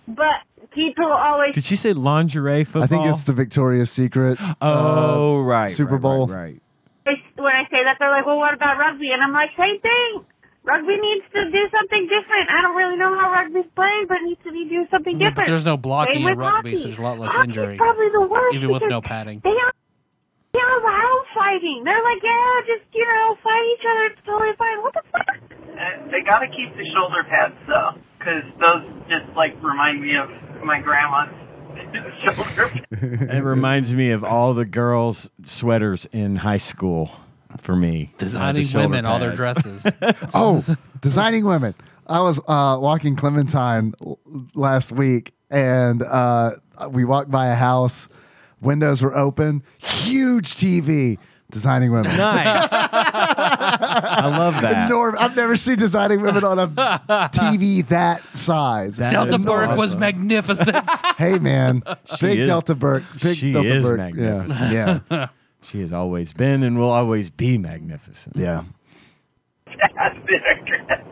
S7: but people always
S3: Did she say lingerie football?
S1: I think it's the Victoria's Secret. uh,
S3: Oh right,
S1: Super
S3: right,
S1: Bowl.
S3: Right,
S7: they- when I say that, they're like, well, what about rugby? And I'm like, same thing. Rugby needs to do something different. I don't really know how rugby's played, but it needs to be do something
S2: Yeah,
S7: different.
S2: but there's no blocking
S7: Same
S2: in
S7: with
S2: rugby,
S7: hockey.
S2: so there's a lot less
S7: Hockey's
S2: injury,
S7: probably the worst
S2: even with
S7: because
S2: no padding.
S7: They are they allow fighting. They're like, yeah, just you know, fight each other. It's totally fine. What the fuck?
S8: Uh, they gotta keep the shoulder pads though, 'cause those just like remind me of my grandma's shoulder pads.
S3: It reminds me of all the girls' sweaters in high school. For me,
S2: Designing
S3: Uh, the shoulder
S2: women all their
S3: pads.
S2: dresses.
S1: Oh, designing women. I was uh, walking Clementine l- last week, and uh, we walked by a house. Windows were open. Huge TV. Designing women.
S3: Nice. I love that.
S1: Norm, I've never seen designing women on a TV that size.
S3: That
S2: Delta
S3: is
S2: Burke was
S3: awesome.
S2: magnificent.
S1: hey man, big
S3: is-
S1: Delta Burke. Big
S3: she
S1: Delta
S3: is
S1: Burke.
S3: magnificent.
S1: Yeah, yeah,
S3: She has always been and will always be magnificent.
S1: yeah.
S8: That's their dress.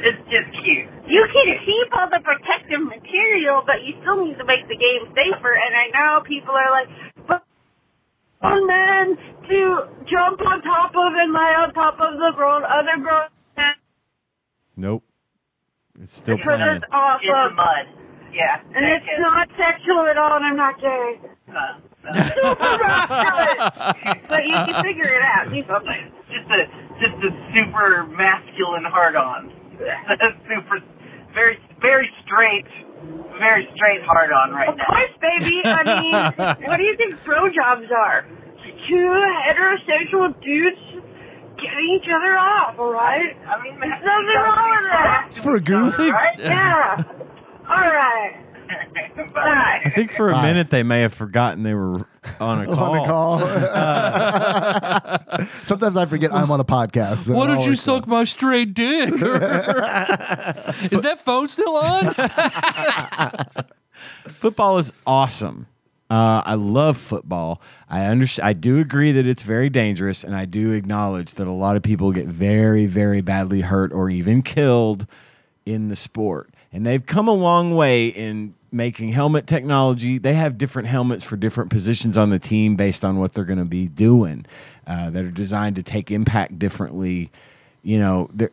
S8: It's just cute.
S7: You can keep all the protective material, but you still need to make the game safer. And I know people are like, but grown men to jump on top of and lie on top of the grown other grown men.
S3: Nope. It's still
S7: Because
S3: playing.
S7: that's awful.
S8: In the mud. Yeah.
S7: And it's not sexual at all, and I'm not gay. Super rough, but you can figure it out. You
S8: Something. Just a just a super masculine hard on. super very very straight very straight hard on right
S7: Of
S8: now.
S7: course, baby. I mean, what do you think blowjobs are? Two heterosexual dudes getting each other off, all right?
S8: I mean
S7: There's nothing wrong with that.
S1: It's for a goof.
S8: right?
S7: Yeah. All right. All
S3: I
S7: right.
S3: think for a
S1: Hi.
S3: minute they may have forgotten they were on a call.
S1: On a call. Sometimes I forget I'm on a podcast. so
S2: Why
S1: it
S2: don't you
S1: always-
S2: suck my straight dick? Is that phone still on?
S3: Football is awesome. Uh, I love football. I understand. I do agree that it's very dangerous, and I do acknowledge that a lot of people get very, very badly hurt or even killed in the sport. And they've come a long way in making helmet technology. They have different helmets for different positions on the team based on what they're going to be doing. Uh, that are designed to take impact differently. You know, they're-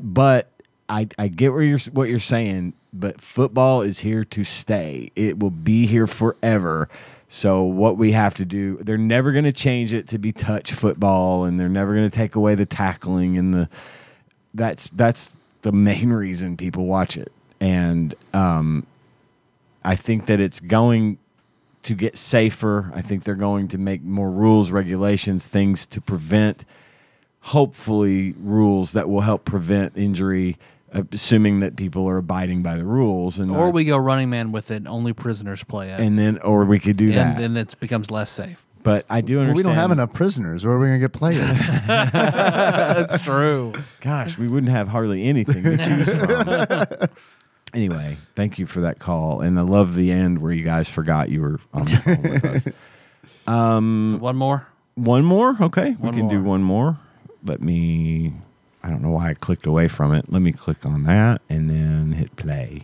S3: but I, I get where you're what you're saying, but football is here to stay. It will be here forever. So what we have to do, they're never going to change it to be touch football, and they're never going to take away the tackling and the. That's that's the main reason people watch it, and um, I think that it's going to get safer. I think they're going to make more rules, regulations, things to prevent, hopefully, rules that will help prevent injury, assuming that people are abiding by the rules. And
S2: Or
S3: not-
S2: we go running man with it. and Only prisoners play it, and,
S3: and then or we could do that.
S2: then it becomes less safe.
S3: but I do
S1: Well,
S3: understand.
S1: we don't have enough prisoners. Where are we going to get players?
S2: That's true.
S3: Gosh, we wouldn't have hardly anything to choose from. anyway, thank you for that call, and I love the end where you guys forgot you were on the phone with us.
S2: One more.
S3: One more, okay. We
S2: One
S3: can do
S2: more.
S3: one more. Let me. I don't know why I clicked away from it. Let me click on that and then hit play.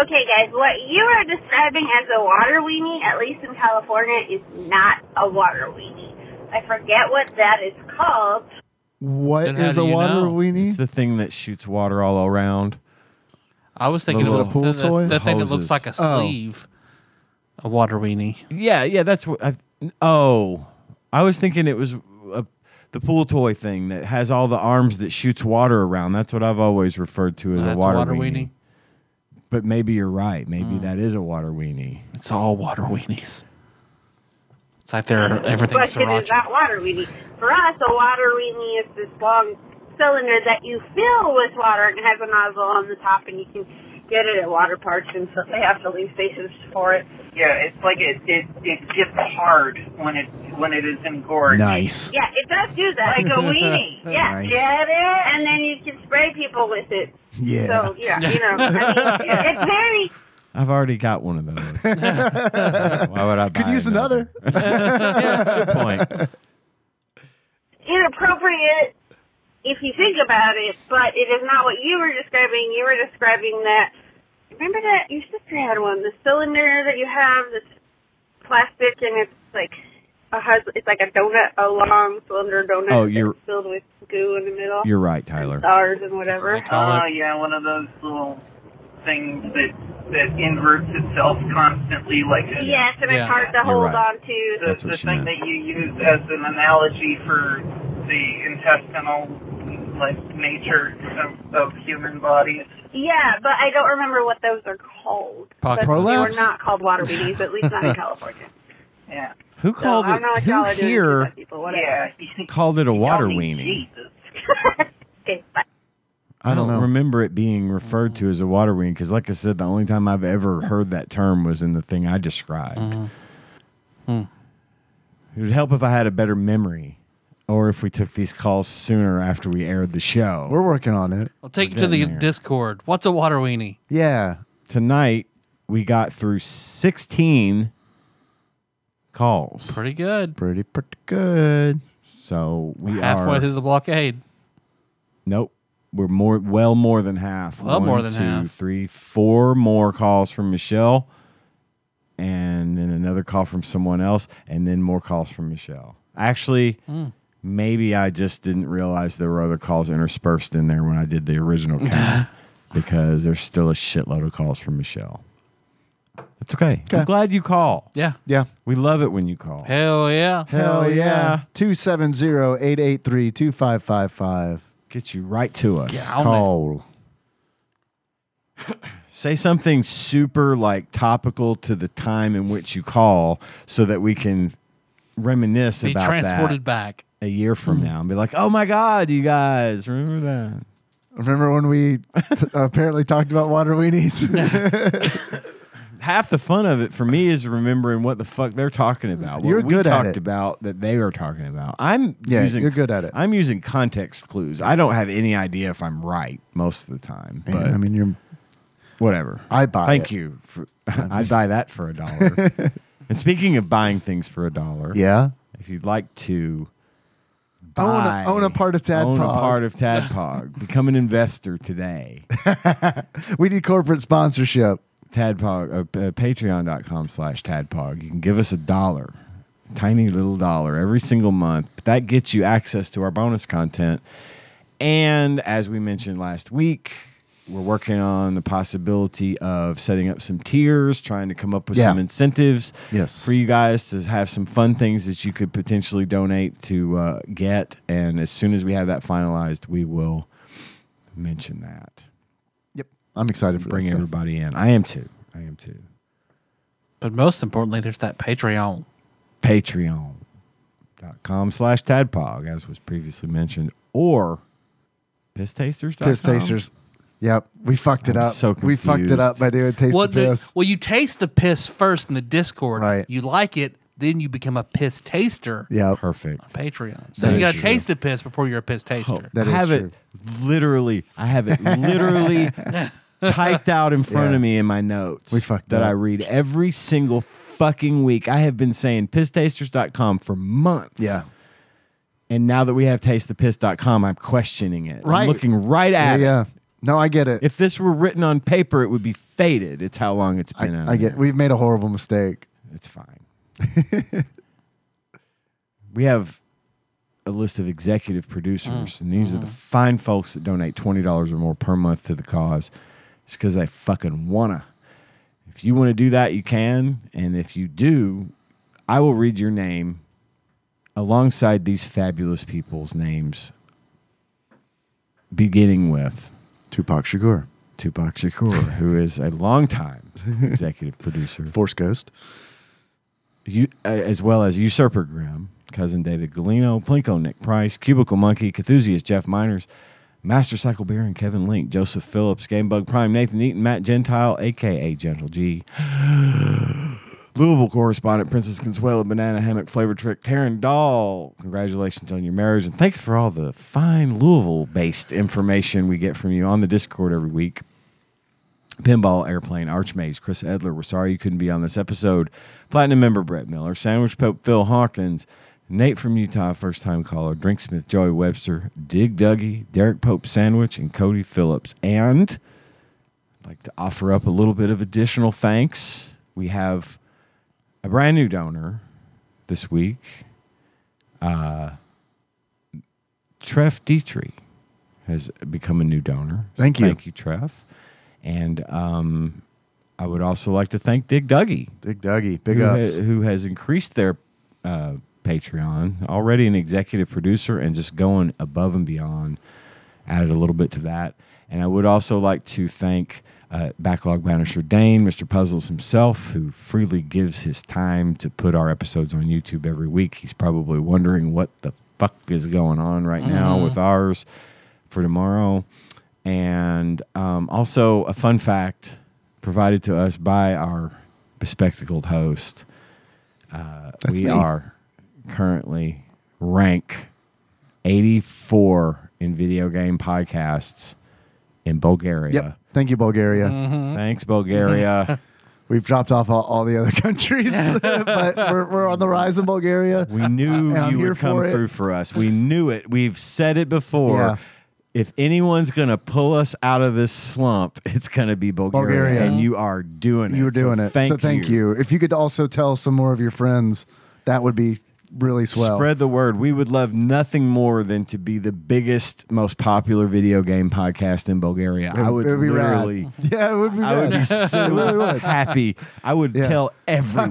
S7: Okay, guys, what you are describing as a water weenie, at least in California, is not a water weenie. I forget what that is called.
S1: What
S2: Then how
S1: is
S2: do
S1: a
S2: you
S1: water
S2: know?
S1: weenie?
S3: It's the thing that shoots water all around.
S2: I was thinking
S1: Little
S2: it was
S1: pool
S2: the, the-
S1: toy?
S2: the thing that looks
S3: Hoses.
S2: like a
S1: Oh.
S2: sleeve, a water weenie.
S3: Yeah, yeah, that's what. I, oh, I was thinking it was a, the pool toy thing that has all the arms that shoots water around. That's what I've always referred to as
S2: That's
S3: a water, weenie. But maybe you're right. Maybe that is a water weenie.
S2: It's all water weenies. It's like they're everything
S7: but it
S2: sriracha.
S7: is not water weenie. For us, a water weenie is this long cylinder that you fill with water and has a nozzle on the top, and you can get it at water parks, and so they have to leave spaces for it.
S8: Yeah, it's like it it, it gets hard when it when it is engorged.
S1: Nice.
S7: Yeah, it does do that.
S8: Like a weenie.
S7: Yeah,
S1: Nice.
S7: get it, and then you can spray people with it.
S1: Yeah.
S7: So yeah, you know, I mean, it's very
S3: I've already got one of those. Why would I?
S1: Could
S3: buy
S1: use another.
S3: another? Good point.
S7: inappropriate if you think about it, but it is not what you were describing. You were describing that. Remember that your sister had one, the cylinder that you have that's plastic and it's like a hus- it's like a donut, a long cylinder donut.
S3: Oh, you're-
S7: that's filled with goo in the middle,
S3: You're right, Tyler.
S7: stars and whatever.
S2: That's what
S8: Oh yeah, one of those little things that that inverts itself constantly, like a,
S7: Yes, and
S2: Yeah.
S7: it's hard to
S3: You're
S7: hold
S3: right.
S7: on to.
S8: the,
S3: That's what
S8: the
S3: she
S8: thing
S3: meant.
S8: that you use as an analogy for the intestinal like nature of, of human bodies.
S7: Yeah, but I don't remember what those are called.
S2: Pocket
S7: But They were
S1: prolapse?
S7: not called water weenies, at least not in California.
S8: Yeah,
S3: Who
S7: So
S3: called
S7: I
S3: it?
S7: don't know what y'all
S3: Who
S7: are doing to
S3: here
S7: these people, whatever.
S8: yeah.
S3: called it a water
S8: Y'all need
S3: weenie?
S8: Jesus.
S7: Okay, bye.
S3: I don't
S1: don't know.
S3: remember it being referred to as a water wing because, like I said, the only time I've ever heard that term was in the thing I described. Hmm. It would help if I had a better memory, or if we took these calls sooner after we aired the show.
S1: We're working on it.
S2: I'll take you
S3: We're
S2: to the
S3: getting there.
S2: Discord. What's a water weenie?
S1: Yeah.
S3: Tonight we got through sixteen calls,
S2: Pretty good.
S1: Pretty, pretty good.
S3: so we
S2: Halfway
S3: are
S2: through the blockade.
S3: Nope. We're more well more than half.
S2: Well
S3: One,
S2: more than
S3: two,
S2: half.
S3: three, four more calls from Michelle. And then another call from someone else, and then more calls from Michelle. Actually,
S2: Hmm.
S3: maybe I just didn't realize there were other calls interspersed in there when I did the original count because there's still a shitload of calls from Michelle. That's okay. I'm glad you call.
S2: Yeah.
S1: Yeah.
S3: We love it when you call.
S2: Hell yeah.
S3: Hell yeah.
S1: 270 883 2555.
S3: Get you right to us.
S2: Yeah. Own it.
S1: Call.
S3: say something super like topical to the time in which you call so that we can reminisce
S2: Be
S3: about
S2: transported Hmm.
S3: that
S2: back.
S3: a year from now and be like, "Oh my god, you guys, remember that?"
S1: Remember when we t- apparently talked about water weenies?
S3: Half the fun of it for me is remembering what the fuck they're talking about. What
S1: You're
S3: we
S1: good at
S3: talked
S1: it.
S3: about that they were talking about. I'm
S1: Yeah,
S3: using
S1: you're good at it.
S3: I'm using context clues. I don't have any idea if I'm right most of the time, but
S1: I mean, you're
S3: whatever.
S1: I buy
S3: Thank
S1: it.
S3: you. For, I'd buy that for a dollar. and speaking of buying things for a dollar,
S1: yeah.
S3: if you'd like to
S1: Own
S3: buy,
S1: a, own a part of
S3: own
S1: Tadpog.
S3: a part of Tadpog, become an investor today.
S1: we need corporate sponsorship.
S3: Tadpog, uh, p- uh, patreon.com slash Tadpog. You can give us a dollar, tiny little dollar every single month. But that gets you access to our bonus content. And as we mentioned last week, we're working on the possibility of setting up some tiers, trying to come up with
S1: Yeah.
S3: some incentives
S1: Yes.
S3: for you guys to have some fun things that you could potentially donate to uh, get. And as soon as we have that finalized, we will mention that
S1: Yep. I'm excited for
S3: bring
S1: that stuff.
S3: everybody in. I am too. I am too.
S2: But most importantly, there's that Patreon.
S3: Patreon.com slash tadpog, as was previously mentioned, or pisstasters.com.
S1: Piss tasters. Yep, we fucked it
S3: I'm
S1: up.
S3: so
S1: we fucked it
S3: confused.
S1: up by doing taste
S2: Well,
S1: the piss.
S2: the, well, you taste the piss first in the Discord.
S1: Right.
S2: You like it, then you become a piss taster.
S1: yep,
S3: Perfect.
S2: Patreon. So
S3: That
S2: you
S3: is
S2: got to
S3: true.
S2: taste the piss before you're a piss taster.
S1: Oh, that
S3: I
S1: is
S3: have
S1: true.
S3: it literally. I have it literally typed out in front
S1: Yeah.
S3: of me in my notes.
S1: We fucked
S3: that
S1: up.
S3: I read every single fucking week. I have been saying pisstasters.com for months.
S1: yeah.
S3: And now that we have tastethepiss.com, I'm questioning it. I'm
S1: Right.
S3: looking right
S1: yeah,
S3: at it.
S1: yeah. No, I get it.
S3: If this were written on paper, it would be faded. It's how long it's
S1: I,
S3: been out.
S1: I get.
S3: there.
S1: We've made a horrible mistake.
S3: It's fine. we have a list of executive producers, and these are the fine folks that donate twenty dollars or more per month to the cause. It's because they fucking wanna. If you want to do that, you can, and if you do, I will read your name alongside these fabulous people's names, beginning with
S1: Tupac Shakur,
S3: Tupac Shakur, who is a longtime executive producer
S1: Force Ghost.
S3: you, uh, as well as Usurper Grimm, Cousin David Galino, Plinko Nick Price, Cubicle Monkey, Cthusiast Jeff Miners, Master Cycle Beer and Kevin Link, Joseph Phillips, Gamebug Prime, Nathan Eaton, Matt Gentile, aka Gentle G. Louisville correspondent Princess Consuela Banana Hammock Flavor Trick Karen Dahl. Congratulations on your marriage and thanks for all the fine Louisville based information we get from you on the Discord every week. Pinball Airplane, Archmage, Chris Edler. We're sorry you couldn't be on this episode. Platinum member Brett Miller, Sandwich Pope Phil Hawkins, Nate from Utah, first time caller, Drinksmith Joey Webster, Dig Dougie, Derek Pope Sandwich, and Cody Phillips. And I'd like to offer up a little bit of additional thanks. We have a brand new donor this week, uh, Treff Dietrich has become a new donor. So
S1: Thank you.
S3: Thank you, Treff. And um, I would also like to thank Dig Dougie,
S1: Big Dougie. Big
S3: who, ha-
S1: ups.
S3: who has increased their uh, Patreon, already an executive producer, and just going above and beyond, added a little bit to that. And I would also like to thank uh, Backlog Banisher Dane, Mr. Puzzles himself, who freely gives his time to put our episodes on YouTube every week. He's probably wondering what the fuck is going on right now with ours for tomorrow. And um, also, a fun fact provided to us by our bespectacled host. Uh,
S1: That's
S3: we
S1: me.
S3: are currently rank 84 in video game podcasts in Bulgaria.
S1: Yep. Thank you, Bulgaria.
S3: Thanks, Bulgaria.
S1: We've dropped off all, all the other countries, but we're, we're on the rise in Bulgaria.
S3: we knew
S1: And I'm
S3: you
S1: here
S3: would come
S1: for it.
S3: through for us. We knew it. We've said it before.
S1: Yeah.
S3: If anyone's going to pull us out of this slump, it's going to be Bulgaria.
S1: Bulgaria.
S3: And you are doing it.
S1: you were
S3: So
S1: doing it.
S3: Thank
S1: so thank you. If you could also tell some more of your friends, that would be really swell.
S3: Spread the word. We would love nothing more than to be the biggest, most popular video game podcast in Bulgaria. I would
S1: It would be rad. Mm-hmm.
S3: literally,
S1: Yeah, it would be.
S3: I would be
S1: rad.
S3: so
S1: It really would.
S3: happy. I would
S1: Yeah.
S3: tell everyone.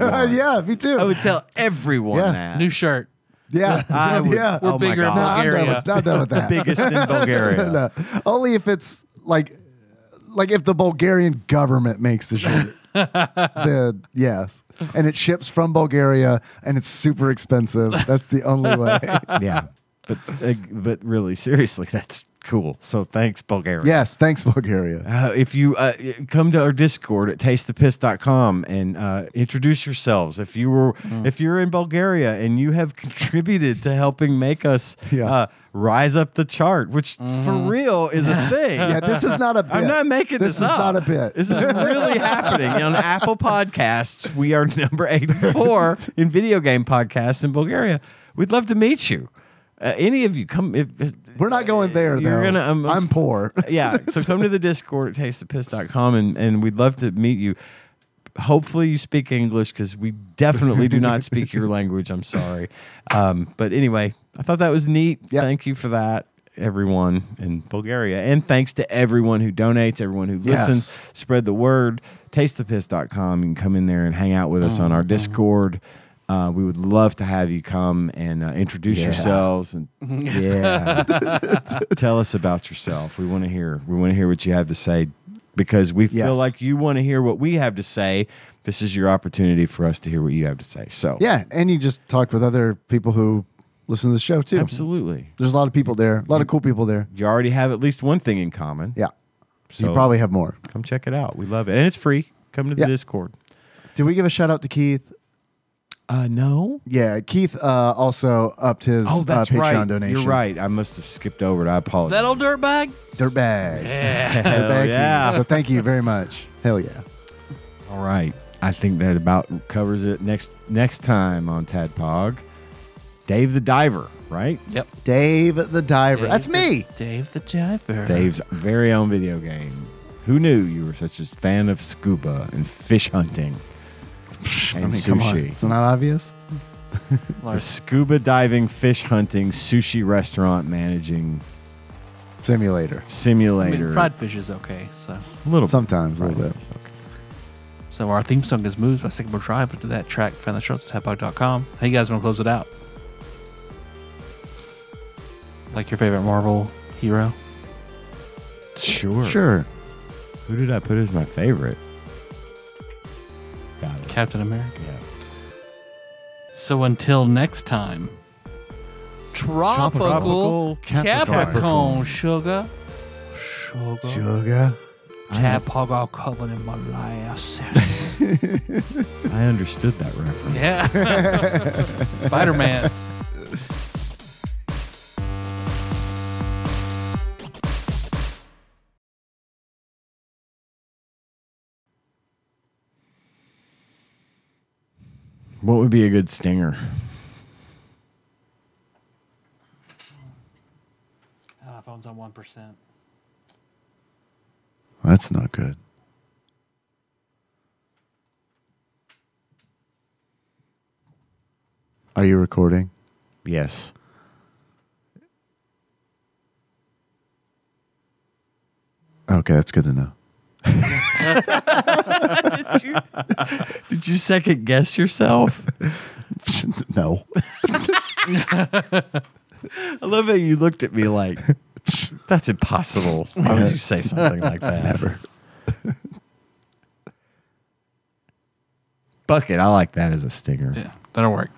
S1: yeah, me too.
S3: I would tell everyone
S1: Yeah.
S3: that.
S2: New shirt.
S1: yeah,
S3: I would-
S1: yeah.
S2: We're
S3: Oh my
S2: bigger in
S3: God.
S1: no, I'm done,
S2: Bulgaria.
S1: with, I'm done with that.
S3: Biggest in Bulgaria.
S1: No, only if it's like, like if the Bulgarian government makes the shirt. then yes, and it ships from Bulgaria, and it's super expensive. That's the only way.
S3: Yeah. But uh, but really, seriously, that's cool. So thanks, Bulgaria.
S1: yes, thanks Bulgaria.
S3: Uh, if you uh, come to our Discord at tastethepiss.com and uh, introduce yourselves. If you were if you're in Bulgaria and you have contributed to helping make us
S1: Yeah.
S3: uh, rise up the chart, which for real is a thing.
S1: Yeah, this is not a. Bit.
S3: I'm not making this,
S1: this is
S3: up.
S1: not a bit.
S3: This is really happening on Apple Podcasts. We are number 84 in video game podcasts in Bulgaria. We'd love to meet you. Uh, any of you come? If,
S1: We're not going there
S3: You're
S1: though.
S3: gonna- I'm-
S1: I'm poor.
S3: yeah. So come to the Discord at tastethepiss.com and, and we'd love to meet you. Hopefully you speak English because we definitely do not speak your language. I'm sorry. Um, but anyway, I thought that was neat.
S1: Yeah.
S3: Thank you for that, everyone in Bulgaria. And thanks to everyone who donates, everyone who
S1: Yes.
S3: listens. Spread the word. Tastethepiss.com. You can come in there and hang out with us
S1: Mm-hmm.
S3: on our Discord. Uh, we would love to have you come and uh, introduce
S1: Yeah. Mm-hmm.
S3: yourselves and yeah, tell us about yourself. We want to hear. We want to hear what you have to say because we feel
S1: Yes.
S3: like you want to hear what we have to say. This is your opportunity for us to hear what you have to say. So,
S1: Yeah, and you just talked with other people who listen to the show too.
S3: absolutely.
S1: There's a lot of people there, a lot of cool people there.
S3: You already have at least one thing in common.
S1: Yeah.
S3: So
S1: you probably have more.
S3: come check it out. We love it. And it's free. Come to the
S1: Yeah.
S3: Discord.
S1: Did we give a shout out to Keith?
S3: Uh, no.
S1: Yeah, Keith uh, also upped his
S3: Oh, that's
S1: uh, Patreon
S3: right.
S1: donation.
S3: You're right. I must have skipped over it. I apologize.
S2: That old dirtbag.
S1: Dirtbag.
S3: Hell
S1: Dirtbag Keith.
S3: yeah.
S1: So thank you very much. Hell yeah.
S3: All right. I think that about covers it. Next next time on Tadpog, Dave the Diver, right?
S2: Yep.
S1: Dave the Diver. That's
S2: Dave
S1: me.
S2: the- Dave the Jiver.
S1: Uh-huh.
S3: Dave's very own video game. Who knew you were such a fan of scuba and fish hunting and
S1: come on.
S3: sushi?
S1: It's not obvious.
S3: The scuba diving, fish hunting, sushi restaurant managing
S1: Simulator.
S2: I
S3: simulator.
S2: mean, fried fish is okay. So,
S3: a little
S1: Sometimes a
S3: Right.
S1: little bit.
S2: so our theme song is "Moves" by Sycamore Drive. But to that track, find the shorts at tadpog.com. How you guys want to close it out? Like your favorite Marvel hero?
S3: Sure.
S1: Sure.
S3: Who did I put as my favorite? Got it.
S2: Captain America.
S3: Yeah.
S2: So until next time, tropical,
S3: Tropical
S2: Capricorn,
S1: Capricorn.
S2: sugar, sugar,
S1: Sugar.
S2: tap hog all covered in molasses.
S3: I understood that reference.
S2: yeah, Spider Man.
S3: What would be a good stinger?
S2: Ah, phone's on one percent.
S1: That's not good. Are you recording?
S3: Yes.
S1: Okay, that's good to know.
S3: Did you second guess yourself?
S1: no.
S3: I love how you looked at me like, that's impossible. Why would you say something like that? Never. Bucket, I like that as a stinger.
S2: Yeah, that'll work.